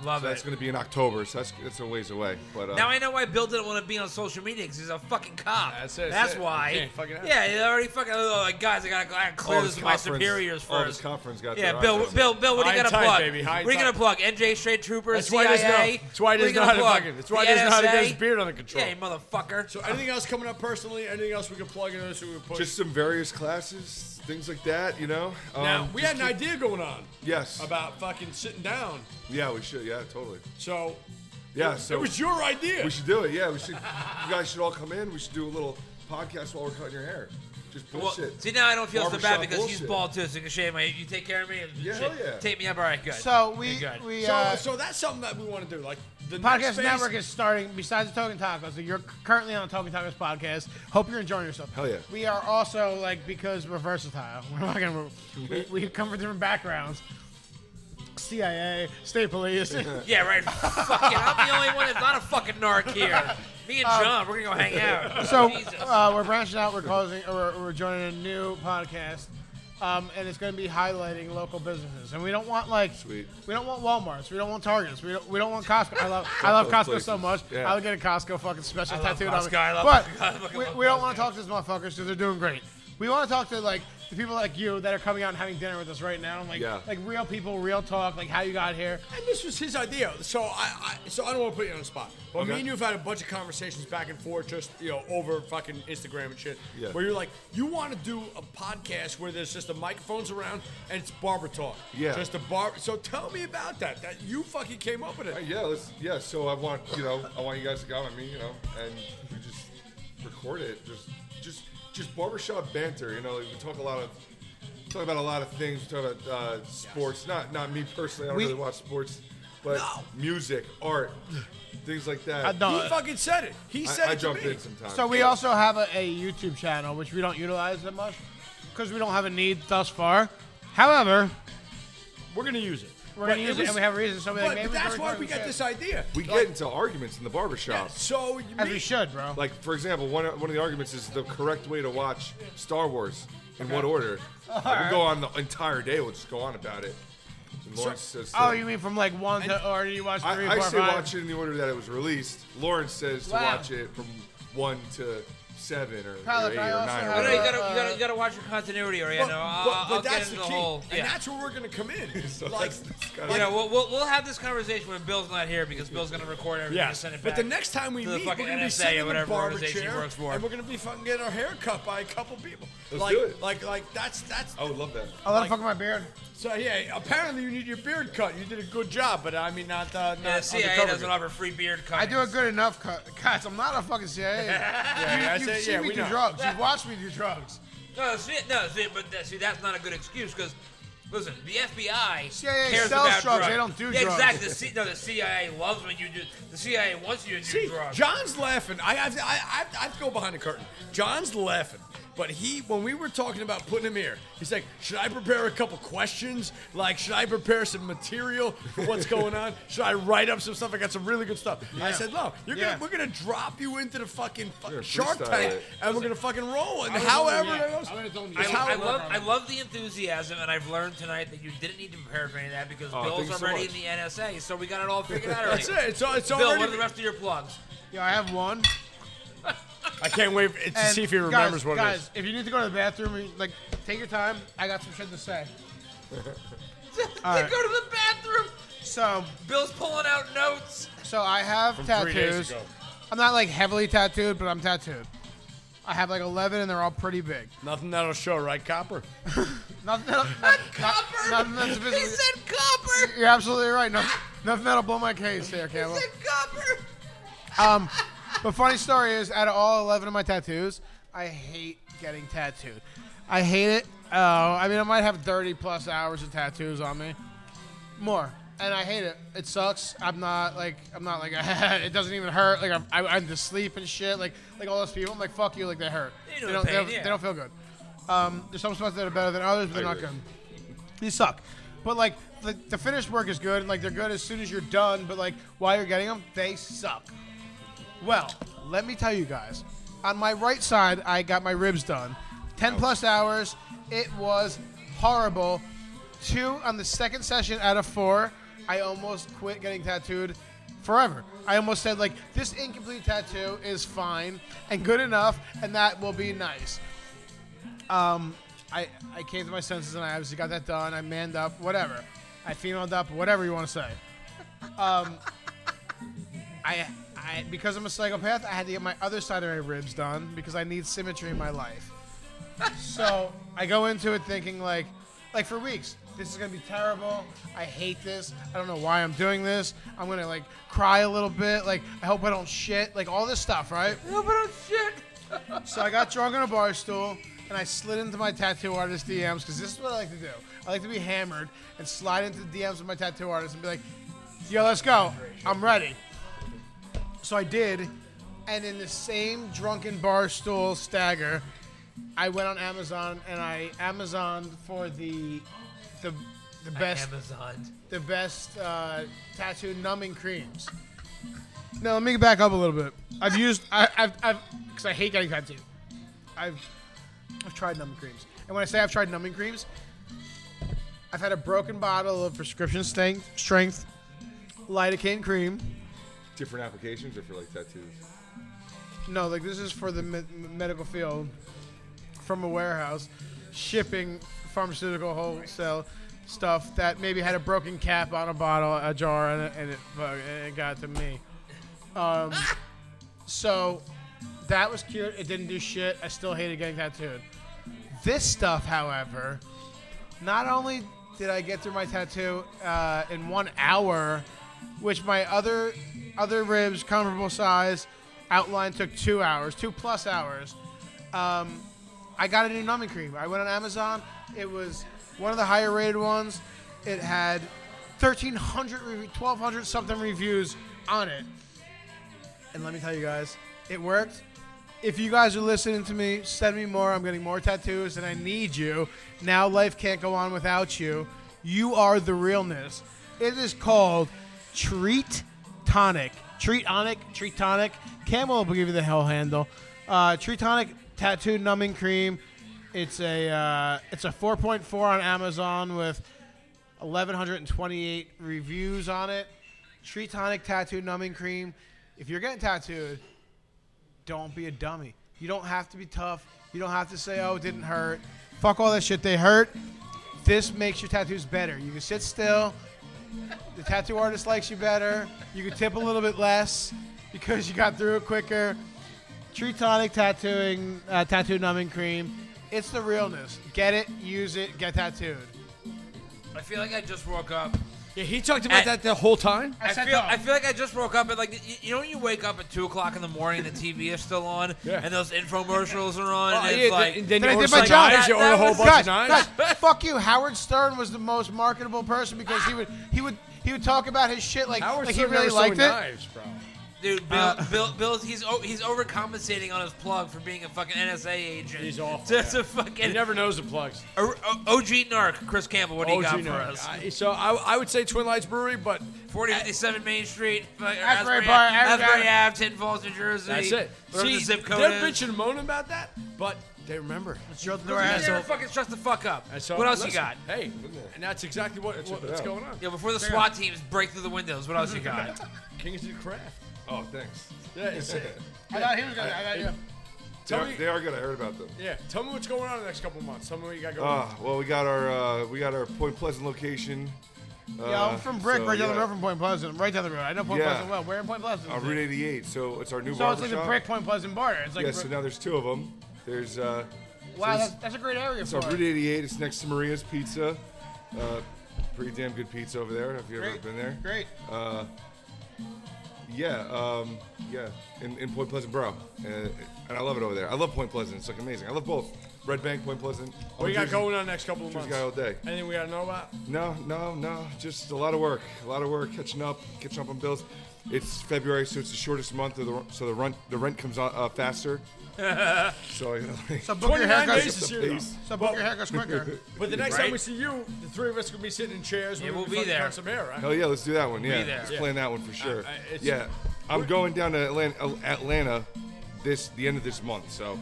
[SPEAKER 1] Love
[SPEAKER 3] So that's
[SPEAKER 1] it.
[SPEAKER 3] going to be in October, so that's that's a ways away. But uh,
[SPEAKER 1] Now I know why Bill didn't want to be on social media because he's a fucking cop.
[SPEAKER 4] That's it,
[SPEAKER 1] That's
[SPEAKER 4] that's it. You
[SPEAKER 1] why.
[SPEAKER 4] can't fucking have
[SPEAKER 1] Yeah, he already fucking. Oh, like, guys, I gotta, I gotta clear
[SPEAKER 3] all
[SPEAKER 1] this
[SPEAKER 3] this
[SPEAKER 1] with my
[SPEAKER 3] conference-
[SPEAKER 1] superiors
[SPEAKER 3] all this
[SPEAKER 1] first.
[SPEAKER 3] conference got
[SPEAKER 1] Yeah,
[SPEAKER 3] their
[SPEAKER 1] Bill,
[SPEAKER 3] eyes on
[SPEAKER 1] Bill, Bill, what are you
[SPEAKER 4] High
[SPEAKER 1] gonna
[SPEAKER 4] and
[SPEAKER 1] plug?
[SPEAKER 4] tight, baby, high and
[SPEAKER 1] what are you gonna
[SPEAKER 4] tight.
[SPEAKER 1] plug? NJ Straight Troopers,
[SPEAKER 4] That's why
[SPEAKER 1] CIA.
[SPEAKER 4] he doesn't know. That's why he
[SPEAKER 1] What are you
[SPEAKER 4] doesn't know how to
[SPEAKER 1] gonna plug?
[SPEAKER 4] fucking. That's why he
[SPEAKER 1] The
[SPEAKER 4] doesn't know how to get his
[SPEAKER 1] NSA?
[SPEAKER 4] beard under control.
[SPEAKER 1] Yeah, you motherfucker.
[SPEAKER 4] So anything else coming up personally? Anything else we could plug into this? We would push.
[SPEAKER 3] Just some various classes, things like that, you know. Um,
[SPEAKER 4] now we had an idea going on
[SPEAKER 3] yes,
[SPEAKER 4] about fucking sitting down.
[SPEAKER 3] yeah, we should, yeah, totally,
[SPEAKER 4] So
[SPEAKER 3] yeah. So
[SPEAKER 4] it was your idea.
[SPEAKER 3] we should do it. Yeah, we should. you guys should all come in. We should do a little podcast while we're cutting your hair. Just
[SPEAKER 1] Well,
[SPEAKER 3] bullshit.
[SPEAKER 1] see now I don't feel so bad
[SPEAKER 3] Barbershop
[SPEAKER 1] because he's
[SPEAKER 3] bullshit.
[SPEAKER 1] bald too, so you can shave my. You take care of me and
[SPEAKER 3] Yeah,
[SPEAKER 1] shit.
[SPEAKER 3] hell yeah.
[SPEAKER 1] take me up. All right, good.
[SPEAKER 2] So
[SPEAKER 1] You're
[SPEAKER 2] we
[SPEAKER 1] good.
[SPEAKER 2] we
[SPEAKER 4] So,
[SPEAKER 2] uh,
[SPEAKER 4] so that's something that we want to do. Like the next
[SPEAKER 2] podcast
[SPEAKER 4] phase-
[SPEAKER 2] network is starting. Besides the Token Tacos, like, you're c- currently on the Token Tacos podcast. Hope you're enjoying yourself.
[SPEAKER 3] Hell yeah.
[SPEAKER 2] We are also like because we're versatile. *laughs* We're not gonna. We, we come from different backgrounds. CIA, state
[SPEAKER 4] *laughs*
[SPEAKER 2] police.
[SPEAKER 1] yeah,
[SPEAKER 3] *laughs*
[SPEAKER 1] right. fucking, I'm the only one that's not a fucking narc here. Me and
[SPEAKER 3] Um,
[SPEAKER 1] John, we're gonna go hang out.
[SPEAKER 2] so
[SPEAKER 1] Jesus.
[SPEAKER 2] uh, we're branching out. We're closing. Or we're, we're joining a new podcast, um, and it's going to be highlighting local businesses. And we don't want like
[SPEAKER 3] Sweet.
[SPEAKER 2] we don't want WalMarts. We don't want Targets. We don't, we don't want Costco. I
[SPEAKER 3] *laughs*
[SPEAKER 2] love I love
[SPEAKER 3] those
[SPEAKER 2] Costco so
[SPEAKER 3] places.
[SPEAKER 2] much.
[SPEAKER 3] Yeah.
[SPEAKER 2] I'll get a Costco fucking special
[SPEAKER 1] love
[SPEAKER 2] tattooed on me.
[SPEAKER 1] Costco. I love- I
[SPEAKER 2] but
[SPEAKER 1] fucking
[SPEAKER 2] we,
[SPEAKER 1] love
[SPEAKER 2] we don't
[SPEAKER 1] Costco.
[SPEAKER 2] want to talk to these motherfuckers because they're doing great. We want to talk to like the people like you that are coming out and having dinner with us right now. Like
[SPEAKER 3] Yeah.
[SPEAKER 2] like real people, real talk. Like how you got here.
[SPEAKER 4] And this was his idea, so I, I so I don't want to put you on the spot. But
[SPEAKER 3] Okay.
[SPEAKER 4] me and you have had a bunch of conversations back and forth, just you know, over fucking Instagram and shit.
[SPEAKER 3] Yeah.
[SPEAKER 4] Where you're like, you want to do a podcast where there's just the microphones around and it's barber talk.
[SPEAKER 3] Yeah.
[SPEAKER 4] Just a bar. So tell me about that. That you fucking came up with it.
[SPEAKER 3] Hey, yeah, let's, yeah. So I want you know, I want you guys to come at me, you know, and we just record it. Just, just, just barbershop banter. You know, we talk a lot of, talk about a lot of things. We talk about uh, sports. Not, not me personally. I don't
[SPEAKER 2] We-
[SPEAKER 3] really watch sports, but
[SPEAKER 4] No.
[SPEAKER 3] music, art, things like that.
[SPEAKER 2] I don't-
[SPEAKER 4] he fucking said it. He
[SPEAKER 3] I,
[SPEAKER 4] said
[SPEAKER 3] I
[SPEAKER 4] it to
[SPEAKER 3] jumped
[SPEAKER 4] me.
[SPEAKER 3] in sometimes.
[SPEAKER 2] So we also have a, a YouTube channel, which we don't utilize that much because we don't have a need thus far. However,
[SPEAKER 4] We're gonna use it.
[SPEAKER 2] We're
[SPEAKER 4] But
[SPEAKER 2] gonna use it,
[SPEAKER 4] was-
[SPEAKER 2] and we have reasons, so we're
[SPEAKER 4] but,
[SPEAKER 2] like, maybe
[SPEAKER 4] but
[SPEAKER 2] we can
[SPEAKER 4] that's why
[SPEAKER 2] record
[SPEAKER 4] we
[SPEAKER 2] some
[SPEAKER 4] got
[SPEAKER 2] shit.
[SPEAKER 4] this idea.
[SPEAKER 3] we
[SPEAKER 4] Like,
[SPEAKER 3] get into arguments in the barbershop.
[SPEAKER 4] so you
[SPEAKER 2] as
[SPEAKER 4] me-
[SPEAKER 2] we should, bro.
[SPEAKER 3] Like for example, one one of the arguments is the correct way to watch Star Wars in what order. Like, we'll go on the entire day. We'll just go on about it. And Lawrence says,
[SPEAKER 2] oh,
[SPEAKER 3] to-
[SPEAKER 2] you mean from like one to or you watch three,
[SPEAKER 3] I, I
[SPEAKER 2] four,
[SPEAKER 3] say
[SPEAKER 2] five?
[SPEAKER 3] watch it in the order that it was released. Lawrence says to
[SPEAKER 2] Wow.
[SPEAKER 3] watch it from one to seven or, or
[SPEAKER 2] Probably,
[SPEAKER 3] eight or
[SPEAKER 2] I also
[SPEAKER 3] nine. Or
[SPEAKER 1] But no,
[SPEAKER 2] have-
[SPEAKER 3] whatever.
[SPEAKER 1] you gotta, you
[SPEAKER 4] Uh,
[SPEAKER 1] gotta, you gotta watch your continuity, or you know, I'll, I'll get into the, whole.
[SPEAKER 4] and
[SPEAKER 1] Yeah.
[SPEAKER 4] that's where we're gonna
[SPEAKER 1] *laughs*
[SPEAKER 4] come in.
[SPEAKER 3] So
[SPEAKER 4] like,
[SPEAKER 3] that's- that's kinda-
[SPEAKER 1] You know, we'll, we'll, we'll have this conversation when Bill's not here because Bill's gonna record everything and send it back.
[SPEAKER 4] but the next time we
[SPEAKER 1] to the
[SPEAKER 4] meet, we're
[SPEAKER 1] fucking
[SPEAKER 4] gonna be
[SPEAKER 1] NSA or
[SPEAKER 4] sitting in a
[SPEAKER 1] whatever
[SPEAKER 4] barber
[SPEAKER 1] organization he
[SPEAKER 4] chair,
[SPEAKER 1] works for.
[SPEAKER 4] and we're gonna be fucking getting our hair cut by a couple people.
[SPEAKER 3] Let's
[SPEAKER 4] like,
[SPEAKER 3] do it.
[SPEAKER 4] Like, like that's that's.
[SPEAKER 3] I would love that.
[SPEAKER 2] I let him
[SPEAKER 4] like-
[SPEAKER 2] fuck my beard.
[SPEAKER 4] So yeah, apparently you need your beard cut. You did a good job, but I mean not uh, not
[SPEAKER 1] yeah, the CIA
[SPEAKER 4] undercover
[SPEAKER 1] doesn't
[SPEAKER 4] good.
[SPEAKER 1] offer free beard
[SPEAKER 2] I
[SPEAKER 1] cuttings.
[SPEAKER 2] do a good enough cut. Guys, I'm not a fucking CIA.
[SPEAKER 4] *laughs* yeah, I
[SPEAKER 2] you,
[SPEAKER 4] say-
[SPEAKER 2] you've seen
[SPEAKER 4] yeah,
[SPEAKER 2] me
[SPEAKER 4] we
[SPEAKER 2] do
[SPEAKER 4] know.
[SPEAKER 2] drugs. You've watched me do drugs.
[SPEAKER 1] No, see, no, see, but that, see, that's not a good excuse because, listen, the FBI
[SPEAKER 2] CIA
[SPEAKER 1] cares
[SPEAKER 2] sells
[SPEAKER 1] about
[SPEAKER 2] drugs, they don't do
[SPEAKER 1] yeah,
[SPEAKER 2] drugs.
[SPEAKER 1] Exactly. The, C, no, the CIA loves when you do. The CIA wants you to do
[SPEAKER 4] See,
[SPEAKER 1] drugs.
[SPEAKER 4] John's laughing. I have to, I, I, I have to go behind the curtain. John's laughing, but he when we were talking about putting him here, he's like, should I prepare a couple questions? Like, should I prepare some material for what's going on? Should I write up some stuff? I got some really good stuff. I said, no, you're
[SPEAKER 2] Yeah.
[SPEAKER 4] gonna we're gonna drop you into the fucking fu-
[SPEAKER 3] You're a
[SPEAKER 4] Shark
[SPEAKER 3] freestyle
[SPEAKER 4] Tank,
[SPEAKER 3] it.
[SPEAKER 4] and we're gonna fucking roll. And
[SPEAKER 2] would've
[SPEAKER 4] *laughs* however
[SPEAKER 2] told him,
[SPEAKER 4] it
[SPEAKER 2] yeah.
[SPEAKER 4] goes,
[SPEAKER 2] I would've told him,
[SPEAKER 4] it's
[SPEAKER 2] yeah.
[SPEAKER 4] how
[SPEAKER 1] I
[SPEAKER 4] it
[SPEAKER 1] love
[SPEAKER 4] works.
[SPEAKER 1] I love the enthusiasm, and I've learned tonight that you didn't need to prepare for any of that because
[SPEAKER 3] Oh, thank
[SPEAKER 1] Bill's
[SPEAKER 3] you so
[SPEAKER 1] already
[SPEAKER 3] much.
[SPEAKER 1] in the NSA, so we got it all
[SPEAKER 4] *laughs*
[SPEAKER 1] figured out already.
[SPEAKER 4] That's it. It's, it's
[SPEAKER 1] Bill,
[SPEAKER 4] already.
[SPEAKER 1] what are the rest of your *laughs* plugs?
[SPEAKER 2] Yo, I have
[SPEAKER 4] *laughs*
[SPEAKER 2] one.
[SPEAKER 4] I can't wait to
[SPEAKER 2] And
[SPEAKER 4] see if he
[SPEAKER 2] guys,
[SPEAKER 4] remembers what
[SPEAKER 2] guys,
[SPEAKER 4] it is.
[SPEAKER 2] if you need to go to the bathroom, you- like take your time. I got some shit to say. All
[SPEAKER 1] They
[SPEAKER 2] right.
[SPEAKER 1] go to the bathroom.
[SPEAKER 2] So,
[SPEAKER 1] Bill's pulling out notes. *laughs*
[SPEAKER 2] so I have
[SPEAKER 4] three
[SPEAKER 2] tattoos.
[SPEAKER 4] days ago.
[SPEAKER 2] I'm not like heavily tattooed, but I'm tattooed. I have like 11, and they're all pretty big.
[SPEAKER 4] Nothing that'll show, right, Copper?
[SPEAKER 2] Nothing. That'll,
[SPEAKER 1] Copper.
[SPEAKER 2] Nothing that's
[SPEAKER 1] he
[SPEAKER 2] visibly-
[SPEAKER 1] said copper.
[SPEAKER 2] You're absolutely right. No, nothing that'll blow my case there,
[SPEAKER 1] He
[SPEAKER 2] Campbell.
[SPEAKER 1] said copper.
[SPEAKER 2] Um, but funny story is, out of all 11 of my tattoos, I hate getting tattooed. I hate it. Uh, I mean, I might have 30 plus hours of tattoos on me, more, and I hate it. It sucks. I'm not like I'm not like *laughs* it doesn't even hurt. Like I'm, I, I'm to sleep and shit. Like like all those people, I'm like fuck you. Like they hurt.
[SPEAKER 1] They know the
[SPEAKER 2] don't, they,
[SPEAKER 1] pain,
[SPEAKER 2] don't
[SPEAKER 1] yeah.
[SPEAKER 2] they don't feel good. Um, there's some spots that are better than others, but they're
[SPEAKER 3] I
[SPEAKER 2] not
[SPEAKER 3] agree.
[SPEAKER 2] good. These suck. But like the, the finished work is good, and like they're good as soon as you're done. But like while you're getting them, they suck. Well, let me tell you guys. On my right side, I got my ribs done. Ten plus hours. It was horrible. Two on the second session out of four. I almost quit getting tattooed forever. I almost said like this incomplete tattoo is fine and good enough, and that will be nice. I, I came to my senses and I obviously got that done. I manned up, whatever. I femaled up, whatever you want to say. Um, *laughs* I, I because I'm a psychopath, I had to get my other side of my ribs done because I need symmetry in my life. So I go into it thinking like, like for weeks, this is gonna be terrible. I hate this. I don't know why I'm doing this. I'm gonna like cry a little bit. Like I hope I don't shit. Like all this stuff, right?
[SPEAKER 1] No, but I'm shit.
[SPEAKER 2] So I got drunk on a bar stool. and I slid into my tattoo artist DMs because this is what I like to do. I like to be hammered and slide into the DMs of my tattoo artist and be like, "Yo, let's go. I'm ready." So I did, and in the same drunken bar stool stagger, I went on Amazon and I Amazoned for the the the best
[SPEAKER 1] Amazon.
[SPEAKER 2] the best uh, tattoo numbing creams. No, let me back up a little bit. I've used I, I've I've because I hate getting tattooed. I've I've tried numbing creams, and when I say I've tried numbing creams, I've had a broken bottle of prescription strength strength lidocaine cream.
[SPEAKER 3] Different applications or for like tattoos?
[SPEAKER 2] No, like this is for the me- medical field from a warehouse shipping pharmaceutical wholesale stuff that maybe had a broken cap on a bottle, a jar, and it, and it, fu- and it got to me. Um, so that was cute. It didn't do shit. I still hated getting tattooed. This stuff, however, not only did I get through my tattoo uh, in one hour, which my other other ribs, comparable size, outline took two hours, two plus hours. Um, I got a new numbing cream. I went on Amazon. It was one of the higher rated ones. It had 1,300, re- 1,200 something reviews on it. And let me tell you guys, it worked. If you guys are listening to me, send me more. I'm getting more tattoos and I need you. Now life can't go on without you. You are the realness. It is called Treat Tonic. Treat Tonic, Treat Tonic. Camel will give you the hell handle. Uh, Treat Tonic tattoo numbing cream. It's a uh, it's a 4.4 on Amazon with 1128 reviews on it. Tree Tonic Tattoo Numbing Cream. If you're getting tattooed, don't be a dummy. You don't have to be tough. You don't have to say, oh, it didn't hurt. Fuck all that shit. They hurt. This makes your tattoos better. You can sit still. The tattoo artist likes you better. You can tip a little bit less because you got through it quicker. Tree Tonic Tattooing, uh, Tattoo Numbing Cream. It's the realness. Get it, use it, get tattooed.
[SPEAKER 1] I feel like I just woke up.
[SPEAKER 4] Yeah, he talked about
[SPEAKER 1] At-
[SPEAKER 4] that the whole time.
[SPEAKER 1] I
[SPEAKER 2] said
[SPEAKER 1] feel,
[SPEAKER 2] no.
[SPEAKER 1] I feel like I just woke up and like you, you know when you wake up at two o'clock in the morning and the TV is still on
[SPEAKER 4] *laughs* Yeah.
[SPEAKER 1] and those infomercials are on
[SPEAKER 4] Oh,
[SPEAKER 1] and
[SPEAKER 4] yeah,
[SPEAKER 1] it's like
[SPEAKER 4] then, then
[SPEAKER 2] Then I
[SPEAKER 4] you order
[SPEAKER 2] did my
[SPEAKER 4] some
[SPEAKER 2] job.
[SPEAKER 4] knives, you
[SPEAKER 1] That-
[SPEAKER 4] order a
[SPEAKER 1] that
[SPEAKER 4] whole
[SPEAKER 1] was-
[SPEAKER 4] bunch
[SPEAKER 2] guys,
[SPEAKER 4] of knives. *laughs*
[SPEAKER 2] guys, fuck you. Howard Stern was the most marketable person because he would he would he would talk about his shit like,
[SPEAKER 4] Howard
[SPEAKER 2] like he
[SPEAKER 4] Stern
[SPEAKER 2] really
[SPEAKER 4] never
[SPEAKER 2] liked it.
[SPEAKER 4] sold Knives, bro.
[SPEAKER 1] dude Bill,
[SPEAKER 4] uh, *laughs*
[SPEAKER 1] Bill Bill he's o- he's overcompensating on his plug for being a fucking NSA agent. *laughs*
[SPEAKER 4] He's awful,
[SPEAKER 1] Just
[SPEAKER 4] yeah.
[SPEAKER 1] a
[SPEAKER 4] He
[SPEAKER 1] fucking
[SPEAKER 4] never knows the plugs.
[SPEAKER 1] O- O- OG narc Chris Campbell. What do you
[SPEAKER 4] OG
[SPEAKER 1] got for
[SPEAKER 4] nerd.
[SPEAKER 1] us?
[SPEAKER 4] I- so I, I would say Twin Lights Brewery, but
[SPEAKER 1] Forty fifty seven Main Street, uh,
[SPEAKER 2] Asbury
[SPEAKER 1] Asbury,
[SPEAKER 2] Park,
[SPEAKER 1] Asbury,
[SPEAKER 2] Asbury-
[SPEAKER 1] Ave, Tin Falls, New Jersey.
[SPEAKER 4] that's it.
[SPEAKER 1] Whatever
[SPEAKER 4] See,
[SPEAKER 1] the zip code
[SPEAKER 4] they're
[SPEAKER 1] is.
[SPEAKER 4] bitching and moaning about that, but they remember.
[SPEAKER 1] You never fucking shut the fuck up.
[SPEAKER 4] And so-
[SPEAKER 1] what else you
[SPEAKER 4] listen,
[SPEAKER 1] got?
[SPEAKER 4] Hey, and that's exactly what,
[SPEAKER 3] Check
[SPEAKER 4] what-
[SPEAKER 3] it
[SPEAKER 4] what's
[SPEAKER 3] out.
[SPEAKER 4] going on.
[SPEAKER 1] Yeah, before the SWAT teams break through the windows, what else you got?
[SPEAKER 4] Kings of the Craft.
[SPEAKER 3] Oh, thanks.
[SPEAKER 4] Yeah, it's, uh,
[SPEAKER 2] I thought he was gonna. I thought you.
[SPEAKER 3] They
[SPEAKER 4] tell
[SPEAKER 3] are,
[SPEAKER 4] me,
[SPEAKER 3] they are good. I heard about them.
[SPEAKER 4] yeah, tell me what's going on in the next couple of months. Tell me what you got going. on.
[SPEAKER 3] Uh, well, we got our uh, we got our Point Pleasant location. Uh,
[SPEAKER 2] Yeah, I'm from Brick,
[SPEAKER 3] so,
[SPEAKER 2] right down the
[SPEAKER 3] yeah.
[SPEAKER 2] road from Point Pleasant. right down the road. I know Point
[SPEAKER 3] Yeah.
[SPEAKER 2] Pleasant well. We're in Point Pleasant.
[SPEAKER 3] Uh, Route 88, so it's our
[SPEAKER 2] so
[SPEAKER 3] new
[SPEAKER 2] it's
[SPEAKER 3] barber
[SPEAKER 2] like the
[SPEAKER 3] shop.
[SPEAKER 2] Brick Point Pleasant border. It's like
[SPEAKER 3] yeah, so now there's two of them. There's uh,
[SPEAKER 2] wow,
[SPEAKER 3] so
[SPEAKER 2] that's,
[SPEAKER 3] this-
[SPEAKER 2] that's a great area
[SPEAKER 3] so
[SPEAKER 2] for
[SPEAKER 3] Route
[SPEAKER 2] it.
[SPEAKER 3] 88. It's next to Maria's Pizza. Uh, pretty damn good pizza over there. If you've ever
[SPEAKER 2] Great.
[SPEAKER 3] been there.
[SPEAKER 2] Great.
[SPEAKER 3] Uh, yeah, um, yeah, in, in Point Pleasant Borough, uh, and I love it over there. I love Point Pleasant. It's like amazing. I love both Red Bank, Point Pleasant.
[SPEAKER 4] What you
[SPEAKER 3] I'm a
[SPEAKER 4] got
[SPEAKER 3] Jersey-
[SPEAKER 4] going on in the next couple of
[SPEAKER 3] Jersey
[SPEAKER 4] months?
[SPEAKER 3] guy all day.
[SPEAKER 4] Anything we gotta know about?
[SPEAKER 3] No, no, no. Just a lot of work. A lot of work catching up, catching up on bills. It's February, so it's the shortest month of the so the rent the rent comes on
[SPEAKER 4] *laughs*
[SPEAKER 3] uh, faster. so I gotta like,
[SPEAKER 2] So book your
[SPEAKER 4] 29
[SPEAKER 2] haircuts.
[SPEAKER 4] days
[SPEAKER 3] the
[SPEAKER 4] is here, though.
[SPEAKER 3] pace.
[SPEAKER 2] So book your haircuts quicker.
[SPEAKER 4] But the next
[SPEAKER 1] Right.
[SPEAKER 4] time we see you, the three of us gonna be sitting in chairs.
[SPEAKER 1] Yeah,
[SPEAKER 4] We're
[SPEAKER 1] we'll
[SPEAKER 4] gonna
[SPEAKER 1] be
[SPEAKER 4] fucking
[SPEAKER 1] there.
[SPEAKER 4] cutting Some hair, right?
[SPEAKER 3] *laughs* hell yeah, let's do that one. Yeah,
[SPEAKER 1] there.
[SPEAKER 3] let's
[SPEAKER 1] Yeah.
[SPEAKER 3] plan that one for sure.
[SPEAKER 4] I- it's-
[SPEAKER 3] yeah, I'm going down to Atlanta, Atlanta this the end of this month. So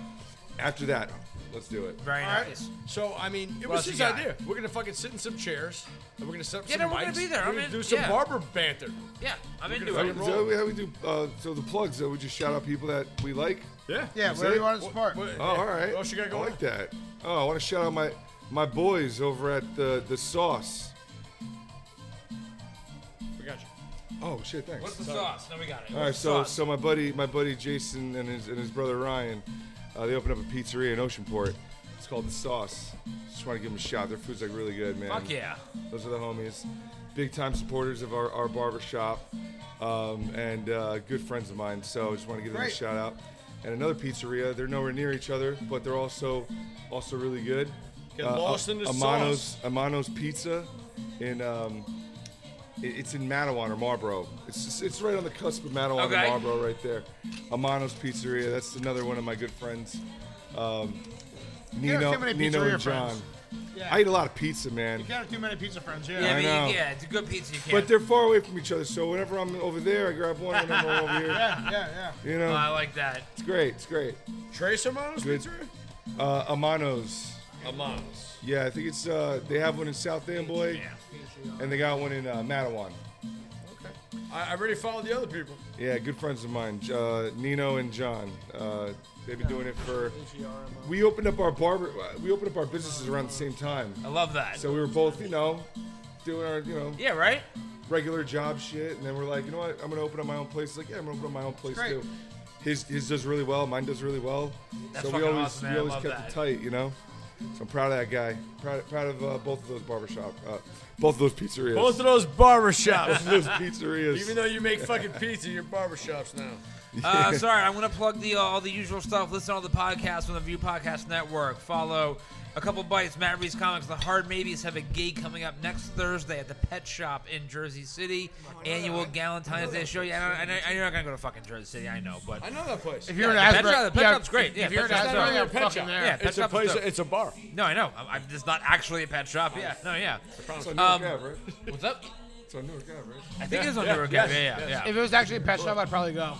[SPEAKER 3] after that, let's do it.
[SPEAKER 1] Very
[SPEAKER 4] All right.
[SPEAKER 1] nice.
[SPEAKER 4] So I mean, it
[SPEAKER 1] What
[SPEAKER 4] was
[SPEAKER 1] else
[SPEAKER 4] his
[SPEAKER 1] you got?
[SPEAKER 4] idea. We're gonna fucking sit in some chairs, and we're gonna set up
[SPEAKER 1] Yeah,
[SPEAKER 4] some
[SPEAKER 1] no, we're gonna
[SPEAKER 4] mics.
[SPEAKER 1] be there.
[SPEAKER 4] We're
[SPEAKER 1] I'm
[SPEAKER 4] gonna
[SPEAKER 1] in-
[SPEAKER 4] do some
[SPEAKER 1] yeah.
[SPEAKER 4] barber banter.
[SPEAKER 1] Yeah, I'm into
[SPEAKER 4] gonna
[SPEAKER 1] it.
[SPEAKER 4] fucking roll.
[SPEAKER 3] Is that how we, how we do? Uh, so the plugs that we just shout out people that we like.
[SPEAKER 4] Yeah.
[SPEAKER 2] Yeah, whatever you want to support.
[SPEAKER 3] Oh, all right.
[SPEAKER 4] What else you got
[SPEAKER 3] I
[SPEAKER 4] going?
[SPEAKER 3] like that. Oh, I want to shout out my my boys over at the the sauce.
[SPEAKER 4] on? We got you.
[SPEAKER 3] Oh shit, thanks.
[SPEAKER 1] What's the sauce? No, we got it.
[SPEAKER 3] All right,
[SPEAKER 1] What's the
[SPEAKER 3] so
[SPEAKER 1] sauce?
[SPEAKER 3] so my buddy my buddy Jason and his and his brother Ryan, uh, they opened up a pizzeria in Oceanport. It's called the Sauce. Just want to give them a shot. Their food's like really good, man.
[SPEAKER 1] fuck yeah.
[SPEAKER 3] Those are the homies. Big time supporters of our, our barber shop um, and uh, good friends of mine. So I just want to give them a
[SPEAKER 2] Great.
[SPEAKER 3] shout out. and another pizzeria. They're nowhere near each other, but they're also also really good. Uh,
[SPEAKER 4] Get lost in the
[SPEAKER 3] Amano's, Amano's Pizza in um, it- it's in Mattawan or Marlboro. It's just- it's right on the cusp of Mattawan
[SPEAKER 1] Okay.
[SPEAKER 3] and Marlboro, right there. Amano's Pizzeria. That's another one of my good friends. Um,
[SPEAKER 2] don't
[SPEAKER 3] Nino,
[SPEAKER 2] have many
[SPEAKER 3] Nino
[SPEAKER 2] pizzeria
[SPEAKER 3] and John.
[SPEAKER 2] friends. Yeah.
[SPEAKER 3] I eat a lot of pizza, man.
[SPEAKER 2] You can't have too many pizza friends. Yeah.
[SPEAKER 1] Yeah,
[SPEAKER 3] I
[SPEAKER 1] but you-
[SPEAKER 3] know.
[SPEAKER 1] yeah, it's a good pizza. You
[SPEAKER 3] But
[SPEAKER 1] can't.
[SPEAKER 3] they're far away from each other, so whenever I'm over there, I grab one. Whenever I'm over
[SPEAKER 2] *laughs*
[SPEAKER 3] here,
[SPEAKER 2] Yeah. Yeah.
[SPEAKER 3] *laughs*
[SPEAKER 2] yeah.
[SPEAKER 3] you
[SPEAKER 1] Oh, I
[SPEAKER 3] know,
[SPEAKER 1] like that.
[SPEAKER 3] it's great. It's great.
[SPEAKER 4] Trace Amano's
[SPEAKER 3] Good.
[SPEAKER 4] pizzeria?
[SPEAKER 3] Uh, Amano's.
[SPEAKER 4] Amano's.
[SPEAKER 3] Yeah, I think it's uh, they have one in South Amboy, and they got one in uh, Mattawan.
[SPEAKER 4] I, I already followed the other people.
[SPEAKER 3] Yeah, good friends of mine, J- uh, Nino and John. Uh, they've been doing it for. We opened up our barber. uh, We opened up our businesses around the same time,
[SPEAKER 1] I love that.
[SPEAKER 3] so we were both, you know, doing our, you know,
[SPEAKER 1] yeah, right.
[SPEAKER 3] regular job shit, and then we're like, you know what? I'm gonna open up my own place. Like, yeah, I'm gonna open up my own place
[SPEAKER 2] great.
[SPEAKER 3] too. His his does really well. Mine does really well.
[SPEAKER 1] That's
[SPEAKER 3] so we
[SPEAKER 1] fucking
[SPEAKER 3] always
[SPEAKER 1] awesome, man.
[SPEAKER 3] we
[SPEAKER 1] I
[SPEAKER 3] always
[SPEAKER 1] love
[SPEAKER 3] kept
[SPEAKER 1] that.
[SPEAKER 3] it tight, you know. So I'm proud of that guy. Proud proud of uh, both of those barbershop, uh, both of those pizzerias.
[SPEAKER 4] Both of
[SPEAKER 1] *laughs*
[SPEAKER 4] those barbershops.
[SPEAKER 3] those pizzerias.
[SPEAKER 4] Even though you make fucking pizza, you're barbershops now.
[SPEAKER 1] *laughs* Uh, sorry, I'm going to plug the uh, all the usual stuff. Listen to all the podcasts on the View Podcast Network. Follow a couple bites. Matt Reeves Comics. The Hard Maybes have a gig coming up next Thursday at the Pet Shop in Jersey City. Annual Galentine's Day show. Yeah, I know, I know you're not going to go to fucking Jersey City. I know, but
[SPEAKER 4] I know that place.
[SPEAKER 2] If you're
[SPEAKER 1] Yeah,
[SPEAKER 2] in
[SPEAKER 1] the pet
[SPEAKER 2] Asbury,
[SPEAKER 1] shop- the pet shop's great. Yeah,
[SPEAKER 2] if you're in
[SPEAKER 1] pet shop's
[SPEAKER 2] Asbury,
[SPEAKER 1] great.
[SPEAKER 2] I'm
[SPEAKER 4] Pet
[SPEAKER 2] fucking
[SPEAKER 4] shop.
[SPEAKER 2] there.
[SPEAKER 1] Yeah, pet
[SPEAKER 4] it's a
[SPEAKER 1] shop is
[SPEAKER 4] place.
[SPEAKER 1] dope. Um,
[SPEAKER 4] It's a bar.
[SPEAKER 1] no, I know. I'm, I'm just not actually a pet shop. Yeah, no, yeah.
[SPEAKER 3] it's on Newark
[SPEAKER 1] Um,
[SPEAKER 3] Ave, right?
[SPEAKER 1] What's up?
[SPEAKER 3] It's on Newark Ave, right?
[SPEAKER 1] I think it is on
[SPEAKER 4] yeah,
[SPEAKER 1] Newark
[SPEAKER 4] yes,
[SPEAKER 1] Ave. Yeah, yeah, yeah.
[SPEAKER 2] If it was actually a pet shop, I'd probably go.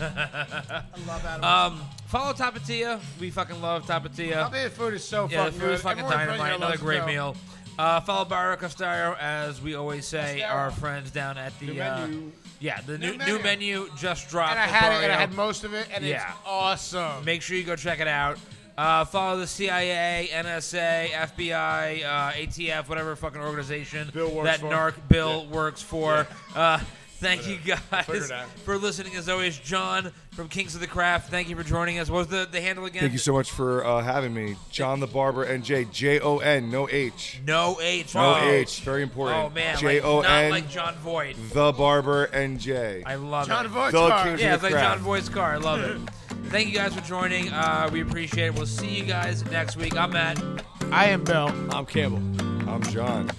[SPEAKER 2] I love animals.
[SPEAKER 1] Um, follow Tapatia. We fucking love Tapatia.
[SPEAKER 2] Albanian food is so
[SPEAKER 1] Yeah, the
[SPEAKER 2] fucking
[SPEAKER 1] food is
[SPEAKER 2] good.
[SPEAKER 1] fucking
[SPEAKER 2] Everyone
[SPEAKER 1] dynamite.
[SPEAKER 2] brings their
[SPEAKER 1] Another
[SPEAKER 2] lunch
[SPEAKER 1] great
[SPEAKER 2] to go.
[SPEAKER 1] meal. Uh, follow Barra Costaro, as we always say,
[SPEAKER 2] Costaro.
[SPEAKER 1] our friends down at the,
[SPEAKER 4] The
[SPEAKER 1] uh,
[SPEAKER 4] menu.
[SPEAKER 1] yeah, the
[SPEAKER 2] New
[SPEAKER 1] new,
[SPEAKER 2] menu.
[SPEAKER 1] new menu just dropped.
[SPEAKER 2] And I
[SPEAKER 1] for
[SPEAKER 2] had it, and I
[SPEAKER 1] Barrio.
[SPEAKER 2] had most of it, and
[SPEAKER 1] Yeah.
[SPEAKER 2] it's awesome.
[SPEAKER 1] Make sure you go check it out. Uh, follow the CIA, NSA, FBI, uh, ATF, whatever fucking organization
[SPEAKER 4] Bill works
[SPEAKER 1] that
[SPEAKER 4] for.
[SPEAKER 1] narc Bill works for. Uh, thank you
[SPEAKER 4] figured
[SPEAKER 1] guys
[SPEAKER 4] it out.
[SPEAKER 1] for listening. As always, John from Kings of the Craft. Thank you for joining us. What was the, the handle again?
[SPEAKER 3] Thank you so much for uh, having me, John the Barber and J J O N, no H,
[SPEAKER 1] No H.
[SPEAKER 3] no
[SPEAKER 1] Oh.
[SPEAKER 3] H, very important.
[SPEAKER 1] Oh man,
[SPEAKER 3] J O
[SPEAKER 1] like, not
[SPEAKER 3] N,
[SPEAKER 1] like John Voight.
[SPEAKER 3] the Barber and J.
[SPEAKER 1] I love
[SPEAKER 2] John
[SPEAKER 1] it.
[SPEAKER 2] Voight's
[SPEAKER 3] Dog
[SPEAKER 2] car.
[SPEAKER 3] King-
[SPEAKER 1] Yeah, it's like
[SPEAKER 3] Craft.
[SPEAKER 1] John Voight's car. I love it. Thank you guys for joining. Uh, we appreciate it. We'll see you guys next week. I'm Matt.
[SPEAKER 2] I am Bill.
[SPEAKER 4] I'm Campbell.
[SPEAKER 3] I'm John.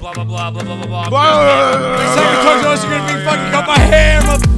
[SPEAKER 1] Blah blah blah blah blah blah blah.
[SPEAKER 4] Someone comes to us, you're gonna be fucking cut my hair, motherfucker.